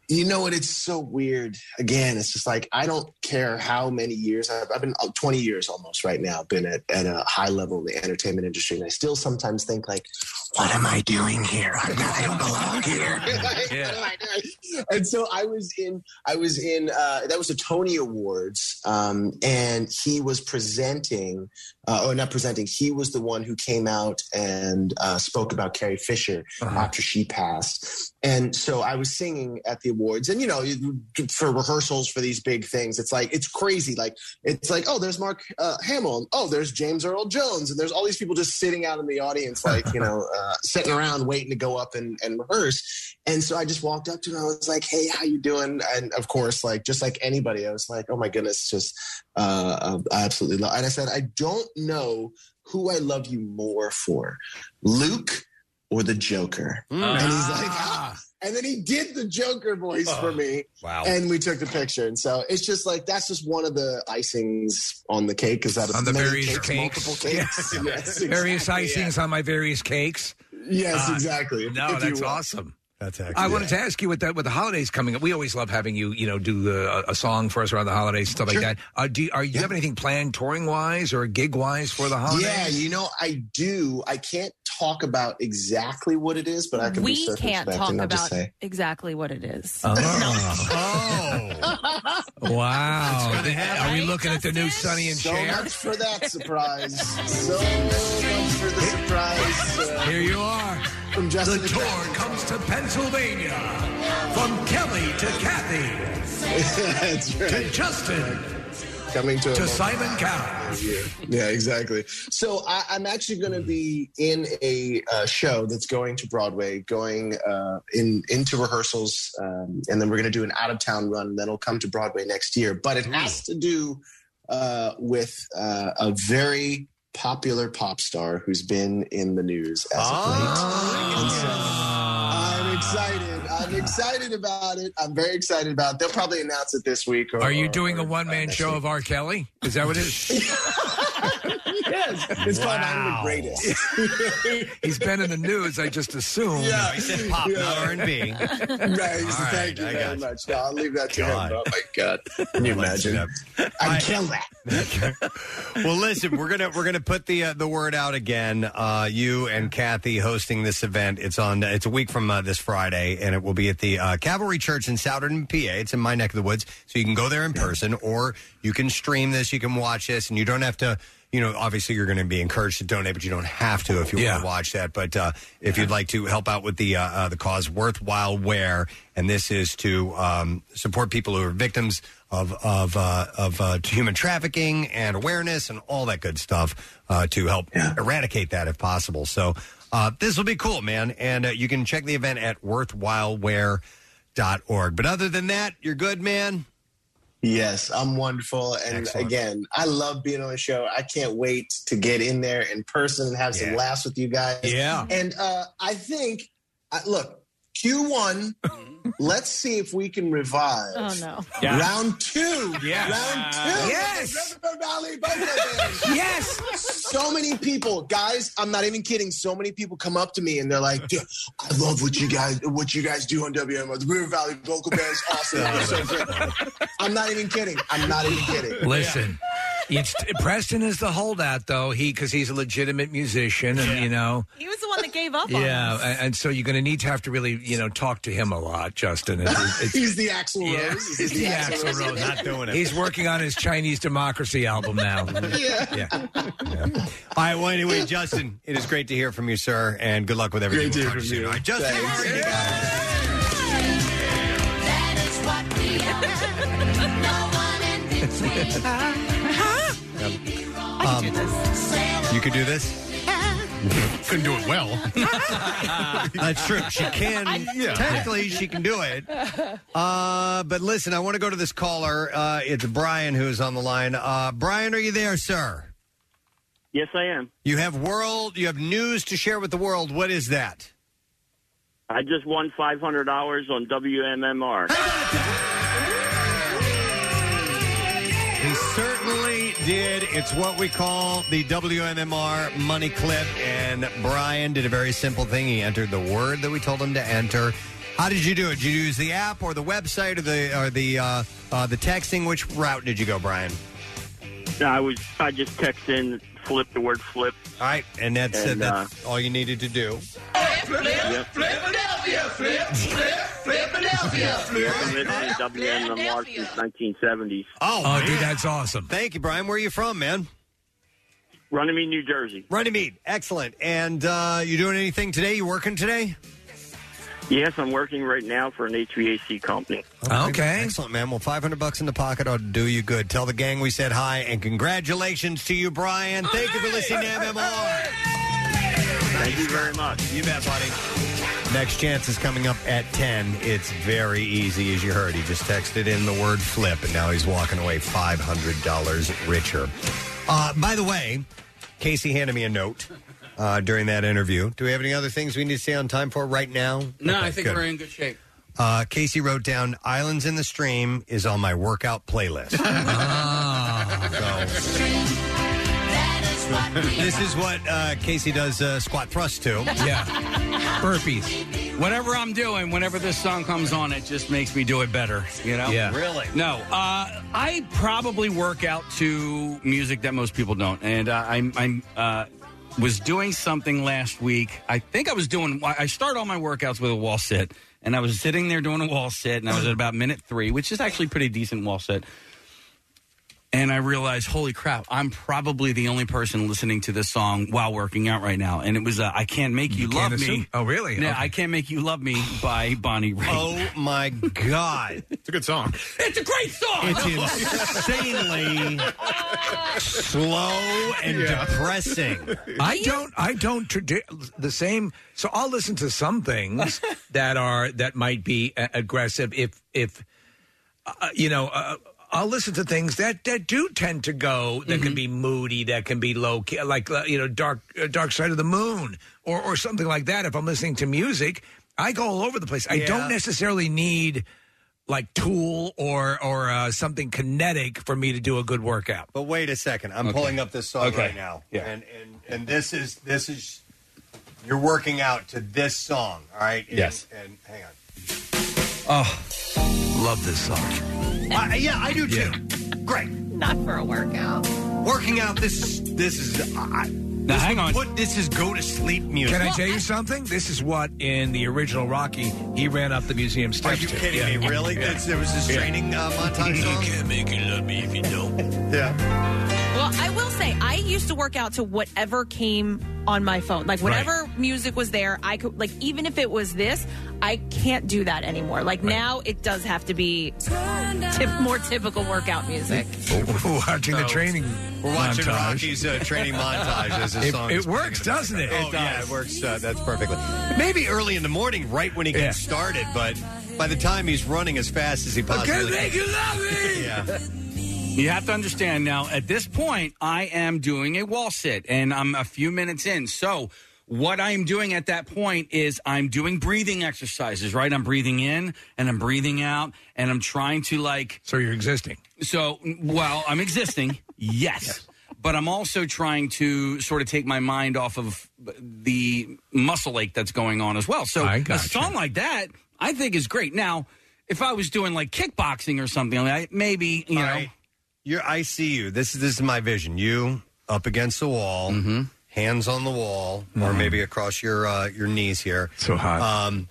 You know what? It's so weird. Again, it's just like I don't care how many years I've, I've been oh, 20 years almost right now, been at, at a high level in the entertainment industry. And I still sometimes think, like, what am I doing here? I'm not- I don't belong here. Like, what am I doing? And so I was in, I was in, uh, that was a Tony Awards. Um, and he was presenting, uh, or not presenting, he was the one who came out and uh, spoke about Carrie Fisher after she passed. And so I was singing at the awards, and you know, you- for rehearsals for these big things, it's like it's crazy. Like it's like, oh, there's Mark uh, Hamill, and, oh, there's James Earl Jones, and there's all these people just sitting out in the audience, like you know, uh, sitting around waiting to go up and, and rehearse. And so I just walked up to him. I was like, hey, how you doing? And of course, like just like anybody, I was like, oh my goodness, just uh, uh, I absolutely love. And I said, I don't know who I love you more for, Luke or the Joker. mm. And he's like, ah. And then he did the Joker voice
Oh,
for me.
Wow.
And we took the picture. And so it's just like, that's just one of the icings on the cake. Is that
on the
many
various
cakes,
cakes,
multiple *laughs* cakes?
Yeah.
yes,
*laughs* various
exactly, yeah.
icings on my various cakes.
Yes,
Uh,
exactly. If
No,
you
that's
will.
awesome.
That's
I wanted to ask you with that with the holidays coming up. We always love having you, you know, do uh, a song for us around the holidays and stuff
Sure.
like that. Uh, do you, are, you have anything planned touring wise or gig wise for the holidays?
Yeah, you know, I do. I can't talk about exactly what it is, but I can be
we
circumspect
can't talk
and I'll
about
just say.
exactly what it is.
Oh.
Ah. wow! Are we looking at the new Sunny and
So
Cher?
much for that
*laughs*
surprise. so much for the surprise. uh,
Here you are.
From Justin
the tour comes to Pennsylvania. From Kelly to Kathy.
*laughs* That's right.
To Justin.
uh, Coming to, a
To
multi-
Simon Cowell.
Yeah, exactly. So I, I'm actually going to be in a uh, show that's going to Broadway, going uh, in into rehearsals, um, and then we're going to do an out of town run that'll come to Broadway next year. But it has to do uh, with uh, a very popular pop star who's been in the news as of late. And so I'm excited. I'm I'm excited about it. I'm very excited about it. They'll probably announce it this week. Or,
Are you
or-
doing a one man show of R. Kelly? Is that what it is?
*laughs* yes. It's called I'm the Greatest.
*laughs* He's been in the news, I just assume.
Yeah. Yeah. Nice.
All right,
Thank you very
I got you.
much. No, I'll leave that to
God.
him. Oh, my God.
Can you imagine?
I'd kill that.
well, listen, we're gonna we're gonna put the uh, the word out again. Uh, you and Kathy hosting this event. It's on. It's a week from uh, this Friday, and it will be at the uh, Cavalry Church in Souderton, PA. It's in my neck of the woods, so you can go there in person, or you can stream this. You can watch this, and you don't have to. You know, obviously, you're going to be encouraged to donate, but you don't have to if you want to watch that. But uh, if you'd like to help out with the uh, uh, the cause, worthwhile wear, and this is to um, support people who are victims of of uh, of uh, human trafficking and awareness and all that good stuff uh, to help eradicate that if possible. So uh, this will be cool, man, and uh, you can check the event at worthwhilewear.org. But other than that, you're good, man.
Yes, I'm wonderful. And again, I love being on the show. I can't wait to get in there in person and have some
Yeah.
laughs with you guys.
Yeah.
And uh, I think, I, look, Q1, let's see if we can revive.
Mm-hmm. Oh, no.
Yeah. Round two.
Yes.
Round two.
Yes.
Reverend O'Malley Bunker Band.
Yes.
So many people, guys, I'm not even kidding. So many people come up to me and they're like, "Dude, I love what you guys what you guys do on WMO. The River Valley Vocal Band is awesome. It's so great." I'm not even kidding. I'm not even kidding.
Listen, it's Preston is the holdout though. He because he's a legitimate musician, and you know,
*laughs* He was the one that gave up on
yeah,
us.
and, and so you're going to need to have to really, you know, talk to him a lot, Justin.
*laughs*
It's, it's,
He's the Axl
Yeah.
Rose.
*laughs*
He's the Axl Rose. He's working on his Chinese Democracy album
*laughs*
now.
*laughs* Yeah.
All right. Well, anyway, Justin, it is great to hear from you, sir, and good luck with everything.
Great to hear
We'll talk
from
soon.
you.
All right, Justin.
Thanks.
Hurry.
That is what we are. No one in between.
Um, You could do this. *laughs* Couldn't do it well. *laughs* That's true. She can.
Yeah.
Technically, she can do it. Uh, but listen, I want to go to this caller. Uh, it's Brian who's on the line. Uh, Brian, are you there, sir?
Yes, I am.
You have world. You have news to share with the world. What is that?
I just won five hundred dollars on WMMR.
He certainly did. It's what we call the WMMR money clip. And Brian did a very simple thing. He entered the word that we told him to enter. How did you do it? Did you use the app or the website or the or the uh, uh, the texting? Which route did you go, Brian?
No, I was I just text in flip the word flip.
All right, and that's
And,
uh, that's all you needed to do.
Philadelphia, flip, flip, Philadelphia, flip.
I've been listening to WMMR since 1970s.
Oh,
dude, that's awesome.
Thank you, Brian. Where are you from, man?
Runnymede, New Jersey.
Runnymede, excellent. And uh, you doing anything today? You working today?
Yes, I'm working right now for an HVAC company.
Okay. Excellent, man. Well, 500 bucks in the pocket ought to do you good. Tell the gang we said hi, and congratulations to you, Brian. Thank you for listening to MMR.
Thank you very much.
You bet, buddy. Next chance is coming up at 10. It's very easy, as you heard. He just texted in the word flip, and now he's walking away $500 richer. Uh, by the way, Casey handed me a note uh, during that interview. Do we have any other things we need to stay on time for right now?
No,
Okay,
I think
good.
we're in good shape.
Uh, Casey wrote down "Islands in the Stream" is on my workout playlist. So, this is what uh, Casey does uh, squat thrust to.
Yeah.
*laughs*
burpees.
Whatever I'm doing, whenever this song comes on, it just makes me do it better. You know?
Yeah.
Really?
No. Uh, I probably work out to music that most people don't, and uh, I'm I'm. Uh, was doing something last week. I think I was doing. I start all my workouts with a wall sit, and I was sitting there doing a wall sit, and I was at about minute three, which is actually pretty decent wall sit. And I realized, holy crap, I'm probably the only person listening to this song while working out right now. And it was uh, "I Can't Make You, Love
can't assume-
Me."
Oh, really?
Yeah,
Okay.
I Can't Make You Love Me by Bonnie Raitt.
Oh my God,
it's a good song. It's a great song.
It's
insanely
*laughs*
slow and depressing.
I don't. I don't. Tradi- the same. So I'll listen to some
*laughs*
things that are that might be a- aggressive. If if uh, you know, uh, I'll listen to things that that do tend to go that
Mm-hmm.
can be moody, that can be low, key, like uh, you know, dark uh, dark side of the moon or or something like that. If I'm listening to music. I go all over the place. I
Yeah.
don't necessarily need like tool or or uh, something kinetic for me to do a good workout.
But wait a second, I'm
Okay.
pulling up this song
Okay.
right now, and and and this is this is you're working out to this song, all right? And-
Yes.
And hang on.
Oh, love this song.
I, yeah, I do too.
Yeah.
Great.
Not for a workout.
Working out. This is this is. I,
Now, hang on.
Put, this is go to sleep music.
Can I tell you something? This is what in the original Rocky he ran up the museum steps.
you
to.
kidding me? Really? That's- there was this training, uh, montage song? You
can't make it love me if you don't.
yeah.
Well, I will say I used to work out to whatever came on my phone. Like whatever music was there, I could like even if it was this, I can't do that anymore. Like now it does have to be tip, more typical workout music.
We're watching the training.
We're watching
montage.
Rocky's uh, training montage as his
It-
song.
it
is playing
works,
in the
doesn't it?
background.
It
Oh, yeah,
does.
it works. Uh, that's perfectly. Maybe early in the morning, right when he gets started, but by the time he's running as fast as he possibly
make you love
*laughs*
me!
yeah.
You have to understand now, at this point, I am doing a wall sit and I'm a few minutes in. So, what I'm doing at that point is I'm doing breathing exercises, right? I'm breathing in and I'm breathing out and I'm trying to like.
So, you're existing.
So, well, I'm existing, *laughs* yes. But I'm also trying to sort of take my mind off of the muscle ache that's going on as well. So,
I
a
gotcha.
song like that, I think is great. Now, if I was doing like kickboxing or something, like that, maybe, you know.
You're, I see you. This is this is my vision. You up against the wall,
Mm-hmm.
hands on the wall, or
Mhm.
maybe across your uh, your knees here.
So hot.
Um,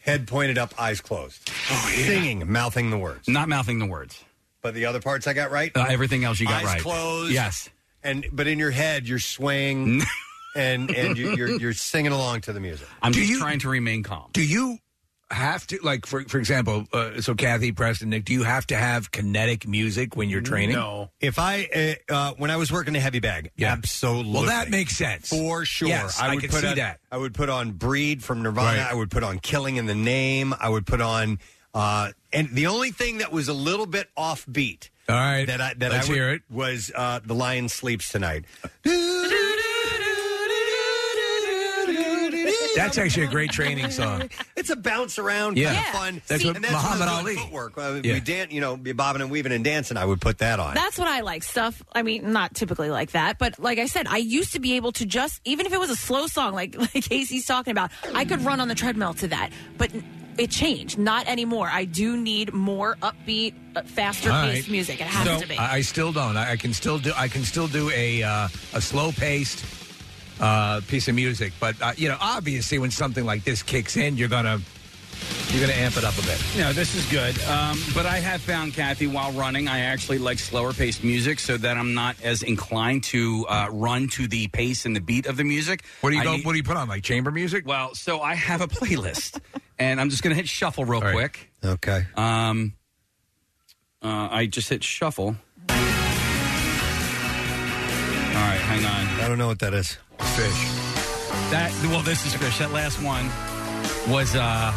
head pointed up, eyes closed.
Oh,
Singing, mouthing the words.
Not mouthing the words.
But the other parts I got right.
Uh, everything else you got
eyes
right.
closed.
Yes.
And but in your head, you're
*laughs*
swaying, and and you, you're you're singing along to the music.
I'm
Do just you-
trying to remain calm.
Do you have to like for for example? Uh, so Kathy, Preston, Nick, do you have to have kinetic music when you're training?
If I uh, uh, when I was working a heavy bag,
Yeah.
absolutely.
Well, that makes sense
for sure.
Yes, I, can
put
see
on,
that.
I would put on Breed from Nirvana.
Right.
I would put on Killing in the Name. I would put on uh, and the only thing that was a little bit offbeat.
All right,
That I that
let's
I would,
hear it.
was uh, the Lion Sleeps Tonight.
That's actually a *laughs* great training song.
It's a bounce around
Yeah.
kind
Yeah.
of fun.
That's
See,
what
and that's
Muhammad
really good
Ali-
Footwork. Uh,
Yeah.
We dan- you know, be bobbing and weaving and dancing. I would put that on.
That's what I like. Stuff, I mean, not typically like that, but like I said, I used to be able to just, even if it was a slow song like, *laughs* like Casey's talking about, I could run on the treadmill to that. But it changed. Not anymore. I do need more upbeat, uh, faster
All
paced
right.
music. It has
So-
to be.
I, I still don't. I, I can still do. I can still do a uh, a slow paced uh, piece of music, but uh, you know, obviously, when something like this kicks in, you're gonna you're gonna amp it up a bit.
No, this is good. Um, but I have found, Kathy, while running, I actually like slower paced music so that I'm not as inclined to uh, run to the pace and the beat of the music.
What do you
I
go,
need-
What do you put on? Like chamber music?
Well, so I have a playlist, *laughs* and I'm just going to hit shuffle real quick.
Okay.
Um, uh, I just hit shuffle. All right, hang on.
I don't know what that is. Fish.
That well, this is fish. That last one was uh,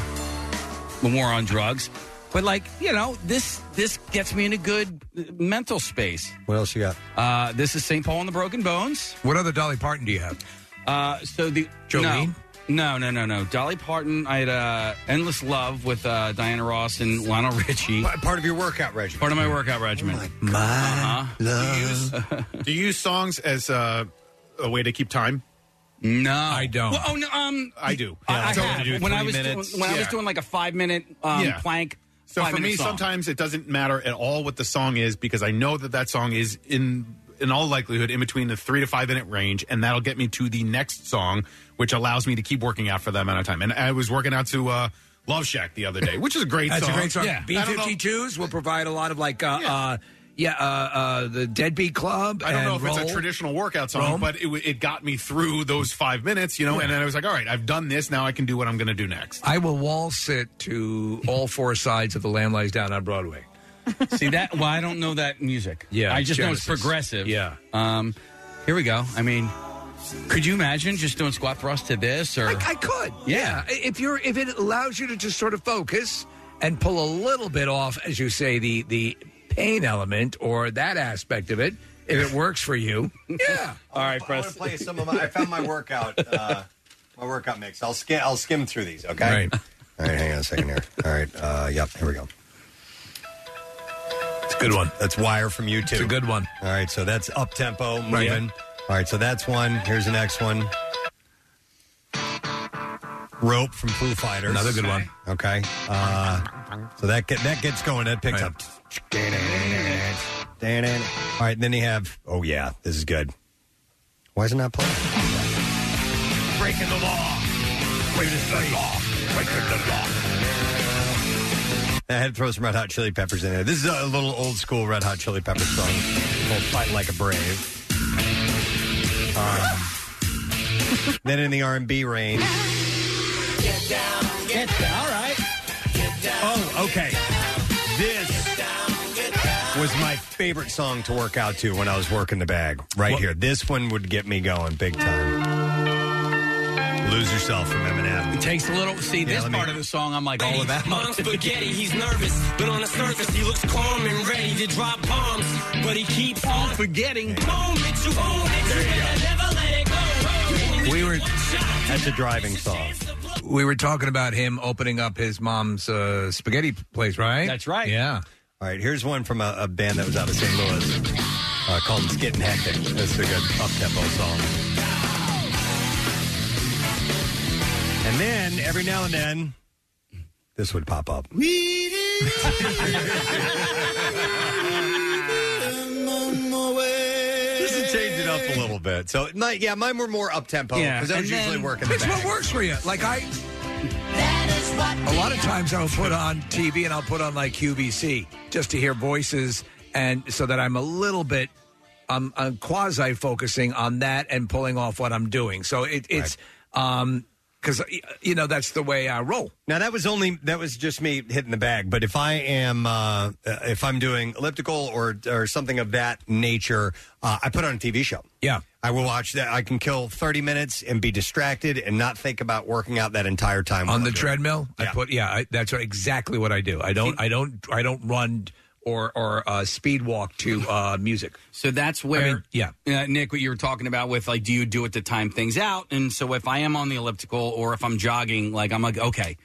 the war on drugs, but like you know, this this gets me in a good uh, mental space.
What else you got?
Uh, this is St. Paul and the Broken Bones.
What other Dolly Parton do you have?
Uh, so the
Jolene?
No, no, no, no. no. Dolly Parton. I had uh, "Endless Love" with uh, Diana Ross and Lionel Richie.
Part of your workout regimen.
Part of my workout regimen. Uh-huh.
my
Do, you
*laughs*
use, do you use songs as uh, a way to keep time?
No, I don't. Well, oh no, um,
I do.
I, I
So-
have. when I was doing, when I was
Yeah.
doing like a five minute um,
Yeah.
plank.
So for
five-minute
me,
song.
sometimes it doesn't matter at all what the song is because I know that that song is in in all likelihood in between the three to five minute range, and that'll get me to the next song, which allows me to keep working out for that amount of time. And I was working out to uh, Love Shack the other day, which is a great
That's
song.
a great song.
Yeah.
B
I don't know-
fifty twos will provide a lot of like uh, yeah. uh yeah uh, uh the Deadbeat Club.
I don't know
and
if it's
Roll.
a traditional workout song,
Rome.
but it, w- it got me through those five minutes, you know. And then I was like, all right, I've done this. Now I can do what I'm going to do next.
I will wall sit to all four sides of the Lamb Lies Down on Broadway.
See that? Well, I don't know that music.
Yeah,
I just
Genesis.
know it's progressive.
Yeah.
Um, here we go. I mean, could you imagine just doing squat thrust to this? Or
I, I could.
Yeah.
I- If you're if it allows you to just sort of focus and pull a little bit off, as you say, the the pain element or that aspect of it, if it works for you. Yeah.
I
All right,
want
press.
to play some of my. I found my workout. Uh, My workout mix. I'll skim. I'll skim through these. Okay. All right. Hang on a second here. All right. Uh, yep. Here we go. It's a
good one.
That's Wire from you too. It's a
good one.
All right. So that's up tempo moving.
Right.
All right. So that's one. Here's the next one. Rope from Foo Fighters.
Another good one.
Okay. Uh, so that get, that gets going. That picks up. All right. Then you have. Oh yeah, this is good. Why isn't that playing? Oh,
Breaking the law. Breaking the law. Breaking the law.
I had to throw some Red Hot Chili Peppers in there. This is a little old school Red Hot Chili Pepper song called "Fight Like a Brave." Um, then in the R and B range,
Get down, get down. All right. Get down.
Oh, okay. This was my favorite song to work out to when I was working the bag. Right here, this one would get me going big time. Lose yourself from Eminem.
It takes a little. See, this
let me-
part of the song, I'm like all about.
On spaghetti, he's nervous, but on the surface, he looks calm and ready to drop bombs. But he keeps on
forgetting.
Moments you own it, you better never let it go.
We were. That's a driving song.
We were talking about him opening up his mom's uh, spaghetti place, right?
That's right.
Yeah.
All right, here's one from a, a band that was out of St. Louis uh, called It's Getting Hectic. This is a good up tempo song. And then every now and then, this would pop up.
We did.
*laughs* This would change it up a little bit. So, my, yeah, mine were more up tempo
Yeah,
because I was
and
usually
then-
working. the
It's
back.
what works for you. Like I, a lot of times I'll put on TV and I'll put on like QVC just to hear voices, and so that I'm a little bit, I'm, I'm quasi focusing on that and pulling off what I'm doing. So it, it's, um 'cause um, because you know that's the way I uh, roll.
Now that was only that was just me hitting the bag, but if I am uh, if I'm doing elliptical or or something of that nature, uh, I put on a TV show.
Yeah,
I will watch that. I can kill 30 minutes and be distracted and not think about working out that entire time
on
while
the
I'm doing it.
treadmill. I
Yeah.
put yeah. I, that's what, exactly what I do. I don't. I don't. I don't run or or uh, speed walk to uh, music.
So that's where,
yeah,
uh, Nick, what you were talking about with like, do you do it to time things out? And so if I am on the elliptical or if I'm jogging, like I'm like, okay,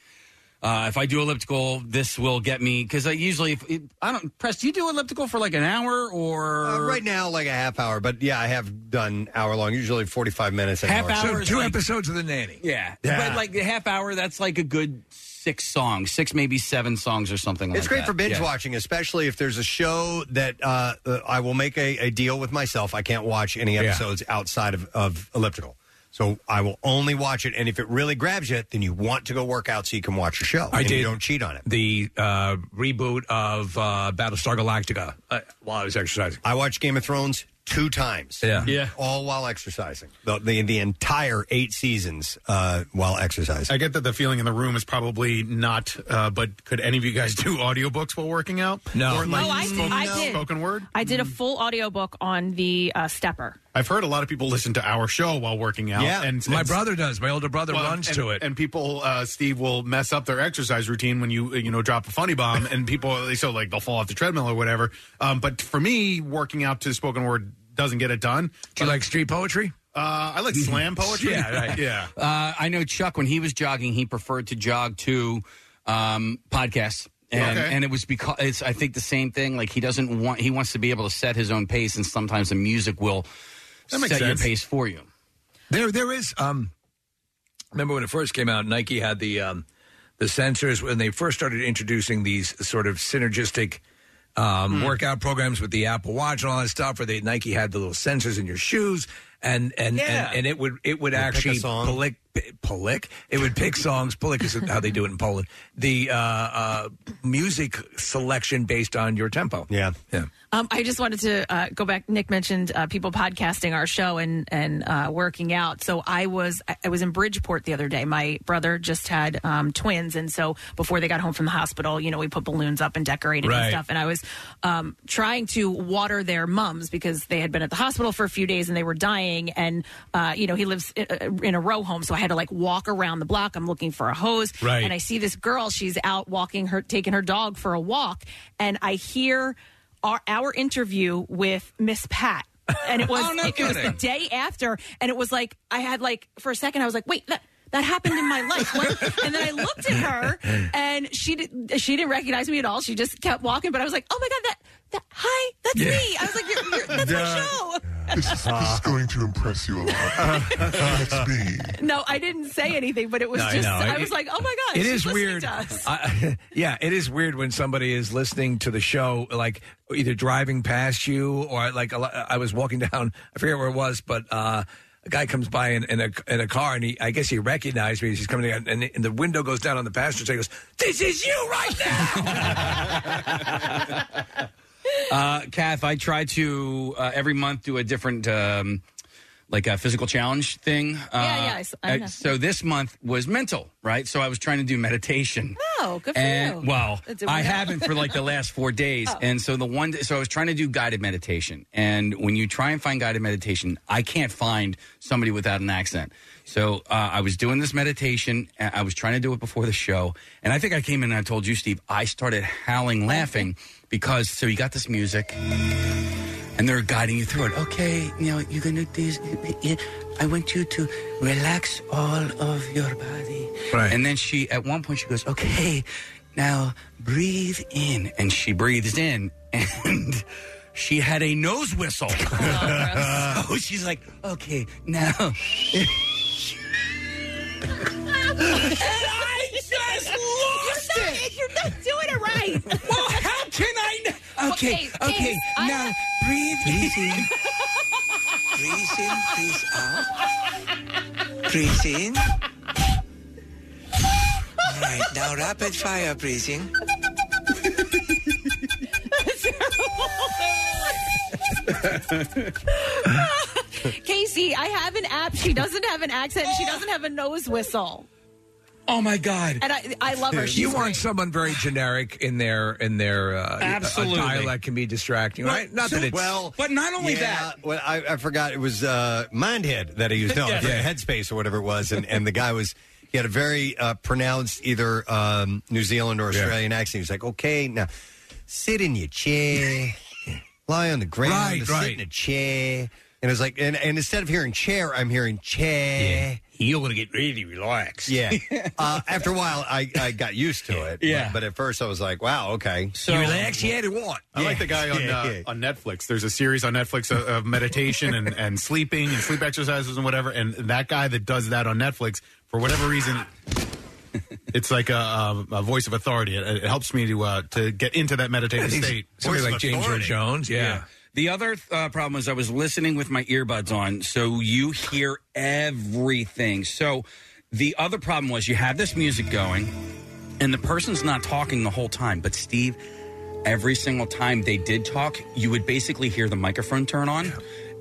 uh, if I do elliptical, this will get me because I usually, if, I don't. Press, do you do elliptical for like an hour or
Uh, right now, like a half hour, but yeah, I have done hour long, usually 45 minutes. an
half
hour.
hour? is like-
episodes of the nanny.
Yeah.
Yeah.
but like the half hour, that's like a good six songs, six maybe seven songs or something.
It's
like
great
that.
for binge
Yeah.
watching, especially if there's a show that uh, uh, I will make a, a deal with myself. I can't watch any
Yeah.
episodes outside of, of Elliptical. So I will only watch it. And if it really grabs you, then you want to go work out so you can watch your show.
I
and
did.
You don't cheat on it.
The uh, reboot of uh, Battlestar Galactica uh, while I was exercising.
I watched Game of Thrones two times.
Yeah. Yeah.
All while exercising. The, the, the entire eight seasons uh, while exercising.
I get that the feeling in the room is probably not, uh, but could any of you guys *laughs* do audiobooks while working out? Or like
No, I,
spoken,
I did.
spoken word? Mm.
I did a full audiobook on the uh, stepper.
I've heard a lot of people listen to our show while working out.
Yeah,
and
my brother does. My older brother runs
and-
to it.
and people, uh, Steve, will mess up their exercise routine when you you know drop a funny bomb, and people so like they'll fall off the treadmill or whatever. Um, but for me, working out to spoken word doesn't get it done.
Do you like street poetry?
Uh, I
*laughs*
like slam
*laughs*
poetry.
yeah,
*laughs*
right.
yeah.
Uh, I know Chuck when he was jogging, he preferred to jog to um, podcasts. And,
Okay.
and it was because it's I think the same thing. Like he doesn't want he wants to be able to set his own pace, and sometimes the music will
That
set
makes
your
sense.
pace for you.
There, there is. Um, remember when it first came out, Nike had the um, the sensors when they first started introducing these sort of synergistic um,
Hmm.
workout programs with the Apple Watch and all that stuff. Where they Nike had the little sensors in your shoes, and and
Yeah.
and, and it would it would
It would pick a
actually
song.
Polick, Polick, it would pick songs. Polick is how they do it in Poland. The uh, uh, music selection based on your tempo.
Yeah,
yeah.
Um, I just wanted to uh, go back. Nick mentioned uh, people podcasting our show and and uh, working out. So I was I- I was in Bridgeport the other day. My brother just had um, twins, and so before they got home from the hospital, you know, we put balloons up and decorated
Right.
and stuff. And I was um, trying to water their mums because they had been at the hospital for a few days and they were dying. And uh, you know, he lives i- uh, in a row home, so I had to like walk around the block. I'm looking for a hose,
Right.
and I see this girl. She's out walking her, taking her dog for a walk, and I hear our, our interview with Miss Pat. And it was,
*laughs* Oh, no
it, was the
kidding.
day after, and it was like I had like for a second I was like, wait, that, that happened in my life. What- and then I looked at her, and she did, she didn't recognize me at all. She just kept walking. But I was like, oh my god, that, that hi, that's
Yeah.
me. I was like, you're, you're, that's my
Duh.
show.
This is, this is going to impress you a lot. That's me.
No, I didn't say anything, but it was
No, I
just
know.
I
It-
was like, oh my god,
it
she's
is
listening
weird.
To us.
I, yeah, it is weird when somebody is listening to the show, like either driving past you or like a lo- I was walking *laughs* down, I forget where it was, but uh, a guy comes by in, in a in a car and he, I guess he recognized me. as He's coming down, and, and the window goes down on the passenger side. He Goes, this is you right
Uh, Kath, I try to uh, every month do a different, um, like a physical challenge thing. Yeah,
yeah, I s- I know.
so this month was mental, right? So I was trying to do meditation.
Oh, good for
and
you.
well,
It didn't
I
work out.
haven't for like the last four days,
Oh.
and so the one. So I was trying to do guided meditation, and when you try and find guided meditation, I can't find somebody without an accent. So uh, I was doing this meditation. and I was trying to do it before the show, and I think I came in and I told you, Steve, I started howling, laughing because so you got this music, and they're guiding you through it. Okay, you know you're gonna do this. I want you to relax all of your body. Right. And then she, at one point, she goes, "Okay, now breathe in," and she breathes in, *laughs* and she had a nose whistle. *laughs* Oh, she's like, "Okay, now." I just lost
you're not, it.
You're not doing it right.
well, how can I? kn- Okay, okay, now breathe easy.
Breathe in, breathe out.
Breathe in. All right, now rapid fire breathing.
*laughs* Casey, I have an app. She doesn't have an accent. She doesn't have a nose whistle.
Oh my God!
*laughs* And I, I love her.
now.
She's
you
great.
want someone very generic in their in their uh, a-
Absolutely.
A dialect can be distracting,
Well,
right? Not
so-
that it's
well,
but not only that-
Well, I, I forgot it was uh, Mindhead that I used. No,
Yeah.
yeah, Headspace or whatever it was, and, and the guy was he had a very uh, pronounced either um, New Zealand or Australian accent. He was like, "Okay, now sit in your chair, lie on the ground,
Right,
sit
right.
in a chair." And it was like, and, and instead of hearing chair, I'm hearing chair.
You're gonna get really relaxed.
Yeah. uh, after a while, I, I got used to it.
Yeah.
But, but at first, I was like, "Wow, okay."
So- You relax?
Yeah, they want.
I like the guy on
Yeah,
uh,
yeah.
on Netflix. There's a series on Netflix of, of meditation
*laughs*
and, and sleeping and sleep exercises and whatever. And that guy that does that on Netflix for whatever
*laughs*
reason, it's like a, a, a voice of authority. It, it helps me to uh, to get into that
*laughs*
meditative state.
The other uh, problem is I was listening with my earbuds on, so you hear everything. So the other problem was you have this music going, and the person's not talking the whole time. But Steve, every single time they did talk, you would basically hear the microphone turn on.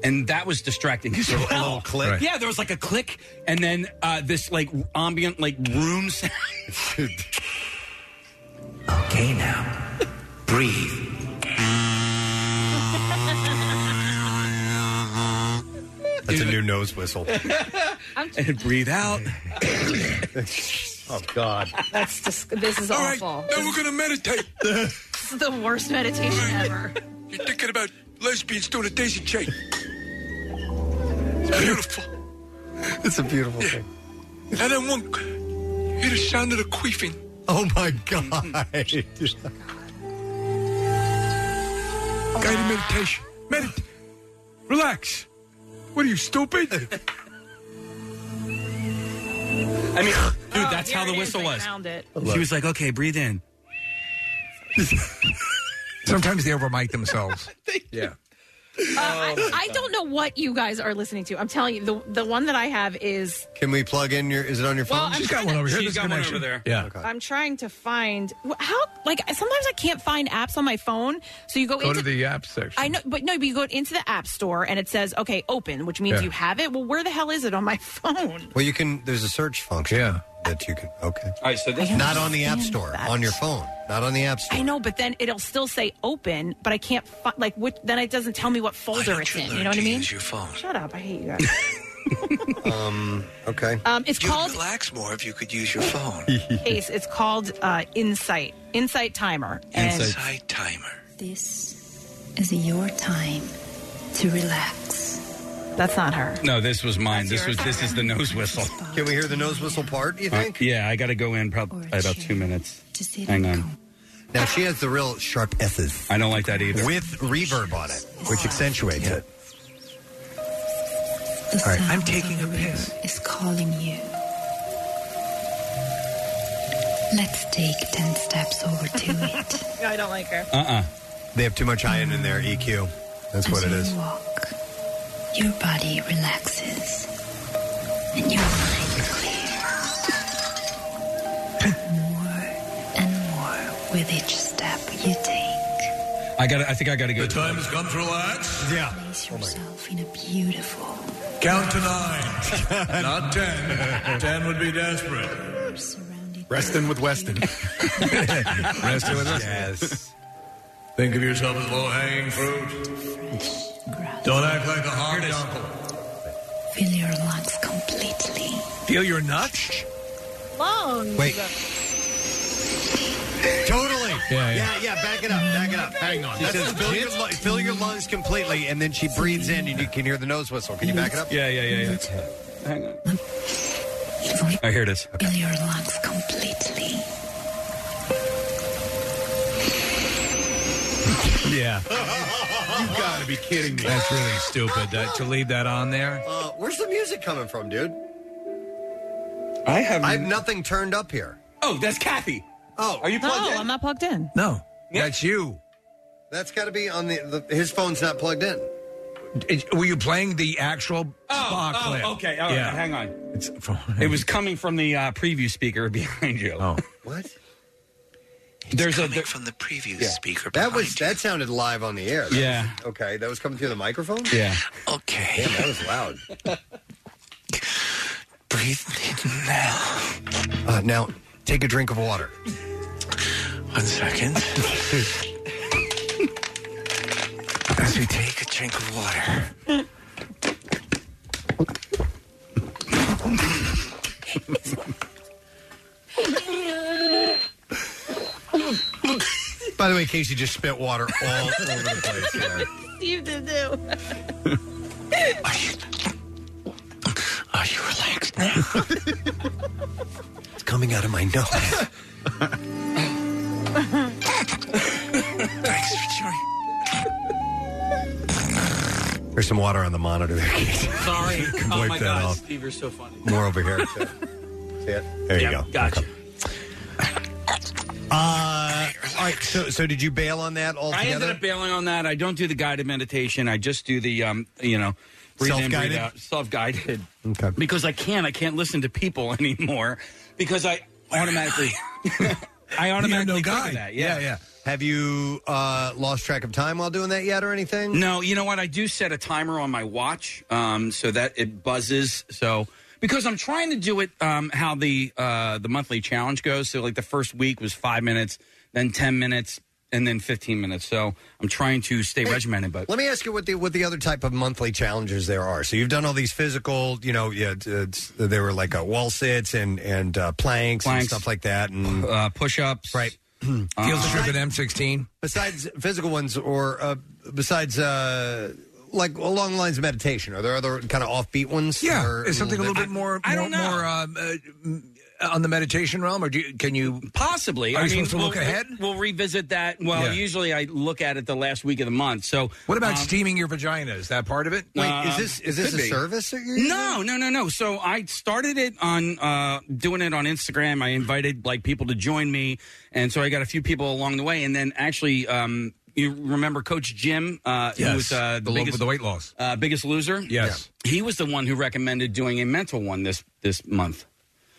And that
*laughs*
was distracting as
A
well.
little click. Right.
Yeah, there was like a click, and then uh, this like ambient like room sound.
Okay, now breathe.
*laughs* That's a new nose
*laughs*
whistle.
I'm-
and breathe out.
*laughs* oh God.
That's just, this is awful.
Now we're gonna meditate.
This is the worst meditation *laughs* ever.
You're thinking about lesbians doing a daisy chain. It's beautiful.
It's a
*laughs*
beautiful thing.
And then one hear the sound of the queefing.
Oh my God.
Guided meditation. Meditate. Relax. What are you stupid?
I mean, dude, that's how the whistle was.
Found it.
She was like, "Okay, breathe in."
Sometimes they overmic themselves. yeah.
Uh,
Oh
I, I don't know what you guys are listening to. I'm telling you, the the one that I have is
Can we plug in your? Is it on your phone?
Well, I'm She's got trying one to- over here. She's
This
got one
connection.
over there.
Yeah.
I'm trying to find wh- how like sometimes I can't find apps on my phone. So you go,
Go
into
to the app section.
I know, but no, but you go into the app store and it says okay, open, which means
Yeah.
you have it. Well, where the hell is it on my *laughs* phone?
Well, you can. There's a search function. Yeah. That you can. Okay. All
right. So
this- I
not on the app
understand
store.
that.
On your phone. Not on the app store.
I know, but then it'll still say open, but I can't find like which, then it doesn't tell me what folder it's in. You know what I mean?
Use your phone.
Shut up! I hate you guys.
um. Okay.
Um, it's
You'd
called
relax more if you could use your phone.
Case. It's called uh, Insight. Insight Timer. And
Inside timer.
This is your time to relax.
That's not her.
No, this was mine. This was this is the nose whistle.
Can we hear the nose whistle part? You
Uh,
think?
yeah, I got to go in probably about two minutes.
To see
Hang on.
Now she has the real sharp S's.
I don't like that either.
With reverb on it, which accentuates it.
The
All right,
sound
I'm
of
taking
the river is um, calling you. Let's take ten steps over to it.
*laughs*
No, I don't like her.
Uh uh They have too much iron in their EQ. That's what it is.
Your body relaxes and your mind clears. more and more with each step you take.
I got. I think I got to go.
The time has come
to relax.
Yeah.
Place yourself in a beautiful,
Count to nine, *laughs* not ten. ten would be desperate.
Reston with
*laughs*
Weston.
Reston with Weston.
Yes.
Think of yourself as low hanging fruit. Don't act like a hard uncle.
fill your lungs completely.
Feel your nuts?
Lungs?
Wait.
Totally.
Yeah, yeah.
Back it up. Back it up. Hang
on.
She
That's
says,
the
fill your,
bit.
lu- fill your lungs completely, and then she breathes in, and you can hear the nose whistle. Can you back it up?
Yeah, yeah, yeah, yeah. Hang on. I hear it is.
Fill your lungs completely.
Yeah.
you gotta be kidding me.
That's really stupid uh, to leave that on there.
Uh, where's the music coming from, dude?
I have.
I have nothing turned up here.
Oh, that's Kathy.
Oh,
are you
plugged no, in? I'm not plugged in.
No, that's you.
That's got to be on the, the. His phone's not plugged in.
It- were you playing the actual Spock
oh,
clip?
okay. All right, hang on.
It's
It was coming from the uh, preview speaker behind you. Oh, *laughs*
what?
There's a there-
from the preview
Yeah.
speaker. That was that sounded live on the air. That
Yeah.
was- okay, that was coming through the microphone.
Yeah.
Okay. Damn, that was loud.
*laughs* Breathe in now.
Uh, now, take a drink of water.
One second. As we take a drink of water.
*laughs* *laughs* By the way, Casey just spit water all over the place.
*laughs*
there.
Steve did do.
Are you relaxed now? it's coming out of my nose.
Thanks for joining.
There's some water on the monitor there, Casey.
Sorry.
*laughs* You can
oh
wipe
my
that
God,
off.
Steve, you're so funny.
More over here. too. See it? There you go.
Gotcha.
Uh, all right. So, so did you bail on that
I ended
altogether?
up bailing on that. I don't do the guided meditation. I just do the um, you know, breathe in, breathe
Self-guided?
out, self guided.
Okay.
Because I can't. I can't listen to people *laughs* anymore because I
*laughs*
automatically. I automatically
no
think of
guide.
that. Yeah, yeah.
Have you uh, lost track of time while doing that yet, or anything?
No, you know what? I do set a timer on my watch um, so that it buzzes. So because I'm trying to do it um, how the uh, the monthly challenge goes. So like the first week was five minutes, then ten minutes, and then fifteen minutes. So I'm trying to stay regimented. But
Let me ask you what the what the other type of monthly challenges there are. So you've done all these physical, you know, yeah, it's- it's- there were like uh, wall sits and and uh, planks, and
Planks.
stuff like that, and
uh, push ups,
right?
Feels the trip at M16.
Besides physical ones, or uh, besides uh, like along the lines of meditation, are there other kind of offbeat ones?
Yeah,
that are
is something a little bit more.
I
more,
don't know.
More, um, uh, m- on the meditation realm, or do you, can you
possibly?
Are
I
you
mean,
supposed to
we'll,
look ahead?
We'll revisit that. Well,
Yeah.
usually I look at it the last week of the month. So
What about
um,
steaming your vagina? Is that part of it?
Um, could be. No, no, no, no. So I started it on uh, doing it on Instagram. I invited like people to join me, and so I got a few people along the way. And then actually, um, you remember Coach Jim, uh, who
Yes.
was uh, the,
The lo-
biggest
the weight loss,
uh, biggest loser.
Yes.
he was the one who recommended doing a mental one this this month.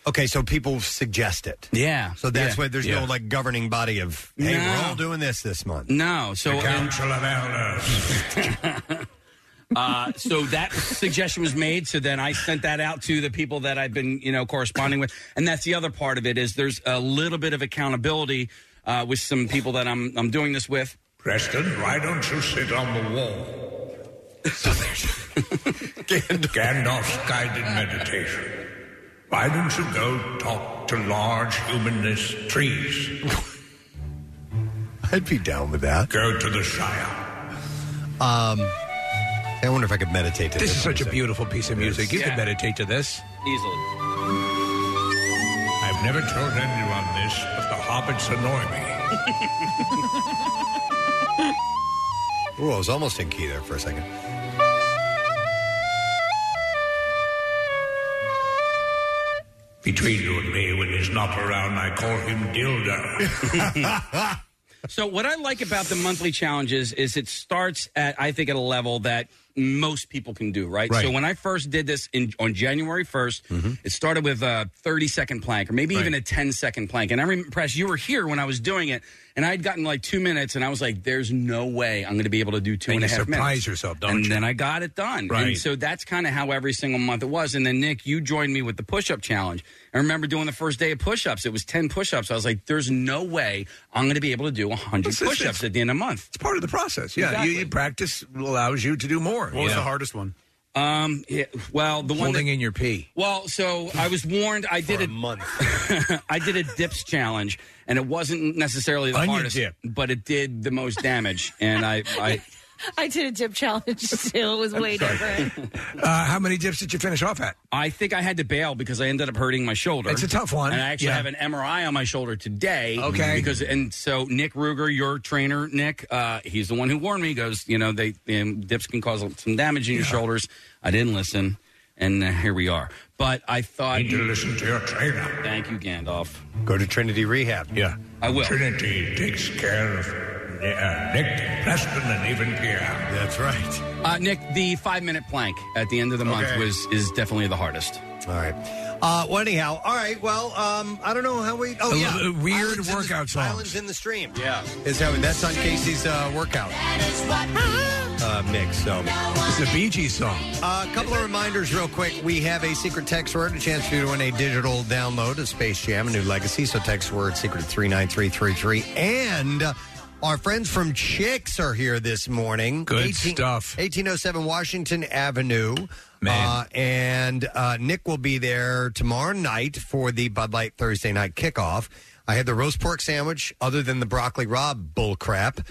Okay, so people suggest it.
Yeah.
So that's
Yeah.
why there's no
Yeah.
like governing body of hey,
No.
we're all doing this this month.
No. So
The Council
of Elders.
*laughs* uh, so that suggestion was made. So then I sent that out to the people that I've been, you know, corresponding with. And that's the other part of it is there's a little bit of accountability uh, with some people that I'm I'm doing this with.
Preston, why don't you sit on the wall? Gandalf's guided meditation. Why don't you go talk to large humanist trees?
I'd be down with that.
Go to the Shire.
Um, I wonder if I could meditate to this.
This is such a beautiful piece of music. You
Yeah.
can meditate to this.
Easily.
I've never told anyone this, but the hobbits annoy me.
Ooh, I was almost in key there for a second.
Between you and me, when he's not around, I call him Dildo.
*laughs* So what I like about the monthly challenges is it starts at I think at a level that most people can do, right?
Right.
So when I first did this in on January 1st,
Mm-hmm.
it started with a 30 second plank or maybe even a 10 second plank. And I remember Press, you were here when I was doing it and I'd gotten like 2 minutes and I was like there's no way I'm going to be able to do two
And
and a
you
half
surprise
minutes.
yourself, don't
and
you?
then I got it done.
Right.
And so that's kind of how every single month it was. And then Nick, you joined me with the push up challenge. I remember doing the first day of push ups. It was 10 push ups. I was like, there's no way I'm going to be able to do 100
It's- it's-
push ups at the end of the month.
It's part of the process. Yeah, you, you practice allows you to do more.
What was the
hardest one?
Um, yeah, well, the one
Holding
that-
in your pee.
Well, so I was warned. I did a, month. *laughs* I did a dips challenge, and it wasn't necessarily the
Onion
hardest,
dip.
but it did the most damage. And I,
*laughs*
I
*laughs* I did a dip challenge *laughs* too. It was way different.
Uh, how many dips did you finish off at?
I think I had to bail because I ended up hurting my shoulder.
It's a tough one.
And I actually
Yeah.
have an MRI on my shoulder today.
Okay.
Because and so Nick Ruger, your trainer, Nick, uh, he's the one who warned me. He Goes, you know, they um, dips can cause some damage in your shoulders. I didn't listen, and uh, here we are. But I thought
Need to listen to your trainer.
Thank you, Gandalf.
Go to Trinity Rehab.
Yeah,
I will.
Trinity takes care of uh, Nick Preston and even Pierre.
That's right.
Uh, Nick, the five minute plank at the end of the month
Okay.
was is definitely the hardest.
All right. Uh, well, anyhow, all right. Well, um, I don't know how we. Oh,
A
yeah.
little- weird
Islands in
workout
the,
songs.
Islands in the stream.
Yeah.
Is how that's on Casey's uh, workout uh, mix. So
it's a Bee Gees song.
Uh, a couple of reminders, real quick. We have a secret text word, a chance for you to win a digital download of Space Jam: A New Legacy. So text word secret to three nine three three three. And uh, our friends from Chicks are here this morning.
Good stuff.
Eighteen oh seven Washington Avenue.
Man.
Uh, and uh, Nick will be there tomorrow night for the Bud Light Thursday night kickoff. I had the roast pork sandwich, other than the broccoli rob bullcrap.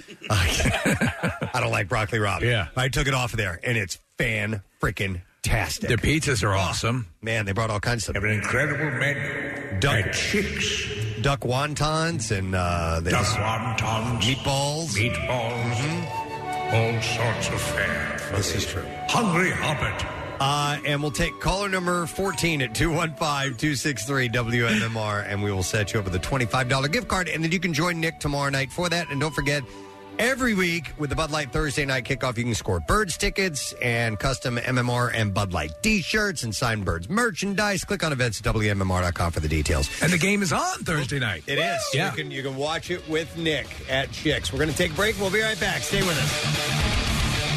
I don't like broccoli rob. Yeah, I took it off of there, and it's fan freaking tastic. Oh,
Their pizzas are awesome.
Man, they brought all kinds of stuff.
Have an incredible menu.
Duck
chicks,
duck wontons, and uh, they
Duck
just-
wontons.
meatballs, Mm-hmm.
meatballs, all sorts of fare.
This is true.
Hungry Hobbit.
Uh, and we'll take caller number 14 at 215 263 WMMR, and we will set you up with a $25 gift card. And then you can join Nick tomorrow night for that. And don't forget, every week with the Bud Light Thursday night kickoff, you can score Birds tickets and custom MMR and Bud Light t shirts and signed Birds merchandise. Click on events at WMMR.com for the details.
And the game is on Thursday night.
It is.
Yeah.
You can you can watch it with Nick at Chicks. We're going to take a break. We'll be right back. Stay with us.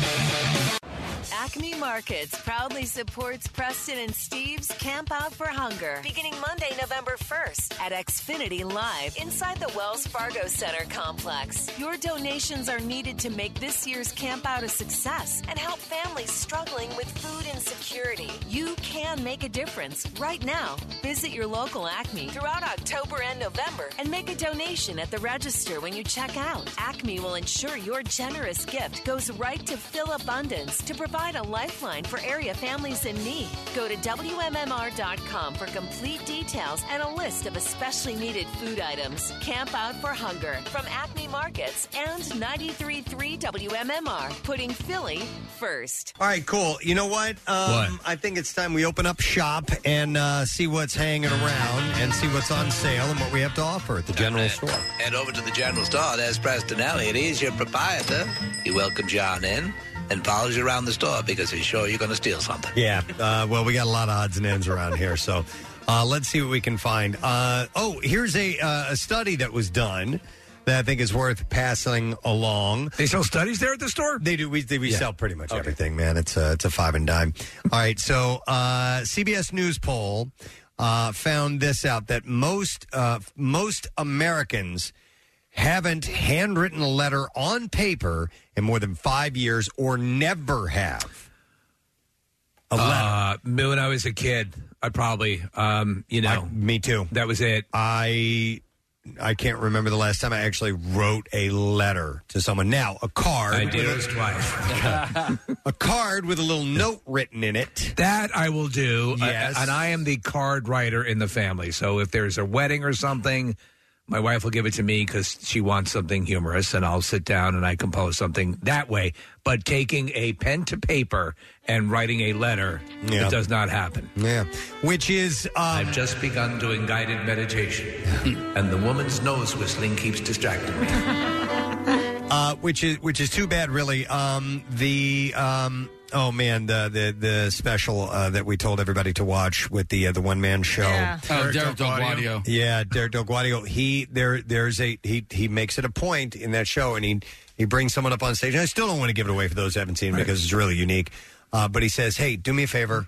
Acme Markets proudly supports Preston and Steve's Camp Out for Hunger beginning Monday, November 1st at Xfinity Live inside the Wells Fargo Center complex. Your donations are needed to make this year's Camp Out a success and help families struggling with food insecurity. You can make a difference right now. Visit your local Acme throughout October and November and make a donation at the register when you check out. Acme will ensure your generous gift goes right to Fill Abundance to provide a lifeline for area families in need. Go to WMMR.com for complete details and a list of especially needed food items. Camp Out for Hunger from Acme Markets and 93.3 WMMR, putting Philly first.
All right, cool. You know what? Um, I think it's time we open up shop and uh, see what's hanging around and see what's on sale and what we have to offer at the general store.
Head over to the general store. There's Preston Elliott. He's your proprietor. He welcomes you on in and follows you around the store because he's sure you're going to steal something.
Yeah. Uh, well, we got a lot of odds and ends around here, so uh, let's see what we can find. Uh, oh, here's a, uh, a study that was done that I think is worth passing along.
They sell studies there at the store.
They do. We, they, we sell pretty much
Okay.
everything, man. It's a it's a five and dime. All right. So uh, CBS News poll uh, found this out that most uh, most Americans haven't handwritten a letter on paper in more than five years, or never have. A
letter. Uh, when
*laughs*
I was a kid, I probably, um, you know,
me too.
That was it.
I I can't remember the last time I actually wrote a letter to someone. Now, a card.
I did this twice.
*laughs* a card with a little note written in it.
That I will do. I-
Yes.
and I am the card writer in the family. So if there's a wedding or something, my wife will give it to me because she wants something humorous, and I'll sit down and I compose something that way. But taking a pen to paper and writing a letter,
Yeah.
it does not happen.
Yeah. Which is.
I've just begun doing guided meditation, and the woman's nose whistling keeps distracting me.
uh, which is which is too bad, really. Um, the um, oh man, the the the special uh, that we told everybody to watch with the uh, the one man show.
Yeah. Oh, Derek Del Guadio.
Yeah, Derek Del Guadio. He there there's a he he makes it a point in that show, and he he brings someone up on stage. And I still don't want to give it away for those who haven't seen it because it's really unique. Uh, but he says, "Hey, do me a favor,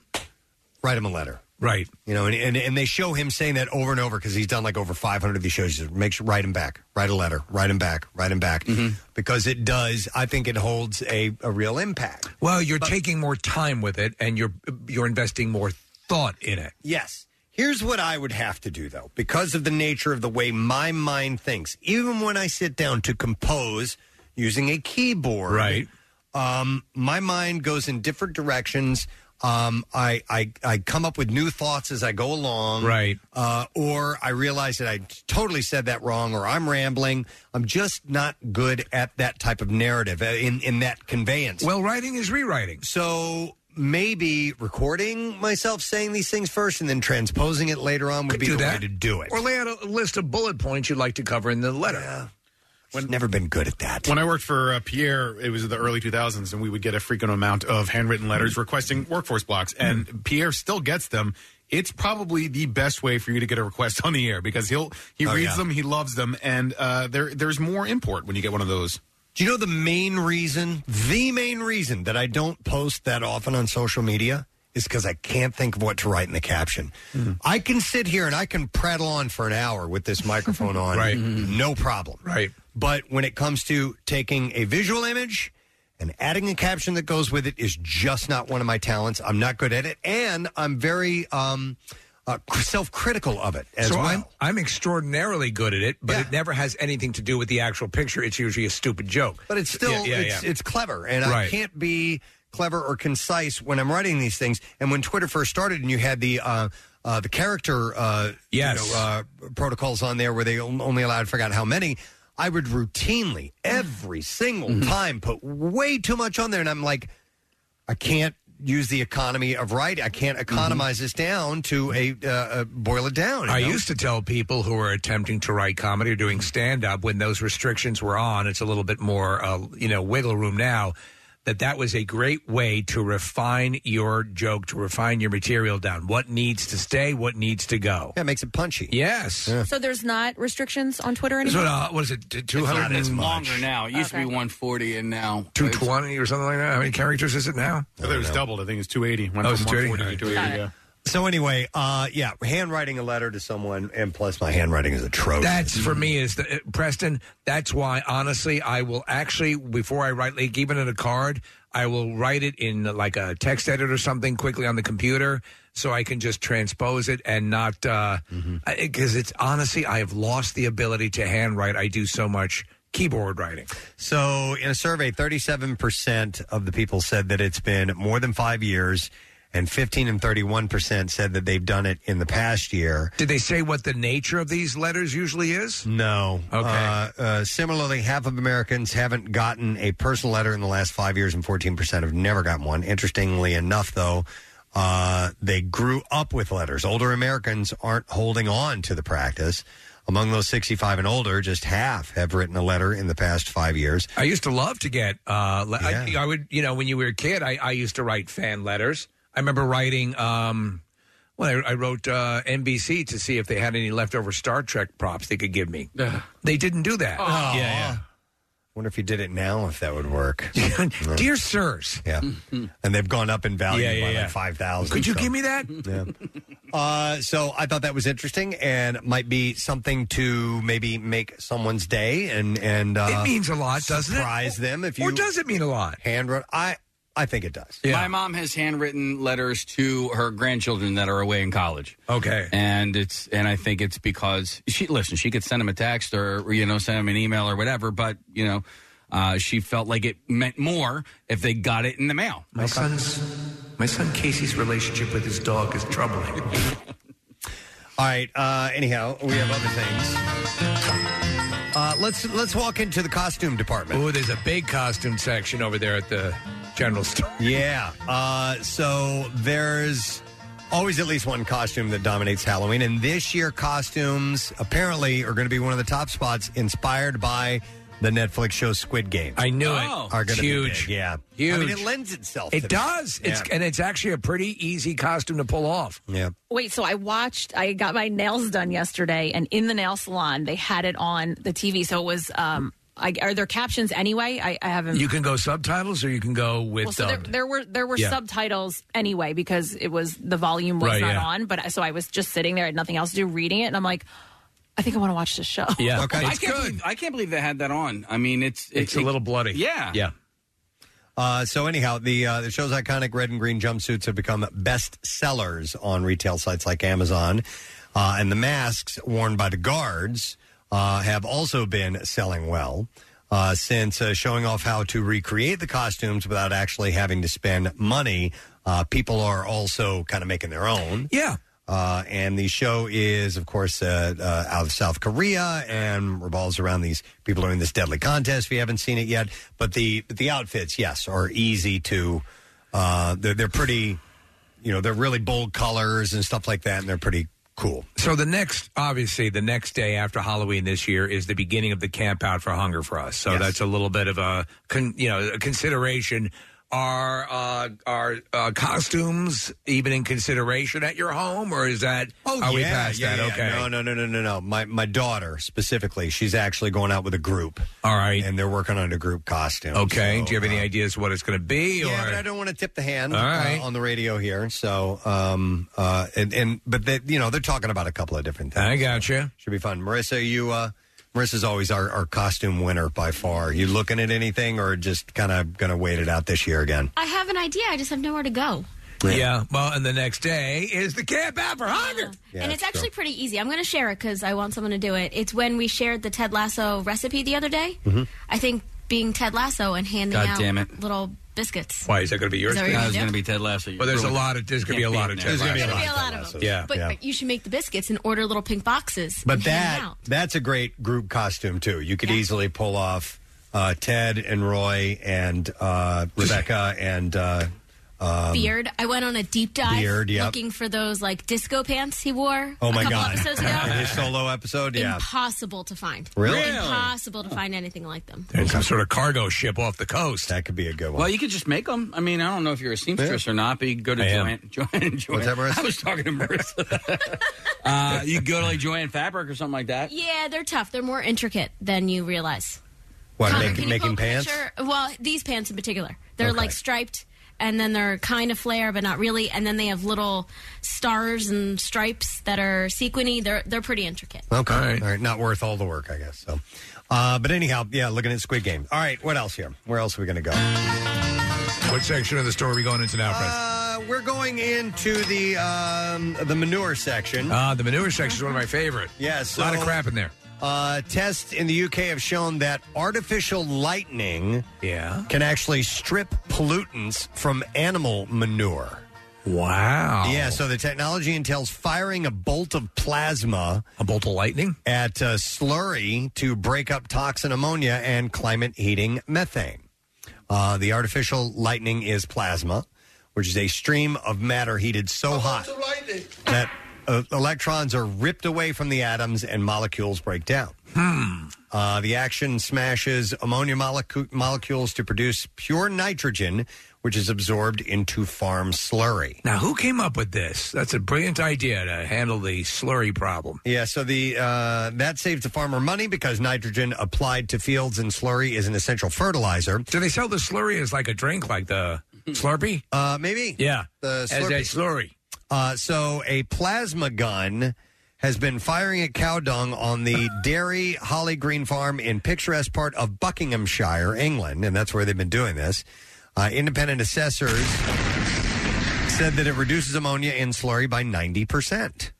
write him a letter."
Right.
You know, and, and, and they show him saying that over and over because he's done like over 500 of these shows. He says, make sure, write him back, write a letter, write him back, write him back.
Mm-hmm.
Because it does, I think it holds a, a real impact.
Well, you're taking more time with it, and you're you're investing more thought in it.
Yes. Here's what I would have to do, though, because of the nature of the way my mind thinks. Even when I sit down to compose using a keyboard, right? Um, my mind goes in different directions. Um, I, I I come up with new thoughts as I go along,
Right.
Uh, or I realize that I totally said that wrong, or I'm rambling. I'm just not good at that type of narrative uh, in in that conveyance.
Well, writing is rewriting,
so maybe recording myself saying these things first and then transposing it later on would be the way to do it.
Or lay out a list of bullet points you'd like to cover in the letter.
I've never been good at that.
When I worked for uh, Pierre, it was the early 2000s, and we would get a frequent amount of handwritten letters requesting workforce blocks, and
Mm-hmm.
Pierre still gets them. It's probably the best way for you to get a request on the air because he'll he
Oh,
reads
yeah.
them, he loves them, and uh, there there's more import when you get one of those.
Do you know the main reason? The main reason that I don't post that often on social media is because I can't think of what to write in the caption.
Hmm.
I can sit here and I can prattle on for an hour with this microphone on,
Right.
no problem.
Right.
But when it comes to taking a visual image and adding a caption that goes with it is just not one of my talents. I'm not good at it, and I'm very um, uh, self-critical of it as
so uh,
well.
I'm, I'm extraordinarily good at it, but it never has anything to do with the actual picture. It's usually a stupid joke.
But it's still
Yeah, yeah,
it's,
yeah.
it's clever, and I
Right.
can't be clever or concise when I'm writing these things. And when Twitter first started, and you had the uh, uh, the character uh, you
Yes.
know, uh, protocols on there where they on- only allowed I forgot how many. I would routinely every single time put way too much on there, and I'm like, I can't use the economy of writing. I can't
Mm-hmm.
economize this down to a uh, uh, boil it down. you
I
know?
used to tell people who were attempting to write comedy or doing stand up when those restrictions were on, it's a little bit more, uh, you know, wiggle room now, that that was a great way to refine your joke, to refine your material down. What needs to stay, what needs to go.
That makes it punchy.
Yes.
So there's not restrictions on Twitter
That's
anymore.
what, uh, what is it? Two
It's not
hundred
as longer now. It used to be 140, and now
two twenty or something like that. How many characters is it now?
I thought it
Oh,
was doubled. I think it's 280. Went
Oh,
from
it's 280.
140 to
All
280.
right.
Yeah.
So anyway, uh, yeah, handwriting a letter to someone, and plus my handwriting is atrocious.
That's for me is the, uh, Preston. That's why honestly, I will actually before I write, like even in a card, I will write it in uh, like a text edit or something quickly on the computer, so I can just transpose it and not because it's honestly I have lost the ability to handwrite. I do so much keyboard writing.
So, in a survey, 37% of the people said that it's been more than five years, and 15 and 31% said that they've done it in the past year.
Did they say what the nature of these letters usually is?
No.
Okay.
Uh, uh, similarly, half of Americans haven't gotten a personal letter in the last five years, and 14% have never gotten one. Interestingly enough, though, uh, they grew up with letters. Older Americans aren't holding on to the practice. Among those 65 and older, just half have written a letter in the past five years.
I used to love to get. Uh, le- I, I would, you know, when you were a kid, I, I used to write fan letters. I remember writing. Um, well, I, I wrote uh, NBC to see if they had any leftover Star Trek props they could give me. They didn't do that.
Aw.
Yeah, yeah.
Wonder if you did it now, if that would work.
*laughs* Dear sirs,
Yeah. and they've gone up in value
Yeah, yeah,
by
yeah.
like 5,000.
could you
so-
give me that?
Yeah. *laughs* Uh, so I thought that was interesting and might be something to maybe make someone's day and and uh,
it means a lot, doesn't it?
surprise them if you
or does it mean a lot?
handwrote. I I think it does.
My mom has handwritten letters to her grandchildren that are away in college.
Okay.
And it's and I think it's because she listen, she could send them a text or you know send them an email or whatever, but you know, uh, she felt like it meant more if they got it in the
*laughs*
mail.
My son's, my son Casey's relationship with his dog is troubling.
All right. Uh, anyhow, we have other things. Uh, let's let's walk into the costume department.
Oh, there's a big *laughs* costume section over there at the general store.
*laughs* Yeah. Uh, so there's always at least one costume that dominates Halloween, and this year costumes apparently are going to be one of the top spots, inspired by the Netflix show Squid Game.
I knew
Are
it.
gonna
it's
be
huge.
big, yeah,
Huge.
I mean, it lends itself.
It
to this.
does. It's
Yeah.
and it's actually a pretty easy costume to pull off.
Yeah.
Wait, so I watched, I got my nails done yesterday, and in the nail salon, they had it on the TV. So it was, um, I, are there captions anyway? I, I haven't.
You can go subtitles or you can go with um,
well, so there,
dubbed.
there were there were
Yeah.
subtitles anyway because it was the volume was
Right,
not
yeah.
on. But I- so I was just sitting there, I had nothing else to do, reading it, and I'm like, I think I want to watch this show.
I can't Believe, I can't believe they had that on. I mean, it's
It's a little bloody.
Yeah.
Yeah. Uh, so anyhow, the uh, the show's iconic red and green jumpsuits have become best sellers on retail sites like Amazon, uh, and the masks worn by the guards uh, have also been selling well. Uh, since uh, showing off how to recreate the costumes without actually having to spend money, uh, people are also kind of making their own.
Yeah.
Uh, and the show is, of course, uh, uh, out of South Korea and revolves around these people doing this deadly contest. If you haven't seen it yet, but the but the outfits, yes, are easy to. Uh, they're they're pretty, you know, they're really bold colors and stuff like that, and they're pretty cool.
So the next, obviously, the next day after Halloween this year is the beginning of the camp out for hunger for us. So that's a little bit of a, con, you know, a consideration. Are uh, are uh, costumes even in consideration at your home, or is that? are we past that? okay.
No, no, no, no, no, no. My my daughter specifically, she's actually going out with a group.
All right.
And they're working on a group costume.
Okay.
so, uh,
Do you have any ideas what it's going to be?
Yeah,
or
but I don't want to tip the hand
All right.
uh, on the radio here. So, um, uh, and, and but they, you know they're talking about a couple of different things.
I got you.
Should be fun. Marissa, you, uh, Marissa's always our, our costume winner by far. You looking at anything or just kind of going to wait it out this year again?
I have an idea. I just have nowhere to go.
yeah. Well, and the next day is the camp out for hunger,
and it's actually pretty easy. I'm going to share it because I want someone to do it. It's when we shared the Ted Lasso recipe the other day.
Mm-hmm.
I think being Ted Lasso and handing
God
out
damn it.
little biscuits.
Why is that going to be yours?
Is that what
That
you're gonna
was
do?
going to be Ted Lasso.
Well, there's a
Really
lot of- there's gonna be
can't
a lot
beat
of
that.
Ted There's
There's gonna be a lot of them.
Yeah,
But,
yeah.
but you should make the biscuits and order little pink boxes.
But
and hand them
that
out.
that's a great group costume too. You could easily pull off uh, Ted and Roy and uh, Rebecca and uh, um,
beard. I went on a deep dive
Beard, yep.
looking for those like disco pants he wore.
Oh my
a couple
God!
Episodes ago.
In his solo episode, *laughs* yeah.
Impossible to find.
Really?
Impossible to find anything like them.
and some sort of cargo ship off the coast.
That could be a good
Well, you could just make them. I mean, I don't know if you're a seamstress or not, but you go to
I
Joanne.
am.
Joanne, Joanne.
What's that, Marissa?
I was talking to Marissa.
*laughs*
uh, you go to like Joanne Fabric or something like that.
Yeah, they're tough. They're more intricate than you realize.
What,
Connor,
make-
can you
making
pull a
pants?
picture? Well, these pants in particular. They're
Okay.
like striped and then they're kind of flare but not really and then they have little stars and stripes that are sequiny. They're they're pretty intricate.
Okay. All right. Not worth all the work, I guess. So, uh, but anyhow, yeah. Looking at Squid Game. All right. What else here? Where else are we going to go?
What section of the store are we going into now, Fred?
Uh, we're going into the um, the Ah, manure section.
Uh, the manure section is one of my favorite.
Yes,
a lot of
so-
crap in there.
Uh, tests in the UK have shown that artificial lightning
yeah.
can actually strip pollutants from animal manure.
Wow.
Yeah, so the technology entails firing a bolt of plasma,
a bolt of lightning,
at uh, slurry to break up toxin ammonia and climate heating methane. Uh, the artificial lightning is plasma, which is a stream of matter heated so hot that uh, electrons are ripped away from the atoms and molecules break down. Uh, the action smashes ammonia molecu- molecules to produce pure nitrogen, which is absorbed into farm slurry.
Now, who came up with this? That's a brilliant idea to handle the slurry problem.
Yeah, so the uh, that saves the farmer money because nitrogen applied to fields and slurry is an essential fertilizer.
Do they sell the slurry as like a drink, like the Slurpee?
Uh, maybe.
Yeah.
The
As a
Slurpee.
slurry.
Uh, so a plasma gun has been firing at cow dung on
*laughs*
the Dairy Holly Green Farm in picturesque part of Buckinghamshire, England, and that's where they've been doing this. Uh, independent assessors said that it reduces ammonia in slurry by 90%.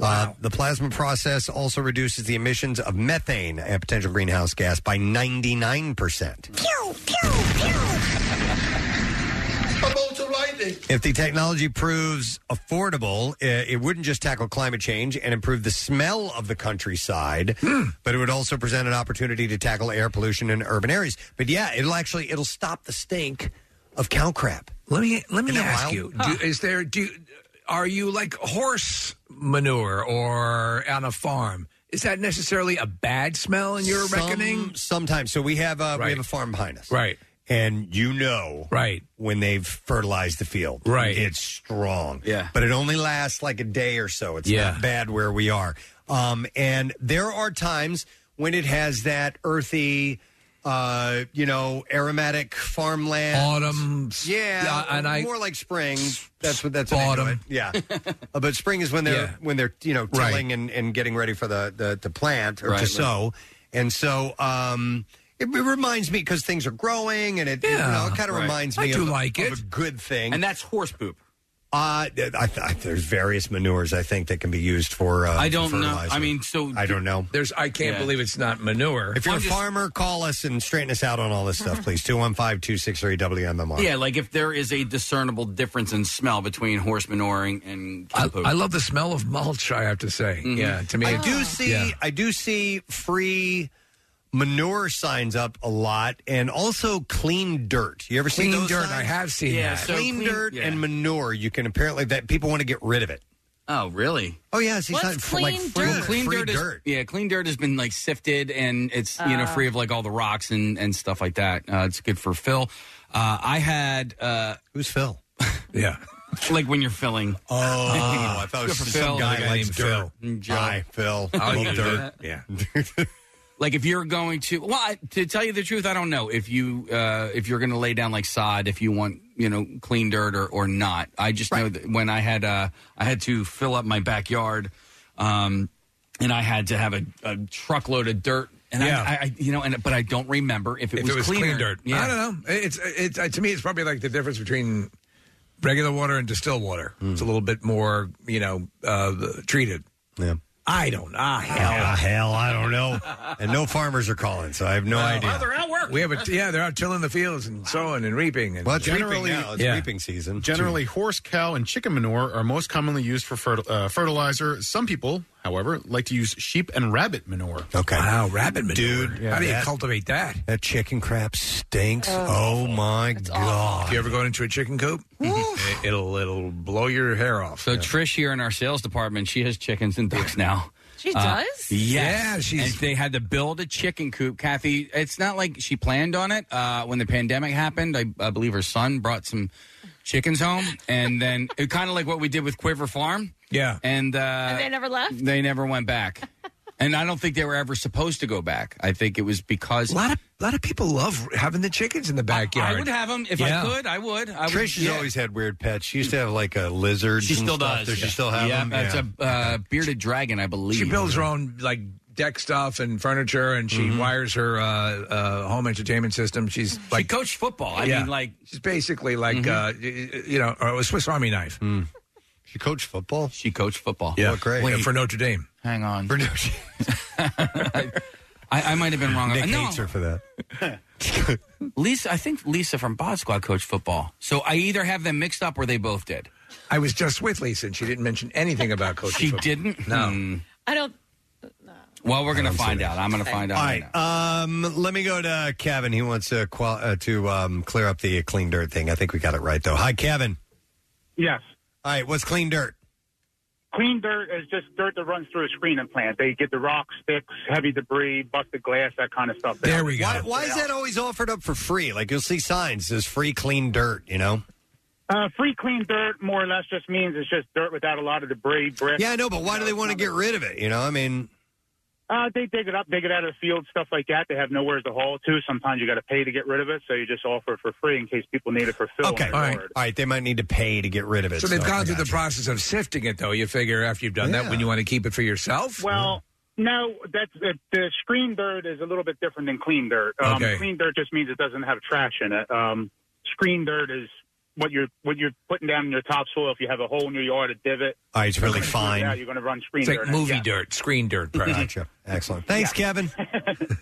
Uh, the plasma process also reduces the emissions of methane, a potential greenhouse gas, by 99%.
About to lightning.
If the technology proves affordable, eh, it wouldn't just tackle climate change and improve the smell of the countryside,
Hmm.
but it would also present an opportunity to tackle air pollution in urban areas. But yeah, it'll actually it'll stop the stink of cow crap.
Let me let me
Isn't that
ask
wild?
you: do, Is there do you- are you like horse manure or on a farm? Is that necessarily a bad smell in your
Some-
reckoning?
Sometimes. So we have uh, we have a farm behind us, right? And you know, right, when they've fertilized the field,
Right.
It's strong, yeah. But it only lasts like a day or so. It's
Yeah.
not bad where we are. Um, and there are times when it has that earthy. Uh, you know, aromatic farmland,
Autumn,
yeah,
uh, and I-
more like spring. That's what that's what they do
Autumn.
it. yeah.
*laughs*
Uh, but spring is when they're
Yeah.
when they're you know tilling and, and getting ready for the the to plant or
Right,
to
right.
sow, and so um, it, it reminds me because things are growing and it you
Yeah,
know, it kind of
right.
reminds
I
me
do
of,
like
of a good thing, and
that's horse poop.
Uh, th- I, th- I- there's various manures I think that can be used for. Uh,
I don't
for
know.
fertilizer.
I mean, so
I don't know.
There's I can't
Yeah.
believe it's not manure.
If you're a farmer, call us and straighten us out on all this stuff, please. 215 263 WMMR.
Yeah, like if there is a discernible difference in smell between horse manuring and cow poop.
I love the smell of mulch. I have to say,
Mhm.
yeah, to me,
I
it-
do see
yeah.
I do see free manure signs up a lot, and also clean dirt. You ever seen
Clean
those
dirt,
signs?
I have seen Yeah, that. so
clean,
clean-
dirt
yeah.
and manure. You can apparently that people want to get rid of it.
Oh, really?
Oh yeah, see,
What's
sign- for, like
clean
free,
dirt? Clean
free
dirt, is-
dirt.
yeah, clean dirt has been like sifted and it's you know
Uh.
free of like all the rocks and and stuff like that. Uh, it's good for fill. Uh, I had uh,
who's Phil?
yeah,
like when you're filling. *laughs*
Oh, I thought it was
Good for
some
fill.
guy
Like a
likes
named
dirt.
Phil. Mm, Joe.
Hi, Phil.
Oh,
Love
you do
dirt.
that?
Yeah.
Like if you're going to well, I, to tell you the truth, I don't know if you uh, if you're going to lay down like sod if you want you know clean dirt or, or not. I just know that when I had uh, I had to fill up my backyard, um, and I had to have a, a truckload of dirt. And
Yeah.
I, I, I you know, and but I don't remember if it,
if
was,
it was
cleaner.
clean dirt,
Yeah.
I don't know. It's it's uh, to me, it's probably like the difference between regular water and distilled water.
Hmm.
It's a little bit more, you know, uh, treated.
Yeah.
I don't. Ah, hell,
hell, I don't know. And no farmers are calling, so I have no idea.
oh, they're
out working.
We have a yeah, they're out tilling the fields and sowing and reaping. And
Well, it's reaping now. It's reaping season.
Generally, horse, cow, and chicken manure are most commonly used for fertil- uh, fertilizer. Some people, however, like to use sheep and rabbit manure.
Okay.
Wow, rabbit manure.
Dude,
how do you
that-
cultivate that?
That chicken crap stinks. Oh, my God.
If you ever go into a chicken coop, it- it'll it'll blow your hair off.
So Trish here in our sales department, she has chickens and ducks now. Uh,
She does?
Yes.
Yeah, she's-
And they had to build a chicken coop, Kathy. It's not like she planned on it. Uh, when the pandemic happened, I, I believe her son brought some chickens home, and then it kind of like what we did with Quiver Farm.
Yeah,
and, uh,
and they never left.
they never went back. and I don't think they were ever supposed to go back. I think it was because
A lot of a lot of people love having the chickens in the backyard.
I would have them if
Yeah.
I could. I would. I would,
Trish has
yeah.
always had weird pets. She used to have like a lizard.
She
and
still
stuff.
does.
Does she still have
yeah,
them?
That's a uh, bearded dragon, I believe.
She builds her own like deck stuff and furniture, and she
Mm-hmm.
wires her uh, uh, home entertainment system. She's like she
coached football. I mean, like Mm-hmm.
she's basically like uh, y- y- you know a Swiss Army knife.
She coached football.
Mm. She coached football.
Yeah,
Oh, great.
Wait, for Notre Dame.
Hang on. *laughs*
*laughs*
I, I might have been wrong.
Nick
no.
hates her for that.
*laughs* Lisa, I think Lisa from Bod Squad coached football. So I either have them mixed up or they both did.
I was just with Lisa, and she didn't mention anything about coaching.
She
football.
didn't?
No.
I don't.
Hmm. Well, we're going
I
to
don't see
find
that.
out. I'm going to find out.
All
right
right. Um, let me go to Kevin. He wants to qual- uh, to um, clear up the clean dirt thing. I think we got it right though. Hi, Kevin.
Yes.
All right. What's clean dirt?
Clean dirt is just dirt that runs through a screening plant. They get the rocks, sticks, heavy debris, busted glass, that kind of stuff.
There we go. Why, why is that always offered up for free? Like you'll see signs says free clean dirt. You know.
Uh, free clean dirt more or less just means it's just dirt without a lot of debris, bricks.
Yeah, I know, but why do they want to get rid of it? You know, I mean,
Uh, they dig it up, dig it out of the field, stuff like that. They have nowhere to haul to. Sometimes you got to pay to get rid of it, so you just offer it for free in case people need it for fill. in their yard.
all right. They might need to pay to get rid of it.
So they've
I
gone through
got
the process of sifting it, though. You figure after you've done that, when you want to keep it for yourself.
Well, no, that's the, the screen dirt is a little bit different than clean dirt. Um,
Okay.
Clean dirt just means it doesn't have trash in it. Um, screen dirt is what you're what you're putting down in your topsoil. If you have a hole in your yard, a divot,
All right, it's really
you're gonna do
fine.
that, you're going to run screen
It's like
dirt.
movie
Yeah.
dirt, screen dirt.
Gotcha. Excellent. Thanks, *laughs* Kevin.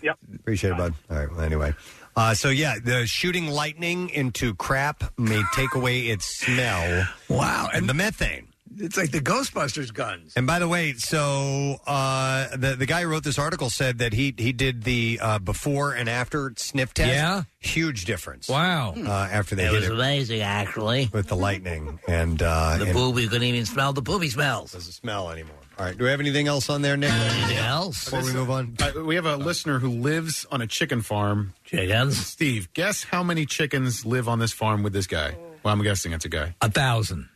yep.
Appreciate it, bud. All right. Well, anyway. Uh, so yeah, the shooting lightning into crap may take away its smell.
Wow,
and the methane.
It's like the Ghostbusters guns.
And by the way, so uh, the the guy who wrote this article said that he he did the uh, before and after sniff test.
Yeah?
huge difference.
Wow!
Uh, after they
It
hit
was
it
amazing, actually.
with the lightning and uh,
*laughs* The
and-
booby couldn't even smell the booby smells.
Doesn't smell anymore. All right. Do we have anything else on there, Nick? Anything
else?
Before we move on.
Uh, we have a listener who lives on a chicken farm.
Chickens?
Steve, guess how many chickens live on this farm with this guy? Well, I'm guessing it's a guy.
A thousand.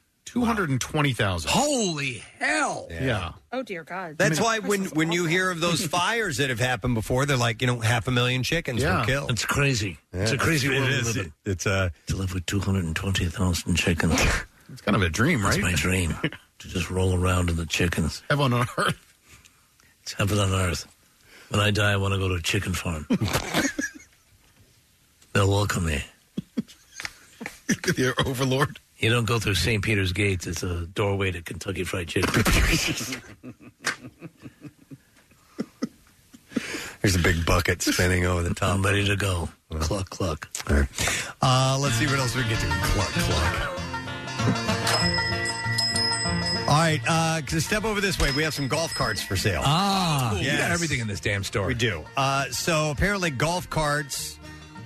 220,000.
Holy hell.
Yeah.
Oh dear God.
That's why when when you hear
*laughs*
of those fires that have happened before, they're like you know half a million chickens
Yeah.
were killed.
It's crazy.
*laughs*
It's a crazy world we live in.
It's uh, a
To live with 220,000
*laughs*
chickens.
It's kind of a dream,
right? It's my dream. to just roll around in the chickens.
Heaven on earth.
It's heaven on earth. When I die, I want to go to a chicken farm. They'll welcome
*laughs*
me.
Your overlord.
You don't go through St. Peter's Gates. It's a doorway to Kentucky Fried Chicken.
There's a big bucket spinning over the top.
I'm ready to go. Cluck cluck.
Uh, let's see what else we can get to. Cluck cluck. All right, uh, so step over this way. We have some golf carts for sale.
*laughs* Ah, you
Yes.
got everything in this damn store.
We do. Uh, so apparently, golf carts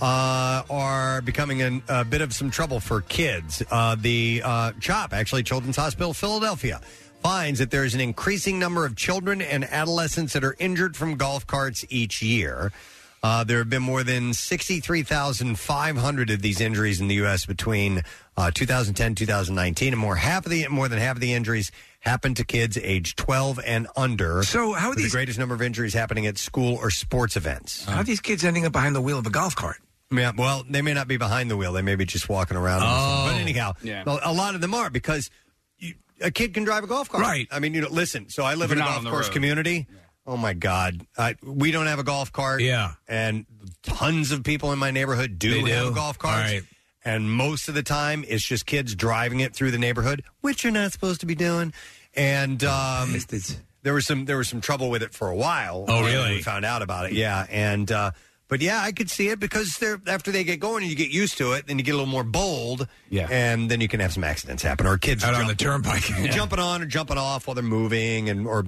uh, are becoming an, a bit of some trouble for kids. Uh, the uh, CHOP, actually, Children's Hospital Philadelphia, finds that there is an increasing number of children and adolescents that are injured from golf carts each year. Uh, there have been more than 63,500 of these injuries in the U.S. between uh, 2010 2019, and more half of the more than half of the injuries happened to kids age 12 and under.
So how are
with the
these-
greatest number of injuries happening at school or sports events?
How are these kids ending up behind the wheel of a golf cart?
Yeah, well, they may not be behind the wheel; they may be just walking around. or something. But anyhow,
Oh. Yeah.
a a lot of them are because you, a kid can drive a golf cart.
Right.
I mean, you know, listen. So I live in
If
a
you're not
golf
on the
course
road.
community. Oh my God, I, we don't have a golf cart.
Yeah.
and tons of people in my neighborhood do,
They
have
do?
golf carts.
All right.
And most of the time, it's just kids driving it through the neighborhood, which you're not supposed to be doing. And um, there was some there was some trouble with it for a while.
Oh,
And
really?
We found out about it. Yeah, and uh, but yeah, I could see it because they're after they get going, and you get used to it, then you get a little more bold. Yeah, and then you can have some accidents happen or kids
Out on
jump-
the turnpike. Yeah.
*laughs* jumping on or jumping off while they're moving, and or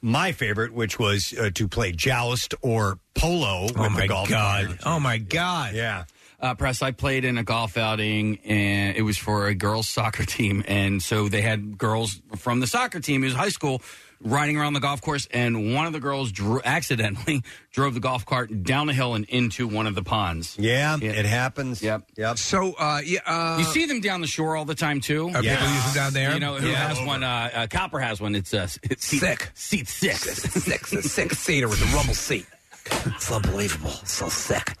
my favorite, which was uh, to play joust or polo with the golf cart.
Oh my god!
Yeah.
Uh, Press, I played in a golf outing, and it was for a girls' soccer team, and so they had girls from the soccer team, it was high school, riding around the golf course, and one of the girls dro- accidentally *laughs* drove the golf cart down a hill and into one of the ponds.
Yeah, it happens. Yep, yep.
So, uh, yeah, uh,
you see them down the shore all the time too.
Are people using down there?
You know who
Yeah.
has one? Uh, uh, Copper has one. It's uh, it's seat,
Sick.
seat
*laughs*
six.
Six, a six seater with a rumble seat. It's unbelievable. So sick.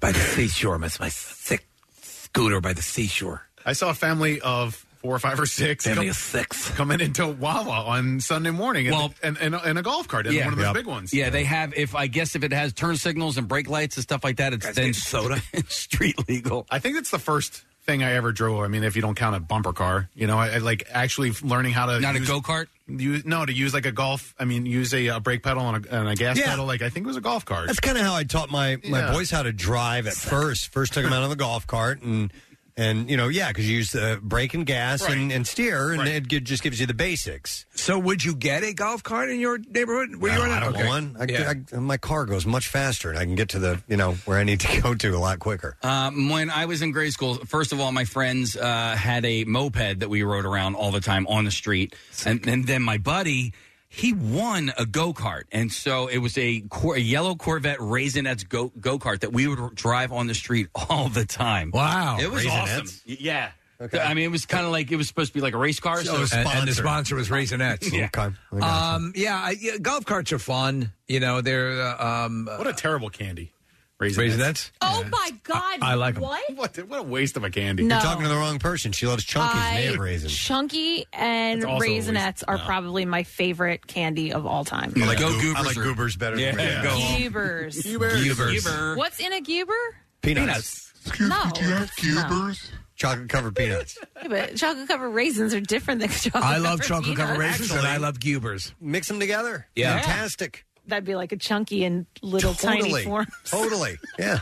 By the seashore, that's my sick scooter by the seashore.
*laughs* I saw a family of four or five or six.
Family
come-
of six.
Coming into Wawa on Sunday morning. And,
Well-
and, and, and a golf cart. And one of those big ones.
Yeah, they have. If I guess if it has turn signals and brake lights and stuff like that, it's then soda street legal.
I think that's the first thing I ever drove. I mean, if you don't count a bumper car, you know, I, I like actually learning how to
Not a
use-
go-kart?
Use, no, to use like a golf. I mean, use a, uh brake pedal and a, and a gas
Yeah.
pedal. Like I think it was a golf cart.
That's kind of how I taught my my
Yeah.
boys how to drive at first. First took them out on the golf cart and and you know yeah because you use the brake and gas and, and steer and it gi- just gives you the basics.
So, would you get a golf cart in your neighborhood? Where
No,
you
I don't want one. I, I- my car goes much faster and I can get to the you know where I need to *laughs* go to a lot quicker.
*laughs* Um, when I was in grade school, first of all, my friends uh, had a moped that we rode around all the time on the street, and, and then my buddy. He won a go kart, and so it was a, cor- a yellow Corvette Raisinets go go kart that we would r- drive on the street *laughs* all the time.
Wow.
it was awesome.
Raisinets?
Y- Yeah, I mean, it was kind of like it was supposed to be like a race car. So,
and, and the sponsor was Raisinets.
Yeah.
Um, yeah, I, yeah, golf carts are fun. You know, they're uh, um, what
a terrible candy.
Raisinets.
Oh my God!
I- I like 'em.
what?
What, what a waste of a candy.
No.
You're talking to the wrong person. She loves chunkies.
I-
they have raisins.
Chunky and
That's also a raisin.
raisinets are
No.
probably my favorite candy of all time.
I like,
Go
goo-
Goobers
I like
or-
goobers better
Yeah,
than raisins.
go.
Goobers.
Goobers.
What's in a goober?
Peanuts.
Excuse
No,
me, do you have
that's- no.
cubers?
Chocolate covered peanuts.
Yeah, but chocolate covered raisins are different than *laughs* chocolate.
I love chocolate
covered
covered raisins and
Actually-
I love Gubers.
Mix them together.
Yeah.
Fantastic.
That'd be like a chunky and little
Totally.
tiny form. *laughs*
Totally. Yeah.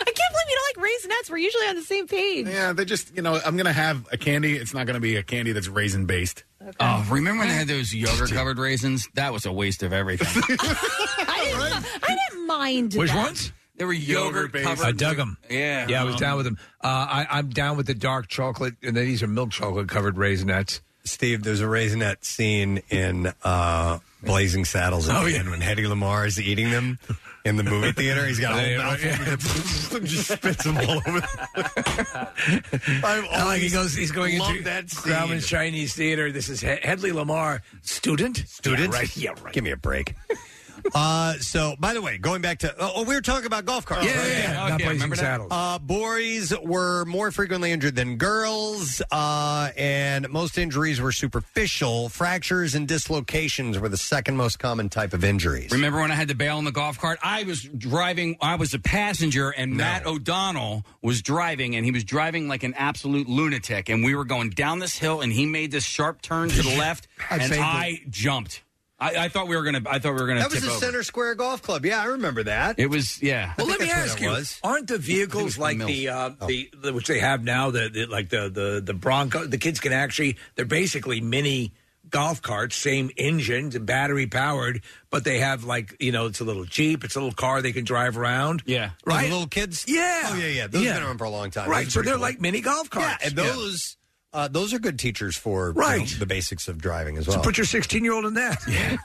I can't believe you don't like raisinets. We're usually on the same
*laughs*
page.
Yeah, they just, you know, I'm going to have a candy. It's not going to be a candy that's raisin based.
Oh, remember when they had those yogurt covered raisins? That was a waste of everything.
*laughs* I, didn't, I didn't mind. that.
They were yogurt covered.
I dug them.
Yeah.
yeah, I was
Um,
down with them. Uh, I, I'm down with the dark chocolate, and then these are milk chocolate covered raisinets.
Steve, there's a raisinette scene in uh, Blazing Saddles. at
Oh,
the
yeah.
end when Hetty Lamar is eating them in the
*laughs*
movie theater. He's got a whole
Yeah,
mouthful. and *laughs* just spits them all over.
I like he goes. He's going
loved
into
that scene.
Grauman's Chinese Theater. This is He- Hedley Lamar, student,
Student?
Yeah, right. Yeah, right.
Give me a break. *laughs* Uh, so, by the way, going back to oh, oh, we were talking about golf carts.
Yeah,
right?
yeah, yeah. Not Okay, Blazing remember that? Saddles.
Uh, boys were more frequently injured than girls, uh, and most injuries were superficial. Fractures and dislocations were the second most common type of injuries.
Remember when I had to bail on the golf cart? I was driving, I was a passenger, and Matt O'Donnell was driving, and he was driving like an absolute lunatic. And we were going down this hill, and he made this sharp turn to the left,
I
and
saved it.
I jumped. I, I thought we were gonna. I thought we were gonna.
That was
tip
the
over.
Center Square Golf Club. Yeah, I remember that.
It was yeah.
Well, let me ask you: Aren't the vehicles like the uh,
Oh.
the the- which they have now, the, the like the the the Bronco? The kids can actually they're basically mini golf carts, same engine, battery powered, but they have like you know it's a little jeep, it's a little car they can drive around.
Yeah,
right.
little kids.
Yeah.
Oh yeah, yeah. Those
Yeah.
have been around for a long time.
Right,
Those are
so
pretty
they're
cool.
like mini golf carts.
Yeah, and
Yeah.
those uh, those are good teachers for you know,
Right.
the basics of driving as
So
well.
put your sixteen year old in that. *laughs* Yeah.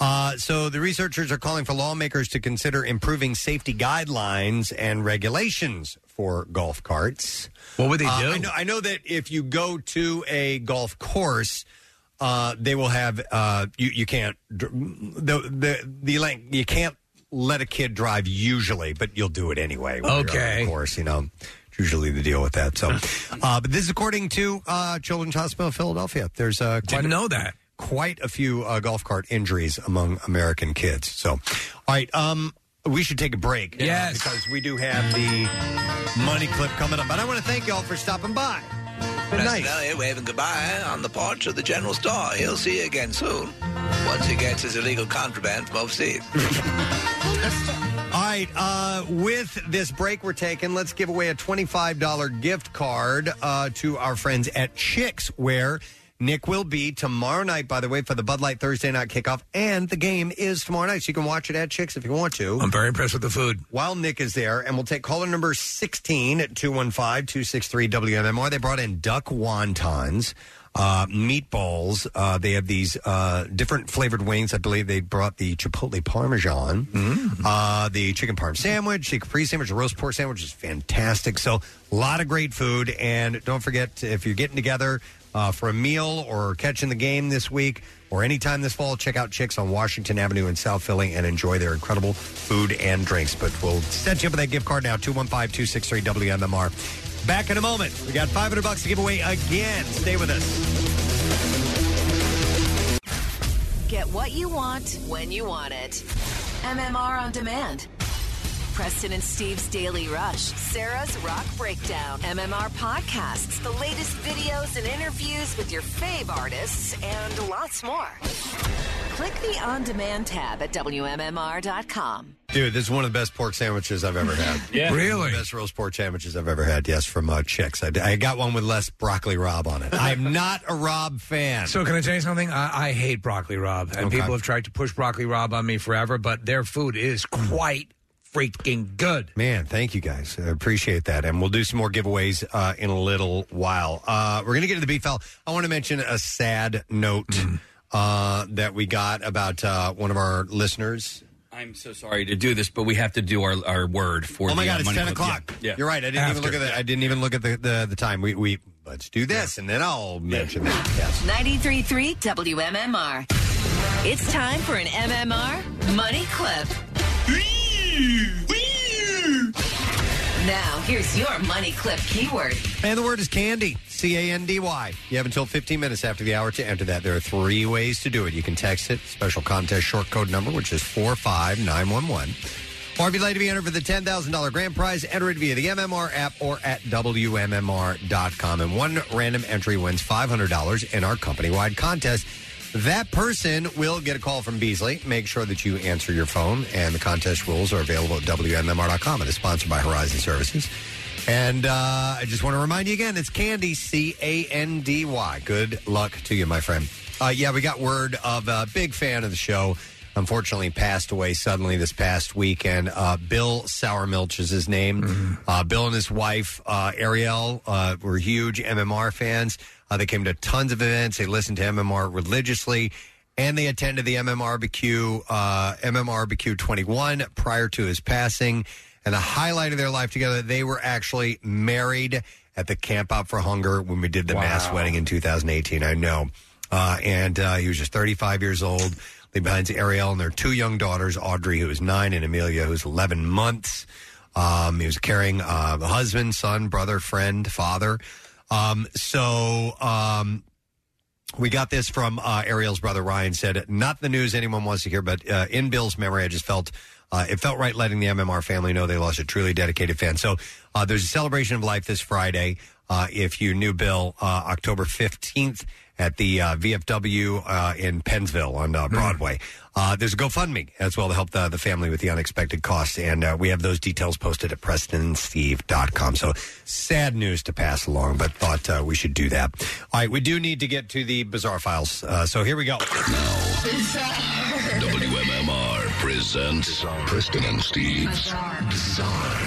Uh, so the researchers are calling for lawmakers to consider improving safety guidelines and regulations for golf carts. Uh,
What would they do?
I know, I know that if you go to a golf course. Uh, they will have uh, you. You can't dr- the the the length. You can't let a kid drive usually, but you'll do it anyway. when you're on the
Okay.
course, you know, it's usually the deal with that. So, uh, but this is according to uh, Children's Hospital of Philadelphia. There's uh, quite
Didn't
a,
know that.
Quite a few uh, golf cart injuries among American kids. So, all right, um, we should take a break. Yes, because we do have the money clip coming up. But I want to thank y'all for stopping by. Good
Preston
night.
Elliott waving goodbye on the porch of the general store. He'll see you again soon once he gets his illegal contraband from overseas.
All right, uh, with this break we're taking, let's give away a $25 gift card uh, to our friends at Chicks, where Nick will be tomorrow night, by the way, for the Bud Light Thursday night kickoff. And the game is tomorrow night, so you can watch it at Chicks if you want to.
I'm very impressed with the food.
While Nick is there, and we'll take caller number 16 at 215 263 WMMR. They brought in duck wontons. Uh, meatballs. Uh, they have these uh, different flavored wings. I believe they brought the chipotle parmesan, uh, the chicken parm sandwich, the capri sandwich, the roast pork sandwich is fantastic. So a lot of great food. And don't forget if you're getting together uh, for a meal or catching the game this week or anytime this fall, check out Chicks on Washington Avenue in South Philly and enjoy their incredible food and drinks. But we'll set you up with that gift card now 215 263 WMMR. Back in a moment. We got 500 bucks to give away again. Stay with us.
Get what you want when you want it. MMR on demand. Preston and Steve's Daily Rush, Sarah's Rock Breakdown, MMR podcasts, the latest videos and interviews with your fave artists, and lots more. Click the on demand tab at WMMR.com.
Dude, this is one of the best pork sandwiches I've ever had.
Yeah.
Really? One of the best roast pork sandwiches I've ever had, yes, from uh, Chicks. I, I got one with less broccoli Rob on it. I'm not a Rob fan.
So can I tell you something? I, I hate broccoli Rob, and
Okay.
people have tried to push broccoli Rob on me forever, but their food is quite freaking good.
Man, thank you guys. I appreciate that. And we'll do some more giveaways uh, in a little while. Uh, we're going to get to the beef file. I want to mention a sad note
Mm-hmm.
uh, that we got about uh, one of our listeners.
I'm so sorry to do this, but we have to do our, our word for.
oh my
the, uh,
God, it's
money
ten
clip.
o'clock.
Yeah. Yeah.
You're right. I didn't even look at the, I didn't even look at the, the, the time. We we let's do this, and then I'll mention that. Yes.
93.3 WMMR. It's time for an MMR Money Clip. Now, here's your Money Clip keyword.
And the word is candy. C A N D Y. You have until 15 minutes after the hour to enter that. There are three ways to do it. You can text it, special contest short code number, which is 45911. Or if you'd like to be entered for the $10,000 grand prize, enter it via the MMR app or at WMMR.com. And one random entry wins $500 in our company wide contest. That person will get a call from Beasley. Make sure that you answer your phone, and the contest rules are available at WMMR.com. It is sponsored by Horizon Services. And uh, I just want to remind you again it's Candy, C A N D Y. Good luck to you, my friend. Uh, yeah, we got word of a big fan of the show. Unfortunately, passed away suddenly this past weekend. Uh, Bill Sourmilch is his name. Uh, Bill and his wife uh, Ariel uh, were huge MMR fans. Uh, they came to tons of events. They listened to MMR religiously, and they attended the MMRBQ uh, MMRBQ 21 prior to his passing. And the highlight of their life together, they were actually married at the Camp Out for Hunger when we did the mass wedding in 2018. I know. Uh, and uh, he was just 35 years old. Leave behind Ariel and their two young daughters, Audrey, who is nine, and Amelia, who's 11 months. Um, he was carrying uh, a husband, son, brother, friend, father. Um, so um, we got this from uh, Ariel's brother Ryan said, not the news anyone wants to hear, but uh, in Bill's memory, I just felt uh, it felt right letting the MMR family know they lost a truly dedicated fan. So uh, there's a celebration of life this Friday. Uh, if you knew Bill, uh, October 15th at the uh, VFW uh, in Pennsville on uh, Broadway. Uh, there's a GoFundMe as well to help the, the family with the unexpected costs. And uh, we have those details posted at PrestonSteve.com. So sad news to pass along, but thought uh, we should do that. All right, we do need to get to the bizarre files. Uh, so here we go.
WMMR presents Preston and Steve's Bizarre,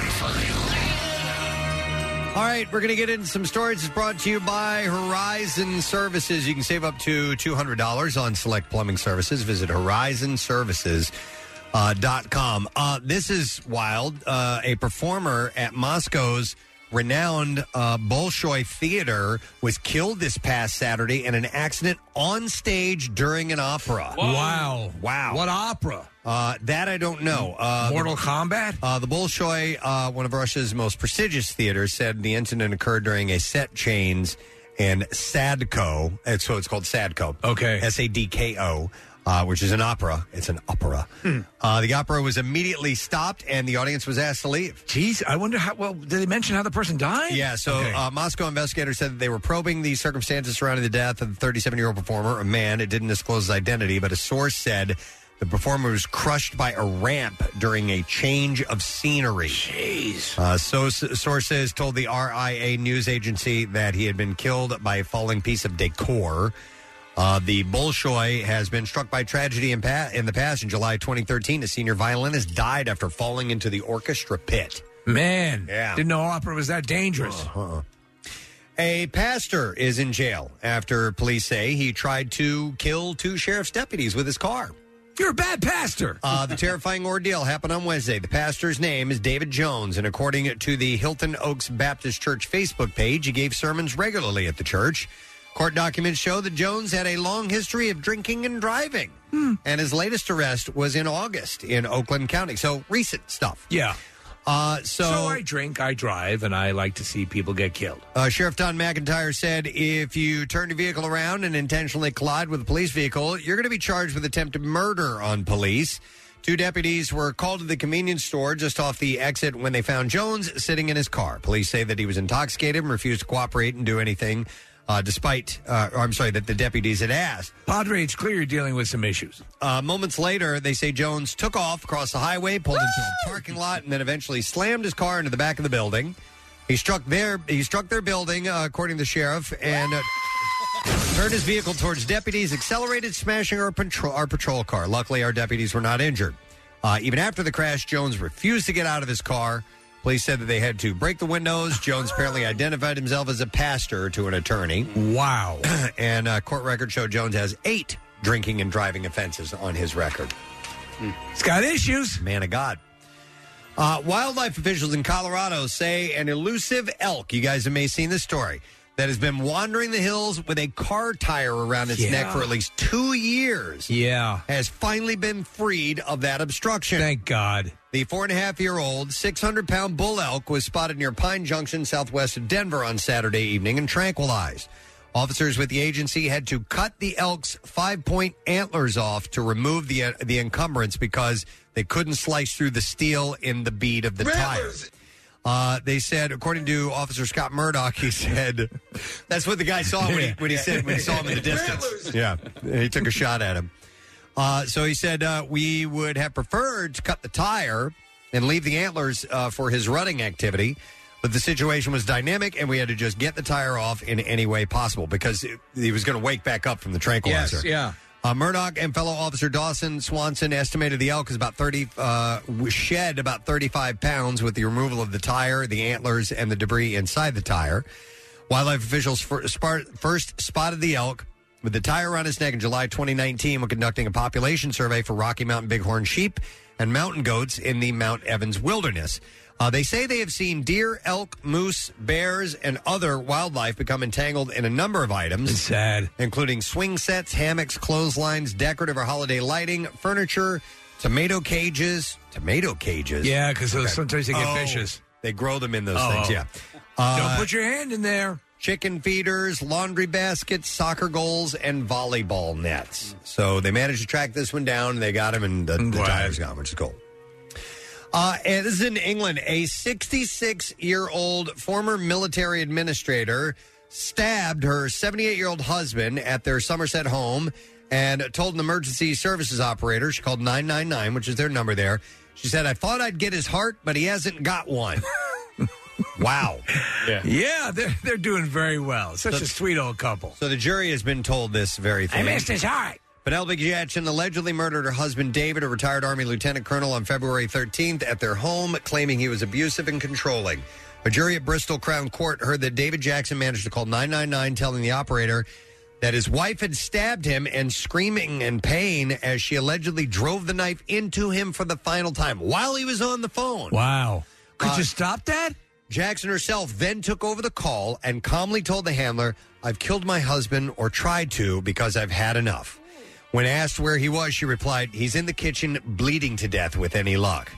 All right, we're going to get into some stories. It's brought to you by Horizon Services. You can save up to $200 on select plumbing services. Visit horizonservices.com. Uh, this is wild. Uh, a performer at Moscow's renowned uh, Bolshoi Theater was killed this past Saturday in an accident on stage during an opera.
Wow.
Wow. What
opera?
Uh, that I don't know. Uh,
Mortal Kombat?
Uh, the Bolshoi, uh, one of Russia's most prestigious theaters, said the incident occurred during a set change in Sadko. And so it's called Sadko.
Okay.
S A D K O. Uh, which is an opera. It's an opera.
Hmm.
Uh, the opera was immediately stopped, and the audience was asked to leave.
Jeez, I wonder how. Well, did they mention how the person died?
Yeah, so
Okay.
uh, Moscow investigators said that they were probing the circumstances surrounding the death of the 37 year old performer, a man. It didn't disclose his identity, but a source said the performer was crushed by a ramp during a change of scenery. Jeez. Uh, so s- sources told the RIA news agency that he had been killed by a falling piece of decor. Uh, the Bolshoi has been struck by tragedy in, pa- in the past. In July 2013, a senior violinist died after falling into the orchestra pit.
Man.
uh, Yeah.
Didn't know opera was that dangerous.
Uh-huh. A pastor is in jail after police say he tried to kill two sheriff's deputies with his car.
You're a bad pastor.
*laughs* Uh, the terrifying ordeal happened on Wednesday. The pastor's name is David Jones, and according to the Hilton Oaks Baptist Church Facebook page, he gave sermons regularly at the church. Court documents show that Jones had a long history of drinking and driving,
Hmm.
and his latest arrest was in August in Oakland County. So recent stuff.
Yeah.
Uh, so,
I drink, I drive, and I like to see people get killed.
Uh, Sheriff Don McIntyre said if you turn your vehicle around and intentionally collide with a police vehicle, you're going to be charged with attempted murder on police. Two deputies were called to the convenience store just off the exit when they found Jones sitting in his car. Police say that he was intoxicated and refused to cooperate and do anything, uh, despite, uh, or I'm sorry, that the deputies had asked.
Padre, it's clear you're dealing with some issues.
Uh, moments later, they say Jones took off across the highway, pulled into a parking lot, and then eventually slammed his car into the back of the building. He struck their he struck their building, uh, according to the sheriff, and uh, turned his vehicle towards deputies, accelerated, smashing our patrol our patrol car. Luckily, our deputies were not injured. Uh, even after the crash, Jones refused to get out of his car. Police said that they had to break the windows. Jones apparently identified himself as a pastor to an attorney.
Wow.
*clears throat* and uh, court records show Jones has eight drinking and driving offenses on his record.
It's got issues.
Hmm. Man of God. Uh, wildlife officials in Colorado say an elusive elk, you guys have may have seen this story, that has been wandering the hills with a car tire around its
Yeah.
neck for at least two years.
Yeah.
Has finally been freed of that obstruction.
Thank God.
The four and a half year old, 600 pound bull elk was spotted near Pine Junction, southwest of Denver on Saturday evening and tranquilized. Officers with the agency had to cut the elk's five point antlers off to remove the, uh, the encumbrance because they couldn't slice through the steel in the bead of the tire. Uh, they said, according to Officer Scott Murdoch, he said, *laughs* "That's what the guy saw when he when he said when he saw him in the distance." Yeah, he took a shot at him. Uh, so he said, uh, "We would have preferred to cut the tire and leave the antlers uh, for his running activity, but the situation was dynamic, and we had to just get the tire off in any way possible because it- he was going to wake back up from the tranquilizer."
Yes, yeah.
Uh, Murdoch and fellow officer Dawson Swanson estimated the elk is about 30, uh, w- shed about 35 pounds with the removal of the tire, the antlers, and the debris inside the tire. Wildlife officials fir- spar- first spotted the elk with the tire around his neck in July 2019 when conducting a population survey for Rocky Mountain bighorn sheep and mountain goats in the Mount Evans wilderness. Uh, they say they have seen deer, elk, moose, bears, and other wildlife become entangled in a number of items. sad. Including swing sets, hammocks, clotheslines, decorative or holiday lighting, furniture, tomato cages. Tomato cages?
Yeah, 'cause those-
Okay.
sometimes they get
Oh,
vicious.
They grow them in those
Oh.
things, yeah.
Don't
Uh,
put your hand in there.
Chicken feeders, laundry baskets, soccer goals, and volleyball nets. So they managed to track this one down. and They got him, and the, the tire's gone, which is cool. Uh, and this is in England. A 66 year old former military administrator stabbed her 78 year old husband at their Somerset home and told an emergency services operator. She called 999, which is their number there. She said, I thought I'd get his heart, but he hasn't got
*laughs*
one. wow.
Yeah.
Yeah, they're, they're doing very well. Such a sweet old couple.
So the jury has been told this very thing.
I missed his heart.
Penelope Jackson allegedly murdered her husband David, a retired Army lieutenant colonel, on February 13th at their home, claiming he was abusive and controlling. A jury at Bristol Crown Court heard that David Jackson managed to call 999, telling the operator that his wife had stabbed him and screaming in pain as she allegedly drove the knife into him for the final time while he was on the phone.
Wow.
Could you stop that? Uh, Jackson herself then took over the call and calmly told the handler, I've killed my husband or tried to because I've had enough. When asked where he was, she replied, He's in the kitchen bleeding to death with any luck.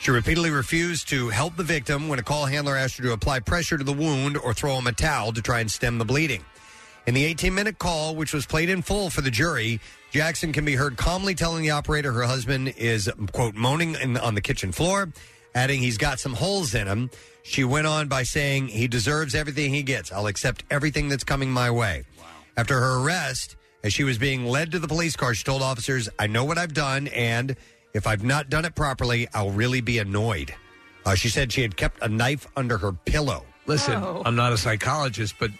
She repeatedly refused to help the victim when a call handler asked her to apply pressure to the wound or throw him a towel to try and stem the bleeding. In the 18 minute call, which was played in full for the jury, Jackson can be heard calmly telling the operator her husband is, quote, moaning in, on the kitchen floor, adding he's got some holes in him. She went on by saying, he deserves everything he gets. I'll accept everything that's coming my way. After her arrest, as she was being led to the police car, she told officers, I know what I've done, and if I've not done it properly, I'll really be annoyed. Uh, she said she had kept a knife under her pillow.
Listen, I'm not a psychologist, but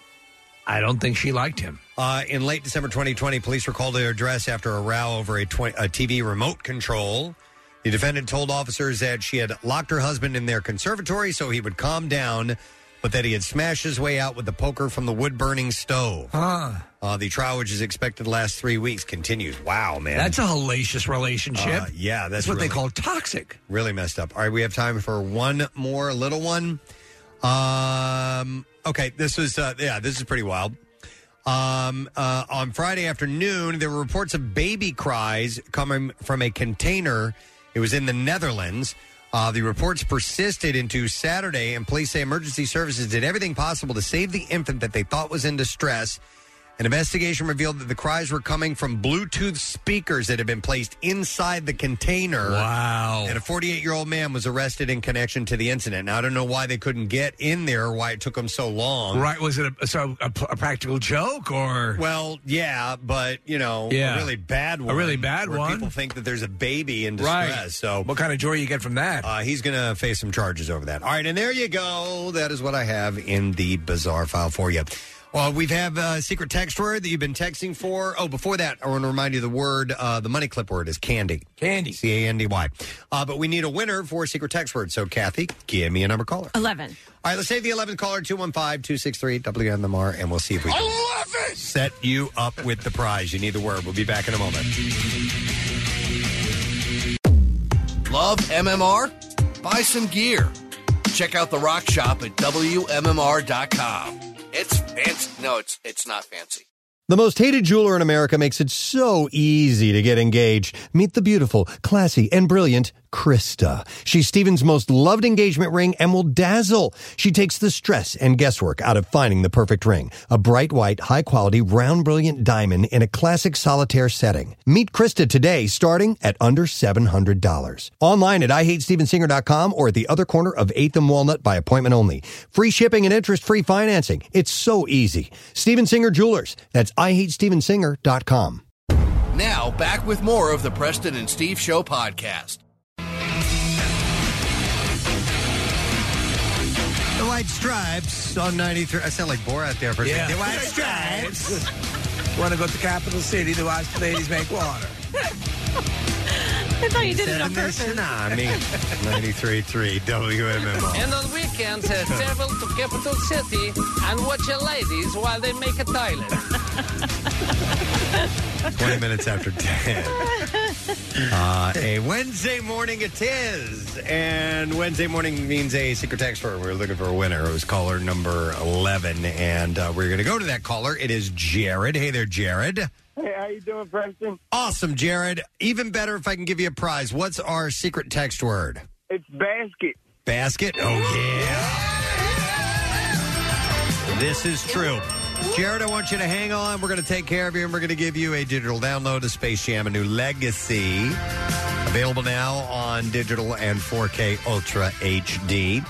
I don't think she liked him.
Uh, in late December 2020, police were called to their address after a row over a, tw- a TV remote control. The defendant told officers that she had locked her husband in their conservatory so he would calm down, but that he had smashed his way out with the poker from the wood burning stove. Uh, the trial, which is expected to last three weeks, continues. Wow, man.
That's a hellacious relationship.
Uh, yeah, that's
what
really-
they call toxic.
Really messed up. All right, we have time for one more little one. Um, okay, this was uh, yeah, this is pretty wild. Um, uh, on Friday afternoon, there were reports of baby cries coming from a container. It was in the Netherlands. Uh, the reports persisted into Saturday, and police say emergency services did everything possible to save the infant that they thought was in distress. An investigation revealed that the cries were coming from Bluetooth speakers that had been placed inside the container.
Wow.
And a 48 year old man was arrested in connection to the incident. Now, I don't know why they couldn't get in there, why it took them so long.
Right? Was it a, so uh, a, *laughs* a practical joke or?
Well, yeah, but, you know,
Yeah.
a really bad
A
one.
really bad
where
one.
People think that there's a baby in
Right.
distress. So, what kind of joy you get from that? Uh, he's going to face some charges over that. All right, and there you go. That is what I have in the bizarre file for you. Well, we have a secret text word that you've been texting for. Oh, before that, I want to remind you the word, uh, the money clip word is candy. Candy. C A N D Y. Uh, but we need a winner for secret text word. So, Kathy, give me a number caller.
11.
All right, let's save the 11th caller, 215 263 WMMR, and we'll see if we
Oh,
can set you up with the prize. You need the word. We'll be back in a moment.
Love MMR? Buy some gear. Check out the rock shop at WMMR.com. It's fancy. No, it's it's not fancy.
The most hated jeweler in America makes it so easy to get engaged. Meet the beautiful, classy, and brilliant Krista. She's Steven's most loved engagement ring and will dazzle. She takes the stress and guesswork out of finding the perfect ring. A bright white, high quality, round brilliant diamond in a classic solitaire setting. Meet Krista today, starting at under $700. Online at IHateStevenSinger.com or at the other corner of 8th and Walnut by appointment only. Free shipping and interest free financing. It's so easy. Steven Singer Jewelers. That's IHateStevenSinger.com.
Now, back with more of the Preston and Steve Show podcast.
The White Stripes on 93. I sound like Borat there for a second. The *laughs* White Stripes.
Want to go to the capital city to watch the ladies make water.
*laughs* I thought you did it on
Seven
purpose.
Tsunami. 93.3 WMMR.
And on weekends,
*laughs*
uh, travel to capital city and watch the ladies while they make a toilet.
20 minutes after 10. Uh, a Wednesday morning it is. And Wednesday morning means a secret text for We're looking for a winner. It was caller number 11. And uh, we're going to go to that caller. It is Jared. Hey there, Jared.
Hey, how you doing, Preston?
Awesome, Jared. Even better if I can give you a prize. What's our secret text word?
It's basket.
Basket? Oh, yeah. This is true. Jared, I want you to hang on. We're going to take care of you, and we're going to give you a digital download of Space Jam A New Legacy. Available now on digital and 4K Ultra HD.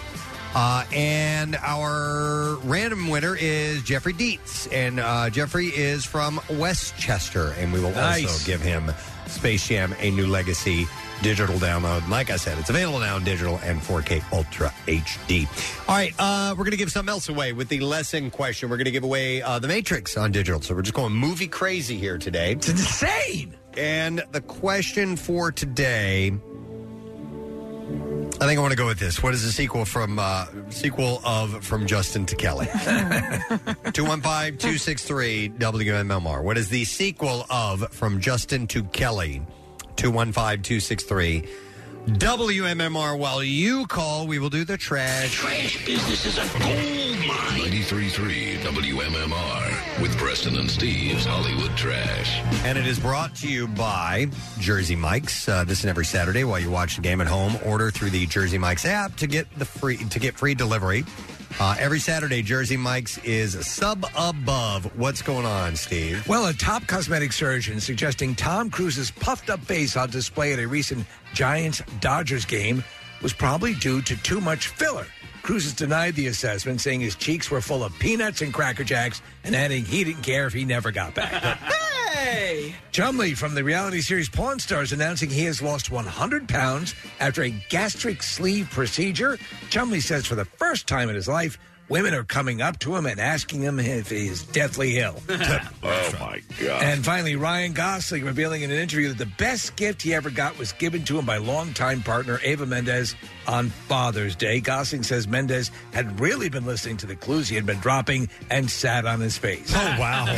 Uh, and our random winner is Jeffrey Dietz. And uh, Jeffrey is from Westchester, and we will
Nice.
also give him Space Jam A New Legacy digital download. And like I said, it's available now in digital and 4K Ultra HD. All right, uh, we're going to give something else away with the lesson question. We're going to give away uh, The Matrix on digital. So we're just going movie crazy here today. It's insane. And the question for today. I think I want to go with this. What is the sequel from uh, sequel of from Justin to *laughs* Kelly? 215-263 WMMR. What is the sequel of from Justin to Kelly? 215-263 WMMR. While you call, we will do the trash.
Business is a gold mine. 93.3 WMMR with Preston and Steve's Hollywood Trash.
And it is brought to you by Jersey Mike's. Uh, this is every Saturday while you watch the game at home. Order through the Jersey Mike's app to get the free to get free delivery. Uh, every Saturday, Jersey Mike's is sub above. What's going on, Steve?
Well, a top cosmetic surgeon suggesting Tom Cruise's puffed up face on display at a recent Giants Dodgers game was probably due to too much filler. Cruz has denied the assessment, saying his cheeks were full of peanuts and Cracker Jacks, and adding he didn't care if he never got back.
Hey!
Chumley from the reality series Pawn Stars announcing he has lost 100 pounds after a gastric sleeve procedure. Chumley says for the first time in his life, women are coming up to him and asking him if he is deathly
*laughs*
ill.
oh my god!
And finally, Ryan Gosling revealing in an interview that the best gift he ever got was given to him by longtime partner Ava Mendez on Father's Day. Gosling says Mendez had really been listening to the clues he had been dropping and sat on his face.
Oh,
*laughs*
wow.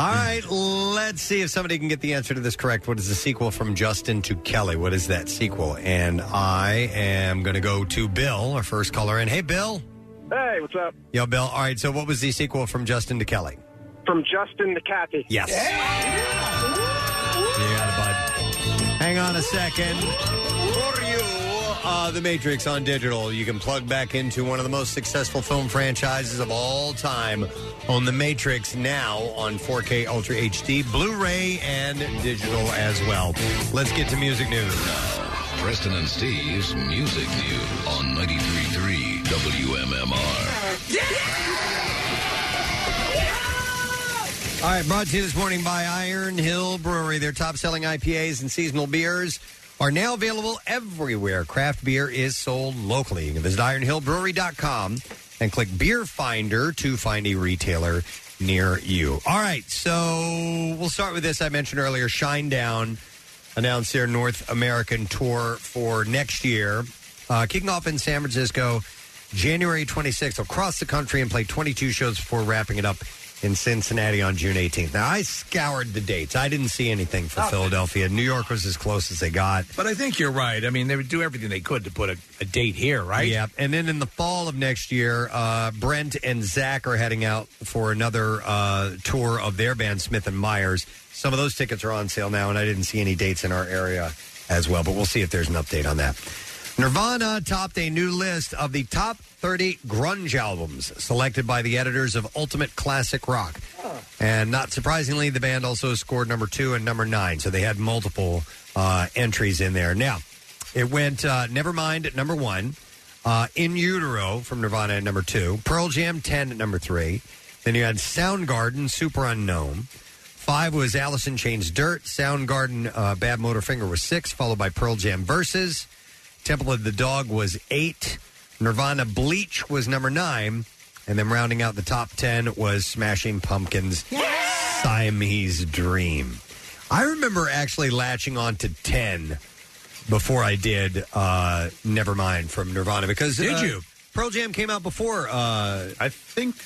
All right, let's see if somebody can get the answer to this correct. What is the sequel from Justin to Kelly? What is that sequel? And I am going to go to Bill, our first caller in. Hey, Bill.
*laughs* Hey, what's up?
Yo, Bill. All right, so what was the sequel from Justin to Kelly?
From Justin to Kathy.
Yes. You got it, bud. Hang on a second. For you, uh, The Matrix on digital. You can plug back into one of the most successful film franchises of all time on The Matrix now on 4K Ultra HD, Blu ray, and digital as well. Let's get to music news.
Preston and Steve's Music News on 93.3 WMMR.
All right, brought to you this morning by Iron Hill Brewery. Their top selling IPAs and seasonal beers are now available everywhere. Craft beer is sold locally. You can visit ironhillbrewery.com and click Beer Finder to find a retailer near you. All right, so we'll start with this. I mentioned earlier Shinedown announced their North American tour for next year, uh, kicking off in San Francisco January 26th across the country and play 22 shows before wrapping it up in Cincinnati on June 18th. Now, I scoured the dates. I didn't see anything for Philadelphia. New York was as close as they got.
But I think you're right. I mean, they would do everything they could to put a, a date here, right?
Yeah. And then in the fall of next year, uh, Brent and Zach are heading out for another uh, tour of their band, Smith and Myers. Some of those tickets are on sale now, and I didn't see any dates in our area as well, but we'll see if there's an update on that. Nirvana topped a new list of the top 30 grunge albums selected by the editors of Ultimate Classic Rock. And not surprisingly, the band also scored number two and number nine. So they had multiple uh, entries in there. Now, it went uh, Nevermind at number one, uh, In Utero from Nirvana at number two, Pearl Jam 10 at number three. Then you had Soundgarden, Super Unknown. Five was Allison Chains Dirt. Soundgarden, uh, Bad Motor Finger was six, followed by Pearl Jam Versus. Temple of the Dog was eight. Nirvana Bleach was number nine. And then rounding out the top 10 was Smashing Pumpkins Siamese Dream. I remember actually latching on to 10 before I did uh, Nevermind from Nirvana because.
Did
uh,
you?
Pearl Jam came out before. Uh,
I think.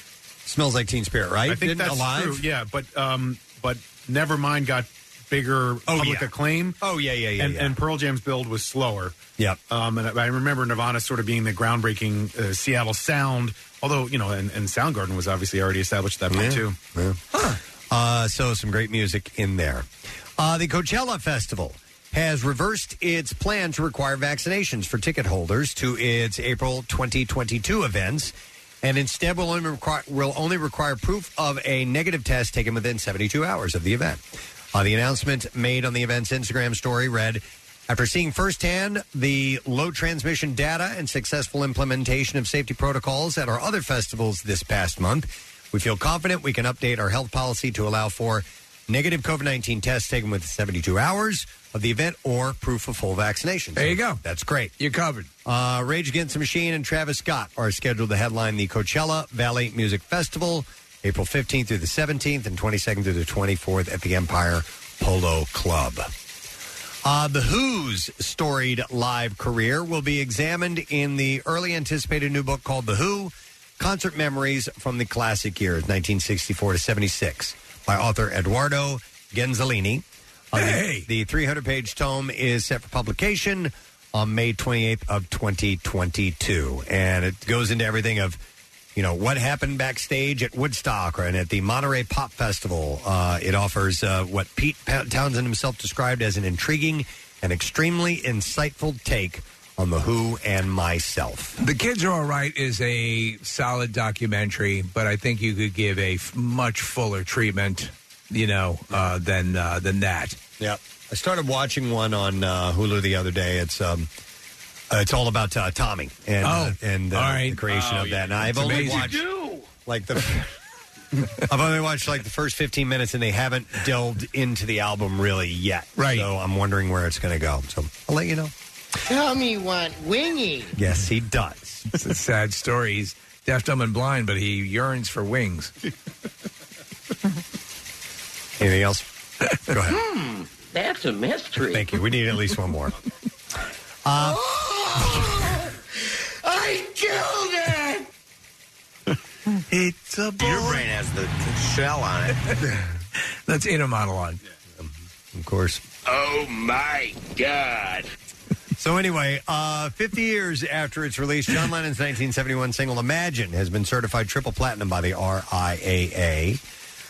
Smells Like Teen Spirit, right?
I think
Didn't
that's
Alive?
true. Yeah, but um, but Nevermind got bigger public
yeah.
acclaim.
Oh yeah, yeah, yeah,
And,
yeah.
and Pearl Jam's build was slower.
Yep.
Um, and I I remember Nirvana sort of being the groundbreaking uh, Seattle sound. Although you know, and, and Soundgarden was obviously already established at that point
Yeah,
too.
yeah. Uh, so some great music in there. Uh, the Coachella Festival has reversed its plan to require vaccinations for ticket holders to its April 2022 events, and instead will only require, will only require proof of a negative test taken within 72 hours of the event. Uh, the announcement made on the event's Instagram story read. After seeing firsthand the low transmission data and successful implementation of safety protocols at our other festivals this past month, we feel confident we can update our health policy to allow for negative COVID 19 tests taken within 72 hours of the event or proof of full vaccination. There you go. That's great.
You're covered.
Uh, Rage Against the Machine and Travis Scott are scheduled to headline the Coachella Valley Music Festival April 15th through the 17th and 22nd through the 24th at the Empire Polo Club. Uh, the Who's storied live career will be examined in the early anticipated new book called The Who Concert Memories from the Classic Years, 1964 to 76, by author Eduardo Genzolini. Uh, the- The 300 page tome is set for publication on May 28th of 2022. And it goes into everything of you know what happened backstage at Woodstock or, and at the Monterey Pop Festival. Uh, it offers uh, what Pete Pa- Townsend himself described as an intriguing and extremely insightful take on the Who and myself.
The Kids Are All Right is a solid documentary, but I think you could give a f- much fuller treatment, you know, uh, than uh, than that.
Yeah, I started watching one on uh, Hulu the other day. It's um, uh, it's all about uh, Tommy and uh,
Oh,
and uh,
all right.
the creation
Oh,
of that. And
yeah.
I've
It's
only
amazing.
watched like the. I've only watched like the first 15 minutes and they haven't delved into the album really yet. Right. So I'm wondering where it's going to go. So I'll let you know.
Tell me what wingy.
Yes, he does.
it's a sad story. He's deaf, dumb, and blind, but he yearns for wings.
Anything else? Go ahead.
That's a mystery.
Thank you. We need at least one more. *laughs*
Uh, I killed it!
It's a
Your brain
has the shell on it. *laughs* That's inner monologue.
Of course.
Oh my god.
So anyway, uh, 50 years after its release, John Lennon's 1971 single "Imagine" has been certified triple platinum by the RIAA.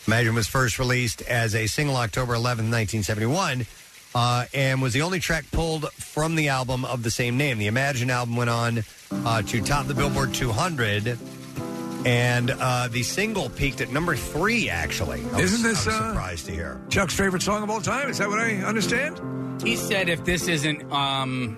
"Imagine" was first released as a single October 11, 1971, uh, and was the only track pulled from the album of the same name. The "Imagine" album went on uh, to top the Billboard 200, and uh, the single peaked at number three. Actually, I was-
*laughs* Isn't this
I was
uh,
surprised to hear?
Chuck's favorite song of all time? Is that what I understand?
He said if this isn't um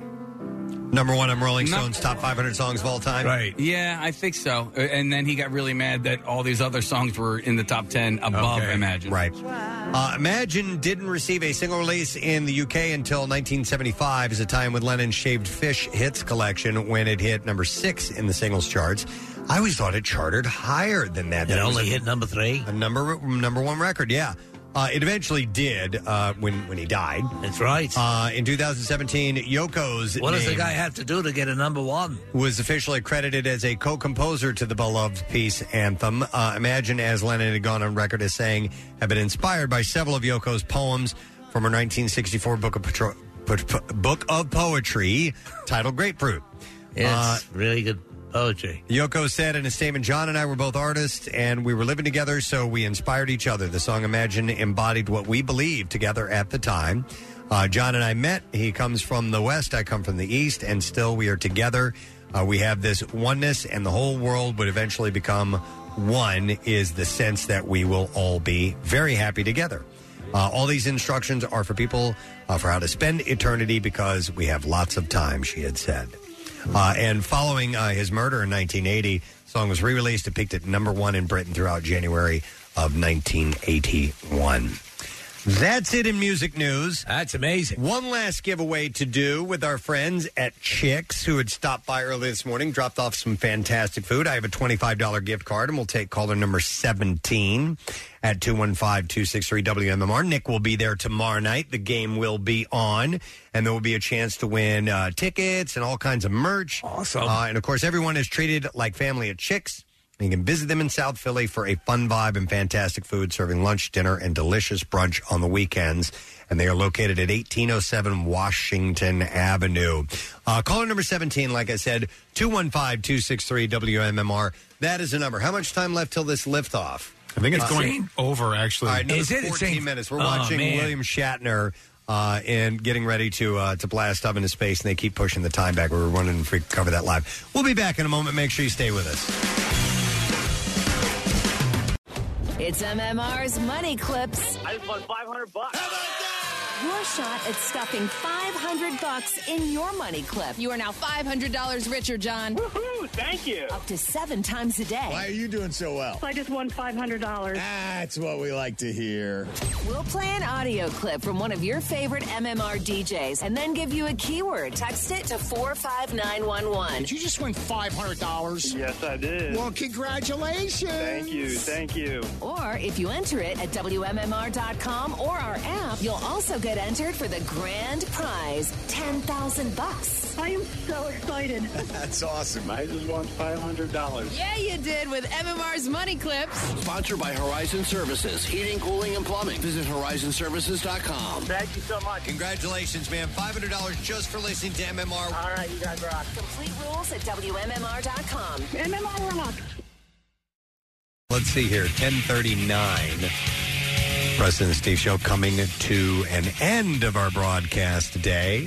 number one on Rolling
Num-
Stone's top 500 songs of all time.
Yeah, I think so. Uh, And then he got really mad that all these other songs were in the top 10 above
Okay.
Imagine.
Right. Uh, Imagine didn't receive a single release in the UK until 1975, is a time when Lennon's Shaved Fish hits collection when it hit number six in the singles charts. I always thought it charted higher than that. That was a-
number three?
a number number one record. Yeah, Uh, it eventually did uh, when when he died.
That's right.
Uh, in 2017, Yoko's
What does the
name
guy have to do to get a number one?
was officially credited as a co-composer to the beloved piece anthem. Uh, Imagine, as Lennon had gone on record as saying, had been inspired by several of Yoko's poems from her 1964 book of, patro- pat- pa- book of poetry titled Grapefruit. Uh,
Yes, really good
Oh,
poetry.
Yoko said in a statement, John and I were both artists and we were living together, so we inspired each other. The song Imagine embodied what we believed together at the time. Uh, John and I met. He comes from the West, I come from the East, and still we are together. Uh, we have this oneness, and the whole world would eventually become one, is the sense that we will all be very happy together. Uh, all these instructions are for people uh, for how to spend eternity because we have lots of time, she had said. Uh, and following uh, his murder in 1980, the song was re released. It peaked at number one in Britain throughout January of 1981. That's it in music news.
That's amazing.
One last giveaway to do with our friends at Chicks, who had stopped by early this morning, dropped off some fantastic food. I have a $25 gift card, and we'll take caller number 17 at 215 263 WMMR. Nick will be there tomorrow night. The game will be on, and there will be a chance to win uh, tickets and all kinds of merch. Awesome. Uh, and of course, everyone is treated like family at Chicks. You can visit them in South Philly for a fun vibe and fantastic food, serving lunch, dinner, and delicious brunch on the weekends. And they are located at 1807 Washington Avenue. Uh, caller number 17, like I said, 215 263 WMMR. That is the number. How much time left till this liftoff?
I think it's
Uh,
going over, actually.
all right, another 14 minutes. We're watching William Shatner uh, and getting ready to uh, to blast up into space, and they keep pushing the time back. We were running if we could cover that live. We'll be back in a moment. Make sure you stay with us.
It's MMR's Money Clips. I just won 500 bucks. Your shot at stuffing 500 bucks in your money clip. You are now $500 richer, John. Woohoo! Thank you. Up to seven times a day.
Why are you doing so well?
I just won $500.
That's what we like to hear.
We'll play an audio clip from one of your favorite MMR DJs and then give you a keyword. Text it to 45911. Did you just win $500?
Yes, I did. Well, congratulations. Thank you. Thank you.
Or if you enter it at WMMR.com or our app, you'll also get entered for the grand prize 10,000 bucks. I am so excited.
That's awesome. I just won $500.
Yeah, you did with MMR's Money Clips.
Sponsored by Horizon Services, heating, cooling, and plumbing. Visit horizonservices.com.
Thank you so much. Congratulations, man. $500 just for listening to MMR. *laughs* All right, you guys rock.
Complete rules at WMMR.com. MMR rock.
Let's see here. 1039. Preston and Steve Show coming to an end of our broadcast today.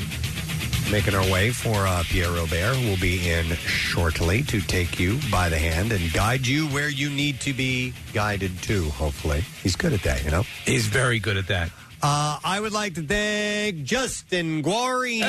Making our way for uh, Pierre Robert, who will be in shortly to take you by the hand and guide you where you need to be guided to, hopefully. He's good at that, you know?
He's very good at that.
Uh, I would like to thank Justin Guarini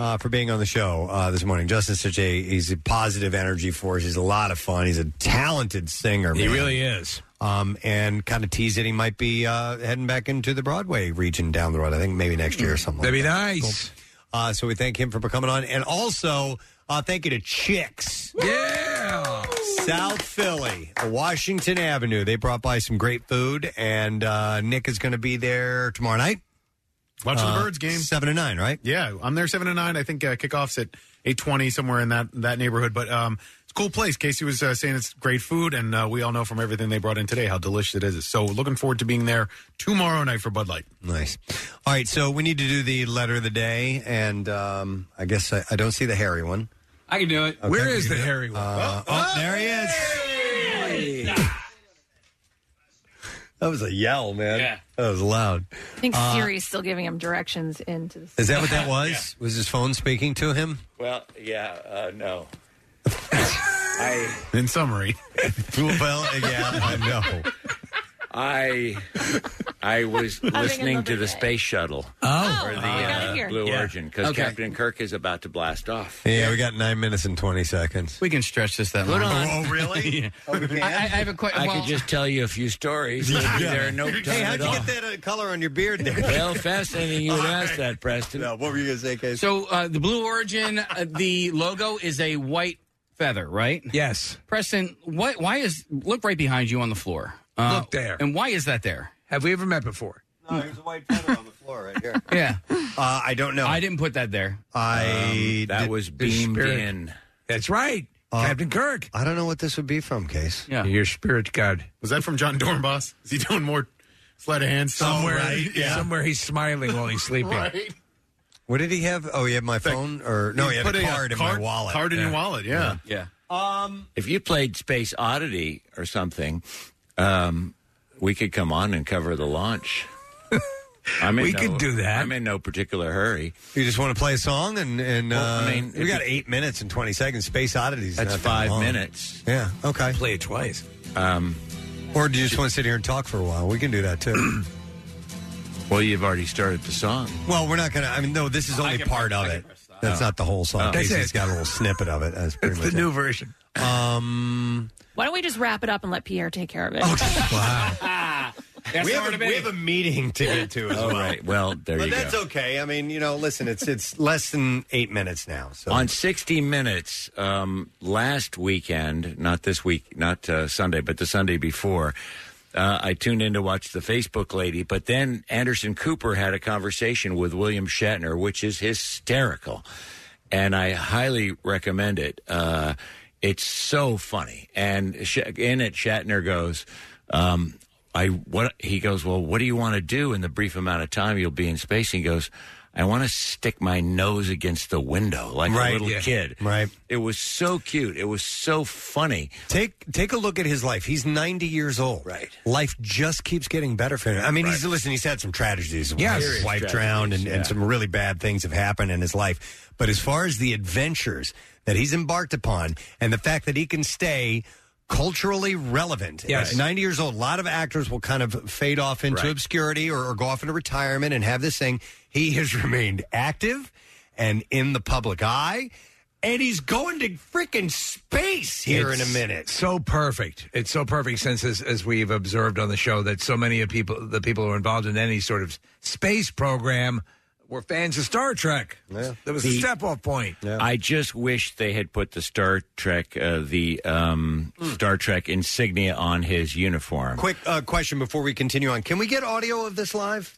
uh, for being on the show uh, this morning. Justin's such a he's a positive energy force. He's a lot of fun. He's a talented singer.
He
man.
really is.
Um, and kind of teased that he might be uh, heading back into the Broadway region down the road. I think maybe next year or something.
That'd be
like that.
nice.
Cool. Uh, so we thank him for coming on, and also uh, thank you to Chicks.
Yeah.
South Philly, Washington Avenue. They brought by some great food, and uh, Nick is going to be there tomorrow night.
Watch
Uh,
the birds game.
Seven to nine, right?
Yeah, I'm there seven to nine. I think uh, kickoffs at eight twenty somewhere in that that neighborhood. But um, it's a cool place. Casey was uh, saying it's great food, and uh, we all know from everything they brought in today how delicious it is. So looking forward to being there tomorrow night for Bud Light.
Nice. All right, so we need to do the letter of the day, and um, I guess I, I don't see the hairy one.
I can do it.
Okay.
Where is the hairy one?
Uh, oh, there he is. That was a yell, man. Yeah. That was loud.
I think
Uh,
Siri's still giving him directions into the.
Is that what that was? Was his phone speaking to him?
Well, yeah, uh, no. *laughs* I
In
*laughs*
summary,
well, yeah, I know.
I I was listening to the space shuttle.
Oh.
or
Oh,
the
we gotta
uh,
hear.
Blue
Yeah.
Origin, because
Okay.
Captain Kirk is about to blast off.
Yeah, we got nine minutes and 20 seconds.
We can stretch this that
Put
long.
on.
Oh, really?
I,
have a
I could just tell you a few *laughs* stories.
*laughs* Yeah.
There are no time
hey, how'd
at
you
all.
get that uh, color on your beard there?
Well, fascinating you would ask that, Preston.
No, what were you going to say, Casey?
So uh, the Blue Origin, uh, the logo is a white feather, right?
Yes.
Preston, what? Why is look right behind you on the floor? Uh,
Look there.
And why is that there?
Have we ever met before?
No, there's a white feather on the floor right here.
Yeah.
Uh, I don't know. I
didn't put that there.
I
Um, that was beamed in.
That's right, Captain Kirk.
Uh, I don't know what this would be from, Case.
Yeah.
Your spirit guide.
Was that from John Dornbos? Is he doing more sleight of hand stuff?
Somewhere, somewhere he's smiling while he's sleeping.
*laughs* Right.
What did he have? Oh, he had my phone, or no,
You
he had
put
a
a, uh,
card in
card-
my wallet.
card in your wallet, yeah.
Yeah.
Um,
If you played Space Oddity or something, um, we could come on and cover
*laughs*
the launch. I'm in
We
no,
could do that.
I'm in no particular hurry.
You just want to play a song, and and
Well,
uh,
I mean,
we
if
got
you-
eight minutes and twenty seconds. Space Oddities.
That's
not that
five
long.
minutes.
Yeah. Okay.
Play it twice.
Um,
or do you just want to sit here and talk for a while? We can do that too.
well, you've already started the song.
well, we're not gonna. I mean, no, this is only part of it. That's
Oh.
not the whole song.
Oh. That's
Casey's
it.
got a little snippet of it. That's pretty
It's
much
the new version.
it. Um.
Why don't we just wrap it up and let Pierre take care of
Oh,
*laughs* it?
Wow.
*laughs* That's
we,
hard
have
to
a,
be.
we have a meeting to get to as
All
well.
right. Well, there
but
you
that's
go.
okay. I mean, you know, listen, it's it's less than eight minutes now. So
On 60 Minutes, um, last weekend, not this week, not uh, Sunday, but the Sunday before, uh, I tuned in to watch the Facebook lady, but then Anderson Cooper had a conversation with William Shatner, which is hysterical. And I highly recommend it. Uh, it's so funny. And Sh- in it, Shatner goes, um, I what he goes, well, what do you want to do in the brief amount of time you'll be in space? And he goes, I want to stick my nose against the window like
Right,
a little
yeah.
kid.
Right.
It was so cute. It was so funny.
Take take a look at his life. He's 90 years old. Right. Life just keeps getting better for him. I mean, he's listen, he's had some tragedies.
Yes.
His wife
Serious
drowned and, and
tragedies,
some really bad things have happened in his life. But as far as the adventures that he's embarked upon and the fact that he can stay culturally relevant.
Yes.
At 90 years old, a lot of actors will kind of fade off into
Right.
obscurity or, or go off into retirement and have this thing. He *laughs* has remained active and in the public eye. And he's going to freaking space here in
It's
a minute.
So perfect. It's so perfect since, as, as we've observed on the show, that so many of people, the people who are involved in any sort of space program, were fans of Star Trek. Yeah. That was a
The-
step off point.
I just wish they had put the Star Trek, uh, the um,
Hmm.
Star Trek insignia on his uniform.
Quick uh, question before we continue on. Can we get audio of this live?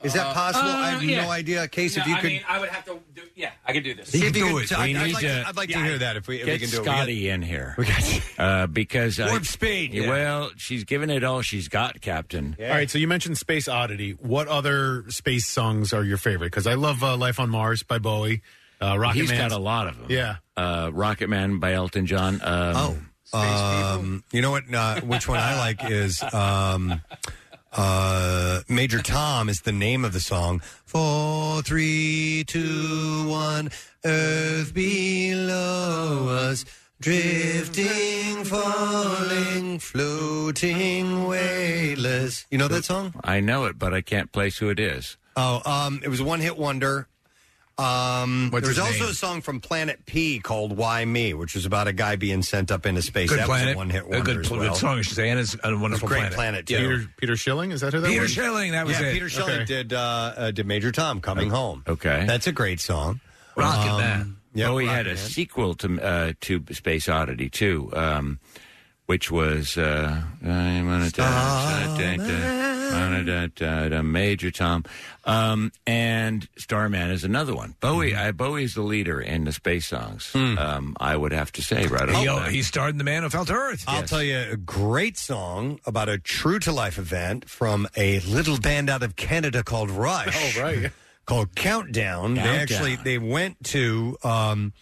Is
Uh,
that possible? I have no idea. Case, if you could.
I would have to do. Yeah, I could do this.
See if you could- I-
We
I'd,
need
like
to-
to, I'd like to
yeah,
hear that if we, if we
Get
can do it.
Scotty in here. uh, because I-
Warp speed, yeah.
Well, she's given it all she's got, Captain.
All right, so you mentioned Space Oddity. What other space songs are your favorite? Because I love uh, Life on Mars by Bowie. Uh, Rocket
He's
Man's-
got a lot of them.
Yeah.
Uh, Rocket Man by Elton John. Um, oh,
Um, you know what? Uh, which one I like is um, uh, Major Tom is the name of the song. Four, three, two, one. uh, Earth below us, drifting, falling, floating, weightless. You know that song?
I know it, but I can't place who it is.
Oh, um, it was a one-hit wonder. Um,
What's
there's
his
also
name?
a song from Planet P called "Why Me," which was about a guy being sent up into space.
Good
that was
planet.
a one-hit
A
wonder.
good,
as
pl-
well.
good song, I should say, and it's a
It was a
wonderful
great
planet.
planet.
Yeah.
too.
Peter, Peter Schilling, is that who that
Peter
was?
Schilling, that was
yeah,
it.
Peter Schilling
Okay.
did uh, uh, did Major Tom coming home.
Okay.
that's a great song.
Rocket
Um,
Man.
yeah,
oh, he had
Rocket
a
Man.
sequel to uh, to Space Oddity too, um, which was uh, I'm on a da- da- da- da- on a da- da- da- Major Tom, um, and Starman is another one. Bowie,
Mm-hmm.
I, Bowie's the leader in the space songs.
Hmm.
Um, I would have to say right off
He,
the
oh,
bat.
he starred in The Man Who Fell to Earth.
I'll tell you a great song about a true to life event from a little band out of Canada called Rush.
Oh, right.
Called Countdown. They
Countdown.
actually they went to um,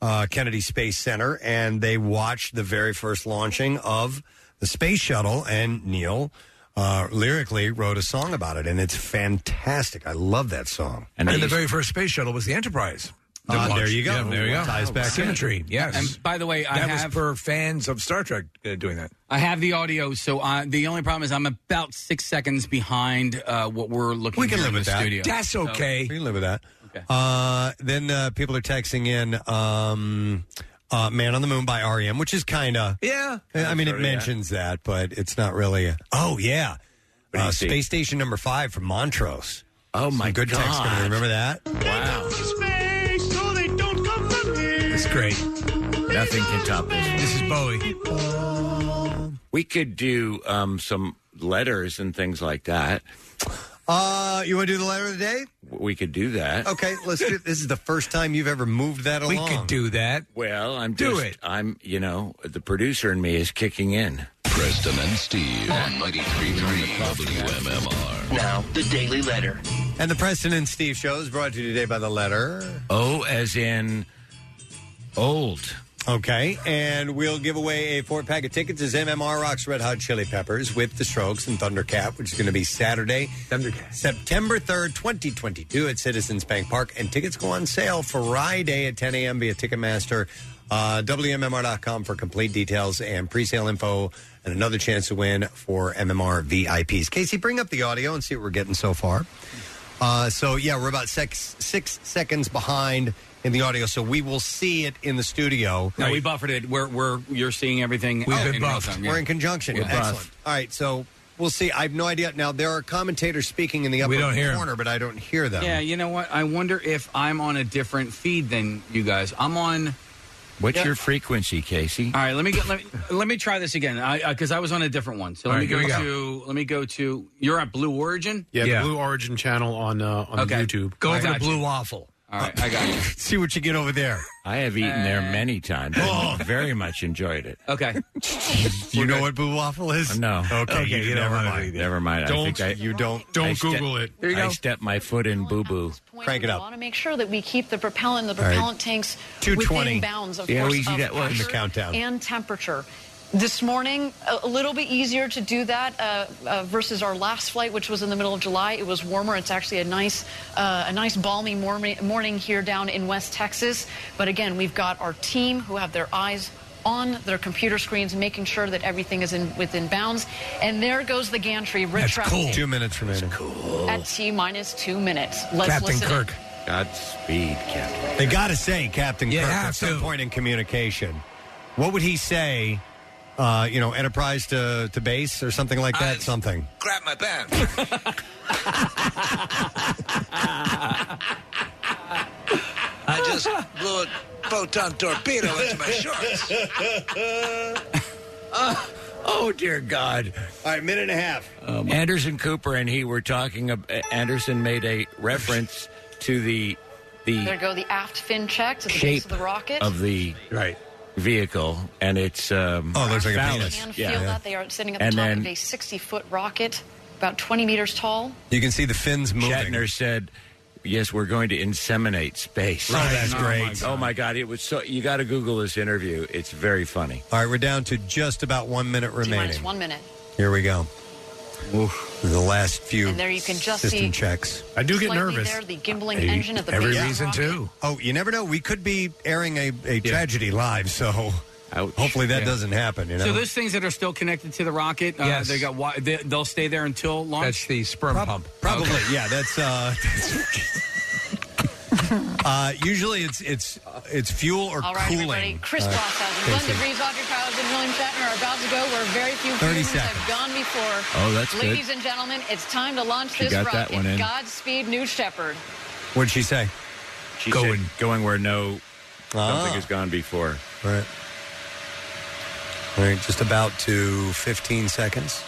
uh, Kennedy Space Center and they watched the very first launching of the space shuttle and Neil uh, lyrically wrote a song about it and it's fantastic. I love that song.
And, the very first space shuttle was the Enterprise.
Ah,
That launched.
there you go.
Yeah, there you go.
Ties back in.
Symmetry. Yes.
And by the way, I
that
have-
was for fans of Star Trek uh, doing that.
I have the audio, so uh, the only problem is I'm about six seconds behind uh, what we're looking.
We can
here
live
in
with
the
that.
Studio. So-
We can live with that. Uh, then uh, people are texting in um, uh, "Man on the Moon" by REM, which is kind of
Yeah.
I mean, it
Sorta, yeah.
mentions that, but it's not really. A, oh yeah, uh, Space Station Number Five from Montrose.
Oh my
good text.
God.
Gonna remember that?
Wow.
Space, so they don't come from here.
It's great.
Nothing can top this.
This is Bowie.
We could do um, some letters and things like that.
Uh, you want to do the letter of the day?
We could do that.
Okay, let's do. This is the first time you've ever moved that
We
along.
could
do that.
Well, I'm
Do
just-
it.
I'm, you know, the producer in me is kicking in.
Preston and Steve on 93.3 WMMR.
Now, the Daily Letter. And the Preston and Steve show is brought to you today by the letter
O, as in old.
Okay, and we'll give away a four pack of tickets as MMR Rocks Red Hot Chili Peppers with the Strokes and Thundercat, which is going to be Saturday, Thundercat. September 3rd, 2022 at Citizens Bank Park. And tickets go on sale Friday at 10 a.m. via Ticketmaster, uh, WMMR.com for complete details and pre sale info, and another chance to win for MMR VIPs. Casey, bring up the audio and see what we're getting so far. Uh, so yeah, we're about six six seconds behind in the audio, so we will see it in the studio.
No, we buffered it. We're, we're you're seeing everything.
We've
uh,
been
in real
buffed.
time, yeah.
We're in conjunction.
We're
Excellent.
buffed.
All right, so we'll see. I have no idea. Now there are commentators speaking in the upper
We don't hear 'em.
corner, but I don't hear them.
Yeah, you know what? I wonder if I'm on a different feed than you guys. I'm on.
What's
Yeah.
your frequency, Casey?
All right, let me get let me, let me try this again. I because I was on a different one. So
All
let
right,
me go,
here we
to let me go to. You're at Blue Origin.
Yeah, the Blue Origin channel on uh, on
Okay.
YouTube.
Go for the
Blue
Waffle.
All right, I got you.
*laughs* See what you Uh, get over there.
I have eaten there many times. Oh. Very much enjoyed it. *laughs*
Okay.
you know what blue waffle is?
No.
Okay, you don't
never
wanna
mind. Never mind. I
Don't-
think I,
you don't-
I
don't
ste-
Google it. There you
I
go.
stepped my foot in boo boo.
Crank it
We want to make sure that we keep the propellant and the
All right.
propellant tanks
220.
within bounds, of
Yeah,
course,
we do
of
that one.
pressure
The countdown.
and temperature. This morning, a, a little bit easier to do that uh, uh, versus our last flight, which was in the middle of July. It was warmer. It's actually a nice, uh, a nice balmy morning, morning here down in West Texas. But again, we've got our team who have their eyes on their computer screens, making sure that everything is in within bounds. And there goes the gantry retracting
Two minutes remaining. cool.
at T minus two minutes. Let's
Captain
listen.
Kirk.
Godspeed, Captain.
They got to say Captain
You
Kirk at
have
some point in communication. What would he say? Uh, you know, Enterprise to, to base or something like
Uh,
that. something.
Grab my pants.
I just blew a photon torpedo into
*laughs*
my shorts. Uh,
Oh dear God!
All right, minute and a half.
Anderson Cooper and he were talking. Ab- Anderson made a reference to the
There
the
go the aft fin checks at the base
shape
of the rocket.
of the right vehicle, and it's um,
oh, looks like
You can feel that they are sitting at the
And
top
then-
of a 60-foot rocket, about 20 meters tall.
You can see the fins
moving. Shatner said, "Yes, we're going to inseminate space."
Oh, that's Oh, my great. God.
oh my God! It was so. You got to Google this interview. It's very funny.
All right, we're down to just about one minute
T minus
remaining.
one minute.
Here we go. The last few
And there you can just
system
see
checks.
slightly There, the gimbling engine at the base of the rocket.
too. Oh, you never know. We could be airing a, a tragedy live, so hopefully that
Yeah.
doesn't happen. You know.
So those things that are still connected to the rocket, uh,
Yes.
they got wi- they, they'll stay there until launch.
That's
the sperm pump.
Probably, yeah. That's uh, *laughs* uh, usually it's it's it's fuel or
All right,
cooling.
everybody. Chris
All right,
Blasthausen, Glenn
Casey.
DeVries, Audrey Powers, and William Shatner are about to go where very few
30
humans
seconds.
have gone before.
Oh, that's good.
Ladies and gentlemen, it's time to launch
She
this
got that
rocket.
one in.
Godspeed, New Shepard.
What'd she say?
She going going where no
Ah.
something has gone before.
All right. All right, just about to 15 seconds.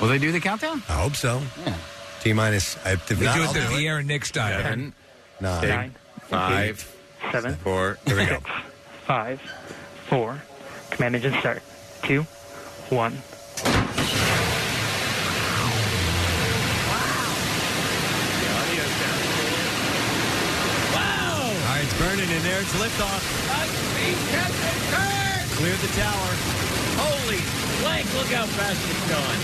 Will they do the countdown?
I hope so. T minus. If
We
not,
do it
I'll
through
do
the air next time.
Seven, nine,
Nine,
five,
seven,
four.
Here we go.
Five, four, command engine start. Two, one.
All right, it's burning in there. It's liftoff. Clear the tower.
Holy blank, look how fast it's going.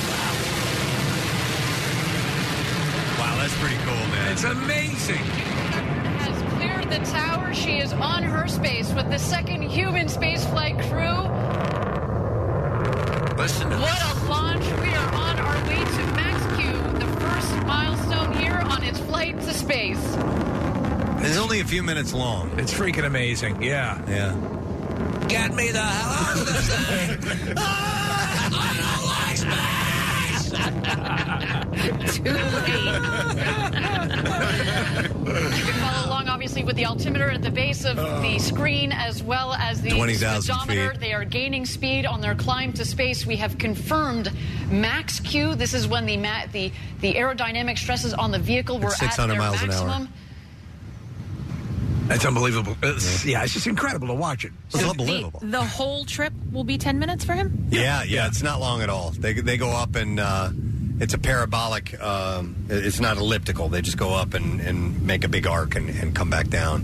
Wow, that's pretty cool, man.
It's amazing.
Has cleared the tower. She is on her space with the second human spaceflight crew.
Listen to
What a launch. We are on our way to MaxQ, the first milestone here on its flight to space.
It's only a few minutes long.
It's freaking amazing. Yeah.
Yeah.
Get me the hell out of this thing.
I don't like space!
Too late. you can follow along, obviously, with the altimeter at the base of
Oh.
the screen as well as the
20,000
speedometer.
feet.
They are gaining speed on their climb to space. We have confirmed max Q. This is when the ma- the the aerodynamic stresses on the vehicle were
It's
at
600
their
miles an hour.
maximum.
That's unbelievable. It's- yeah. it's just incredible to watch it. It's
The, the whole trip will be 10 minutes for him?
Yeah, yeah, it's not long at all. They they go up and uh, it's a parabolic. Um, it- it's not elliptical. They just go up and, and make a big arc and, and come back down.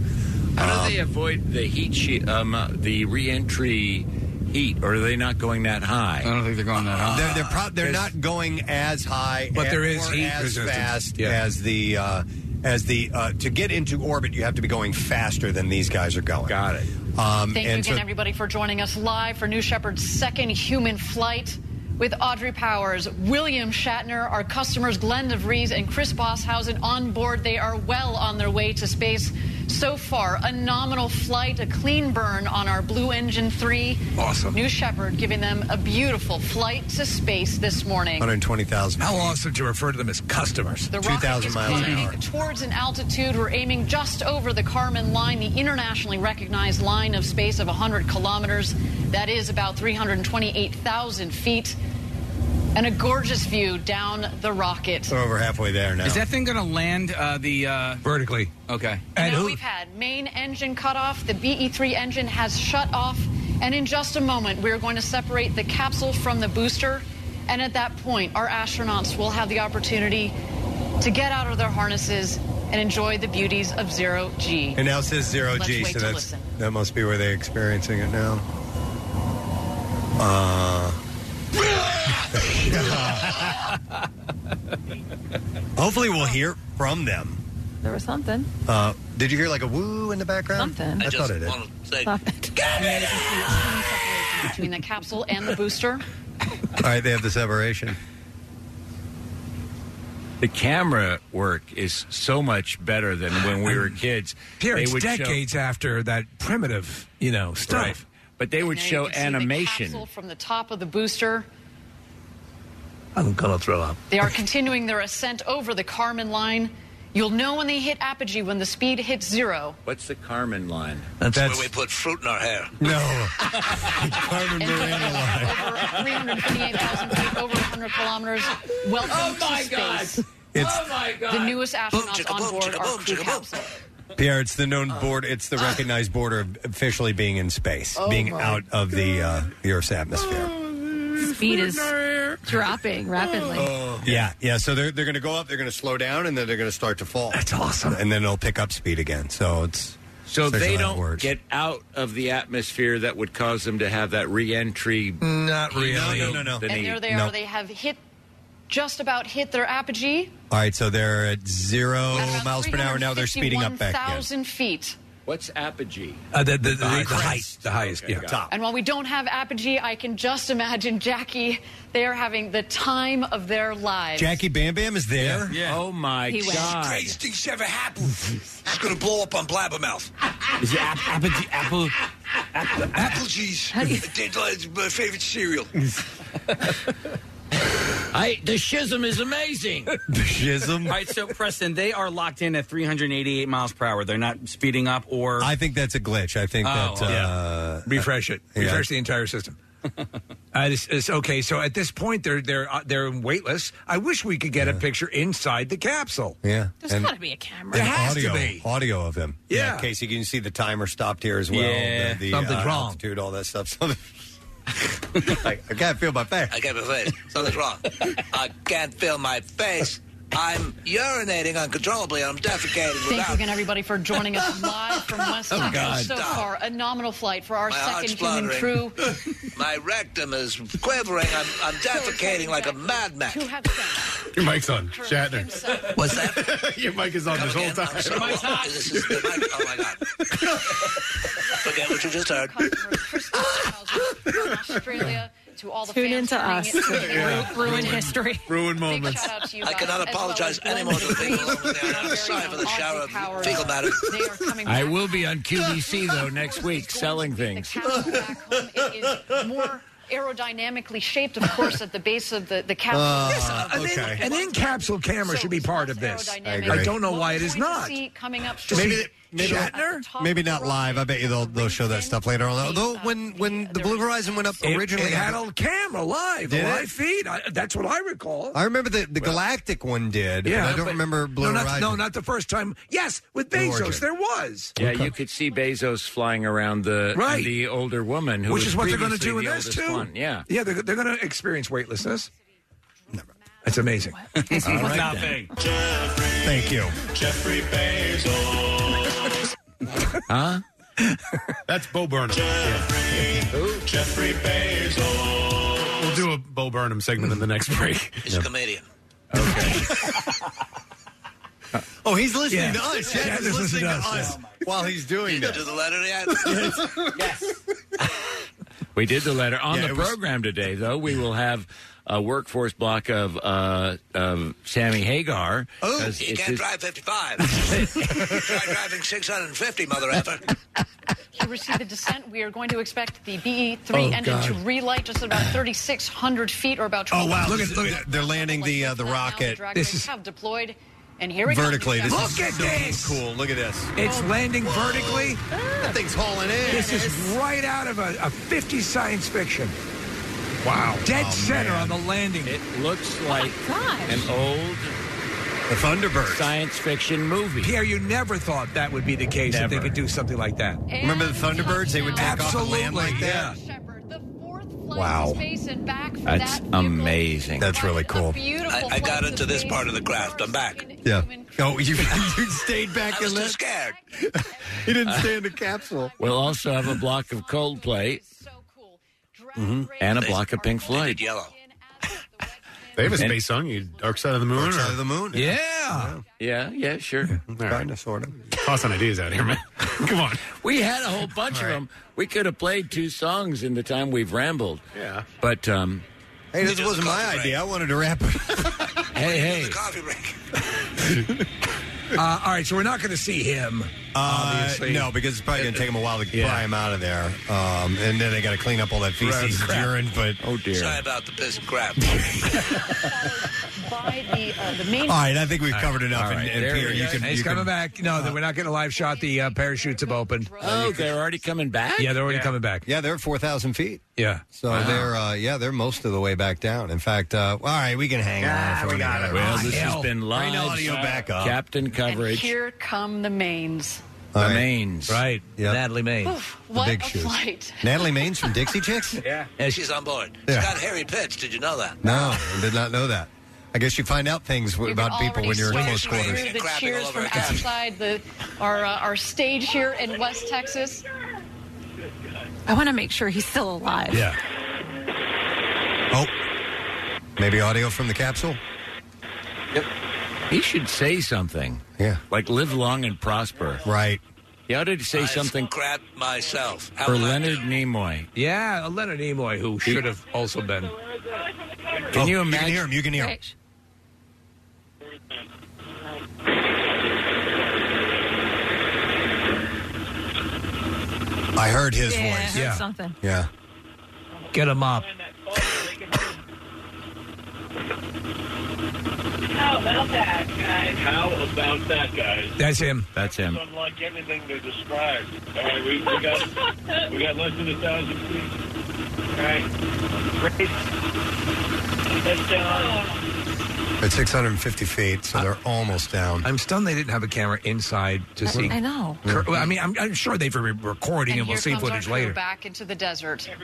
Um,
How do they avoid the heat sheet, um, uh, the re-entry heat, or are they not going that high? I
don't think they're going that high.
They're they're, prob- they're not going as high,
Uh, But
and-
there is
or
heat
as
resistance.
fast
Yeah.
as the uh, as the uh, to get into orbit. You have to be going faster than these guys are going. Got it. Um,
Thank you
and
again,
so
everybody, for joining us live for New Shepard's second human flight with Audrey Powers, William Shatner, our customers Glenn DeVries and Chris Bosshausen on board. They are well on their way to space so far. A nominal flight, a clean burn on our Blue Engine 3.
Awesome.
New Shepard giving them a beautiful flight to space this morning.
120,000.
How awesome to refer to them as customers.
The rocket is climbing towards an altitude. We're aiming just over the Kármán line, the internationally recognized line of space of 100 kilometers. That is about 328,000 feet. And a gorgeous view down the rocket.
We're over halfway there now.
Is that thing going to land uh, the uh...
vertically?
Okay.
now we've had main engine cut off. The BE3 engine has shut off. And in just a moment, we're going to separate the capsule from the booster. And at that point, our astronauts will have the opportunity to get out of their harnesses and enjoy the beauties of zero G.
And now it says 0
Let's
G,
wait
so
to
that's
listen.
that must be where they're experiencing it now. Uh, *laughs* hopefully, we'll hear from them.
There was something.
Uh, did you hear like a woo in the background?
Something.
I,
I
thought
just
I did.
wanna Between the capsule and the booster.
All right, they have the separation.
The camera work is so much better than when we were kids.
Here,
They
it's
would show-
decades after that primitive, you know, stuff.
Right. But they would
Now you
show
can see the
animation.
capsule from the top of the booster.
I'm gonna throw up.
They are continuing their ascent over the Kármán line. You'll know when they hit apogee when the speed hits zero.
What's the Carmen line?
That's,
where we put fruit in our hair.
No.
Carmen Miranda
line. 328,000 feet, over 100 kilometers. Welcome to space.
It's-
oh my God! The newest astronauts on board are crew capsule.
Pierre, it's the known board. It's the recognized border of officially being in space,
Oh
being
my
out of the uh, the Earth's atmosphere.
Speed is dropping rapidly.
Oh, Yeah, yeah. So they're they're going to go up, they're going to slow down, and then they're going to start to fall. That's awesome. And then it'll pick up speed again. So it's
So
essentially
they
how it
don't
works.
get out of the atmosphere that would cause them to have that re-entry.
Not
really. No, no, no, no.
The
And
need.
there they are.
No.
They have hit, just about hit their apogee.
All right, so they're at zero miles per hour now. They're speeding up back. Again.
351,000 feet.
What's apogee?
Uh, the, the, the, the
height.
highest, the highest, yeah,
And while we don't have apogee, I can just imagine Jackie. They are having the time of their lives.
Jackie Bam Bam is there.
Oh my
He went.
god!
Greatest
thing's ever happened. It's gonna blow up on Blabbermouth.
Is it ap- apogee- apple?
Apple cheese. It's my favorite cereal.
I the schism
*laughs*
is amazing. the
schism.
All right, so Preston, they are locked in at 388 miles per hour. They're not speeding up or.
I think that's a glitch. I think
Oh,
that uh,
Refresh it.
Yeah.
Refresh the
*laughs*
entire system. Uh, it's, it's okay. So at this point, they're they're uh, they're weightless. I wish we could get a picture inside the capsule.
Yeah,
*laughs*
There's
And-
got to be a camera.
There has
audio,
to be.
audio of him.
Yeah.
Casey, can you see the timer stopped here as well?
Yeah.
the, the,
Something's
uh,
wrong.
Altitude, all that stuff. *laughs* Something. I, I can't feel my face.
I can't feel my face. Something's wrong. I can't feel my face. I'm urinating uncontrollably. I'm defecating
Thank you
without.
again, everybody, for joining us
*laughs*
live from West
Oh,
London.
God.
So far, a nominal flight for our
My heart's
second human
fluttering.
crew.
*laughs* my rectum is quivering. I'm, I'm defecating like a madman.
Your mic's on. Shatner.
What's that?
Your mic is on this whole time. *laughs*
This is the mic. Oh my god! Forget what you just heard.
*laughs* Australia, to all the
Tune
fans
into
tuning
us.
in.
Yeah. Ru- ruin history.
Ruin
Big shout out *laughs* to you
I
guys,
cannot
as well
apologize
as
anymore to the
Glenn
people over there.
Very
I'm sorry for
*laughs*
the
own
shower
Audrey Power.
of fecal matter.
They are coming
I
back. *laughs*
will be on QVC though next week selling things.
It is more. aerodynamically shaped, of course, at the base of the, the
Uh,
capsule.
Yes,
uh,
an, in, an in-capsule camera should be part of this.
I agree.
I don't know why it is
Going to
not.
see coming up shortly.
Maybe, maybe, maybe not live. I bet you they'll they'll show that stuff later on. Although
uh,
when when the Blue Horizon went up
It-
originally,
it had a camera live, a
Did it?
live feed. I, that's what I recall.
I remember the, the Galactic one did.
Yeah,
Yeah, I don't
but-
remember Blue
no, not,
Horizon.
no, not the first time. Yes, with
Blue
Bezos,
Origin.
there was.
Yeah, you could see Bezos flying around the
Right.
the older woman, who
Which
was
is what they're going to
previously
do in
the
this
oldest
too.
One. Yeah,
yeah, they're, they're going to experience weightlessness. That's amazing.
All right,
Nothing.
Thank you.
Jeffrey Bezos.
huh?
That's Bo Burnham.
Jeffrey Bezos.
We'll do a Bo Burnham segment in the next break.
He's a comedian.
Oh, he's listening
Yeah.
to us. Yeah,
Yeah,
he's listening to us, while he's doing
Did you
that.
do the letter *laughs* yet? yes.
we did the letter on
Yeah,
the
it was-
program today. Though we will have a workforce block of uh, of Sammy Hagar.
Oh,
'cause
you
it's
can't
his-
drive 55. Try driving 650, mother effer.
to receive the descent, we are going to expect the BE-3
Oh,
engine to
God.
relight just at about 3,600 feet or about
Oh,
12
Oh, Look at look at they're landing the uh, the rocket.
This is have deployed, and here Oh, it
vertically.
Comes.
This
Look
is
at
so
this!
cool. Look at this.
It's landing vertically.
That thing's hauling in.
This is right out of a, a 50 science fiction. Wow.
Oh,
Dead center on the landing.
Oh, It looks like
Oh,
gosh.
an old
the Thunderbird
science fiction movie.
Pierre, you never thought that would be the case if they could do something like that.
Remember the Thunderbirds? They would take off and land like that. Wow.
Space and back for
That's
that
amazing.
That's really cool.
beautiful.
I got into this part of the craft. I'm back.
Yeah. *laughs* Oh, you, you stayed back
I was
and
too
left.
scared.
He didn't stay in the capsule.
We'll also have a block of Coldplay Mm-hmm. and a block of Pink Floyd.
Yellow.
They have a
And-
space song, you Dark Side of the Moon.
Dark
or-
Side of the Moon, yeah.
Yeah. Yeah, yeah, sure.
Dinosaur.
Tossing ideas out here, man. Come on.
We had a whole bunch of them. We could have played two songs in the time we've rambled.
Yeah.
But, um,
Hey, this wasn't my idea. I wanted to wrap it.
*laughs*
hey, hey.
Uh, all right, so we're not going to see him.
Uh,
obviously.
no, because it's probably going to take them a while to
Yeah.
pry him out of there, um, and then they got to clean up all that feces
Right.
and urine. But
oh
Sorry about the piss
*laughs*
and crap.
by the, uh, the
All
main
right, I think we've
All right.
covered enough.
All
and,
right,
and
there
Peter,
we
you
go.
can.
He's
you can-
coming back. No, we're not getting a live shot. The uh, parachutes have opened.
Oh, they're already coming back?
Yeah, they're already coming back.
Yeah, they're four thousand feet.
Yeah.
So they're uh, yeah they're most of the way back down. In fact, uh, all right, we can hang on. if Ah, we got it.
Well, this has been live.
Bring audio back up.
Captain
and
coverage.
here come the mains.
All
The mains.
Right.
Natalie
Maines.
Oof, what
big
a
shoes.
flight.
*laughs* Natalie Maines from Dixie *laughs* Chicks.
yeah.
She's on board.
Yeah.
She's got hairy pits. Did you know that?
No, I did not know that. I guess you find out things w- about people when you're in close quarters.
Through the cheers from outside the, our, uh, our stage here in West Texas.
I want to make sure he's still alive.
Yeah. *laughs* Oh, maybe audio from the capsule.
He should say something.
Yeah.
Like live long and prosper.
Right.
He ought to say something
Crap myself. How
for
will I
Leonard Nimoy.
Yeah, Leonard Nimoy, who should have also been. Oh,
Can you imagine?
hear him. You can hear him. I heard his
Yeah, I
voice.
heard Yeah. something.
Yeah.
Get him up.
How about that, guys? How about that, guys?
That's him.
That's him.
Unlike anything they described. All right, we, we got we got less than a thousand feet. All right, great. That's down.
At 650 feet, so they're almost down.
I'm stunned they didn't have a camera inside to
I-
see.
I
know.
Cur- well, I mean, I'm, I'm sure they've been recording, and,
here
we'll see
comes our
footage
crew
later.
Back into the desert.
I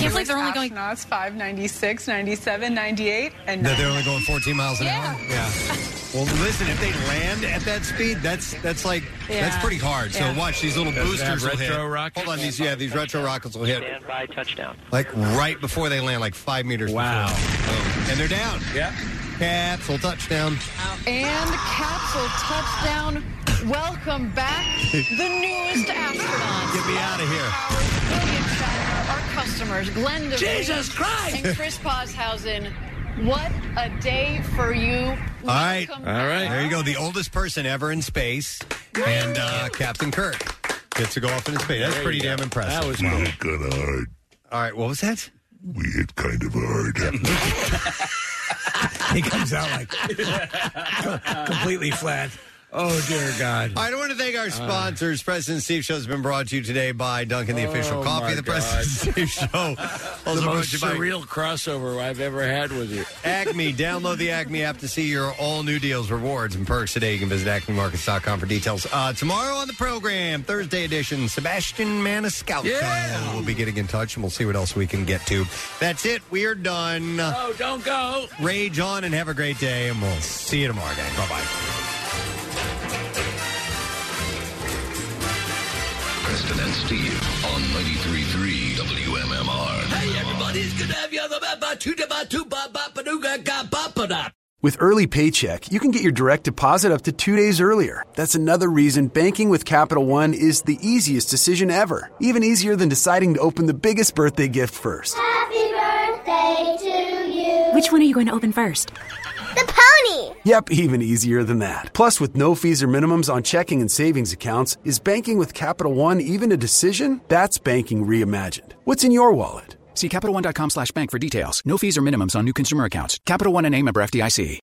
can't believe they're only going.
Astronauts 596, 97, 98, and
That they're only going 14 miles an hour. Yeah. *laughs* Well, listen, if they land at that speed, that's that's like that's
Yeah.
pretty hard. So
Yeah.
watch these little
Does it have
boosters will hit.
retro rockets?
Hold on, these yeah, these retro rockets will hit
Stand by touchdown.
like right before they land, like five meters. Wow. And they're down. Yeah. Capsule touchdown.
And capsule touchdown. Welcome back, the newest astronauts.
Get me out of here.
Our customers, Glenn DeVries
Jesus Christ!
and Chris Poshausen. What a day for you.
All right.
Welcome
All right. There you go. The oldest person ever in space. And uh, Captain Kirk gets to go off into space. That's
There
pretty
you go.
damn impressive.
That was Not cool. gonna hurt.
All right. What was that?
we hit kind of
*laughs*
hard.
he comes out like completely flat. Oh dear God! Uh.
All right, I want to thank our sponsors. President Steve Show has been brought to you today by Duncan,
Oh,
the official coffee. of The President Steve
*laughs*
Show. Also
the
brought
most
to you by-
surreal crossover I've ever had with you.
Acme. Download the Acme app to see your all new deals, rewards, and perks today. You can visit acmemarkets.com for details. Uh, tomorrow on the program, Thursday edition, Sebastian Maniscalco will be getting in touch, and we'll see what else we can get to. That's it. We are done.
Uh.
Oh, don't go.
Rage on and have a great day, and we'll see you tomorrow, gang. Bye bye.
Preston and Steve on 93.3 WMMR.
Hey, everybody, it's good to have you on the map. Ba two da ba two ba ba ba doo ga ga ba ba da.
With early paycheck, you can get your direct deposit up to two days earlier. That's another reason banking with Capital One is the easiest decision ever, even easier than deciding to open the biggest birthday gift first.
Happy birthday to you.
Which one are you going to open first?
The pony.
Yep, even easier than that. Plus, with no fees or minimums on checking and savings accounts, is banking with Capital One even a decision? That's banking reimagined. What's in your wallet?
See CapitalOne.com slash bank for details. No fees or minimums on new consumer accounts. Capital One and a member FDIC.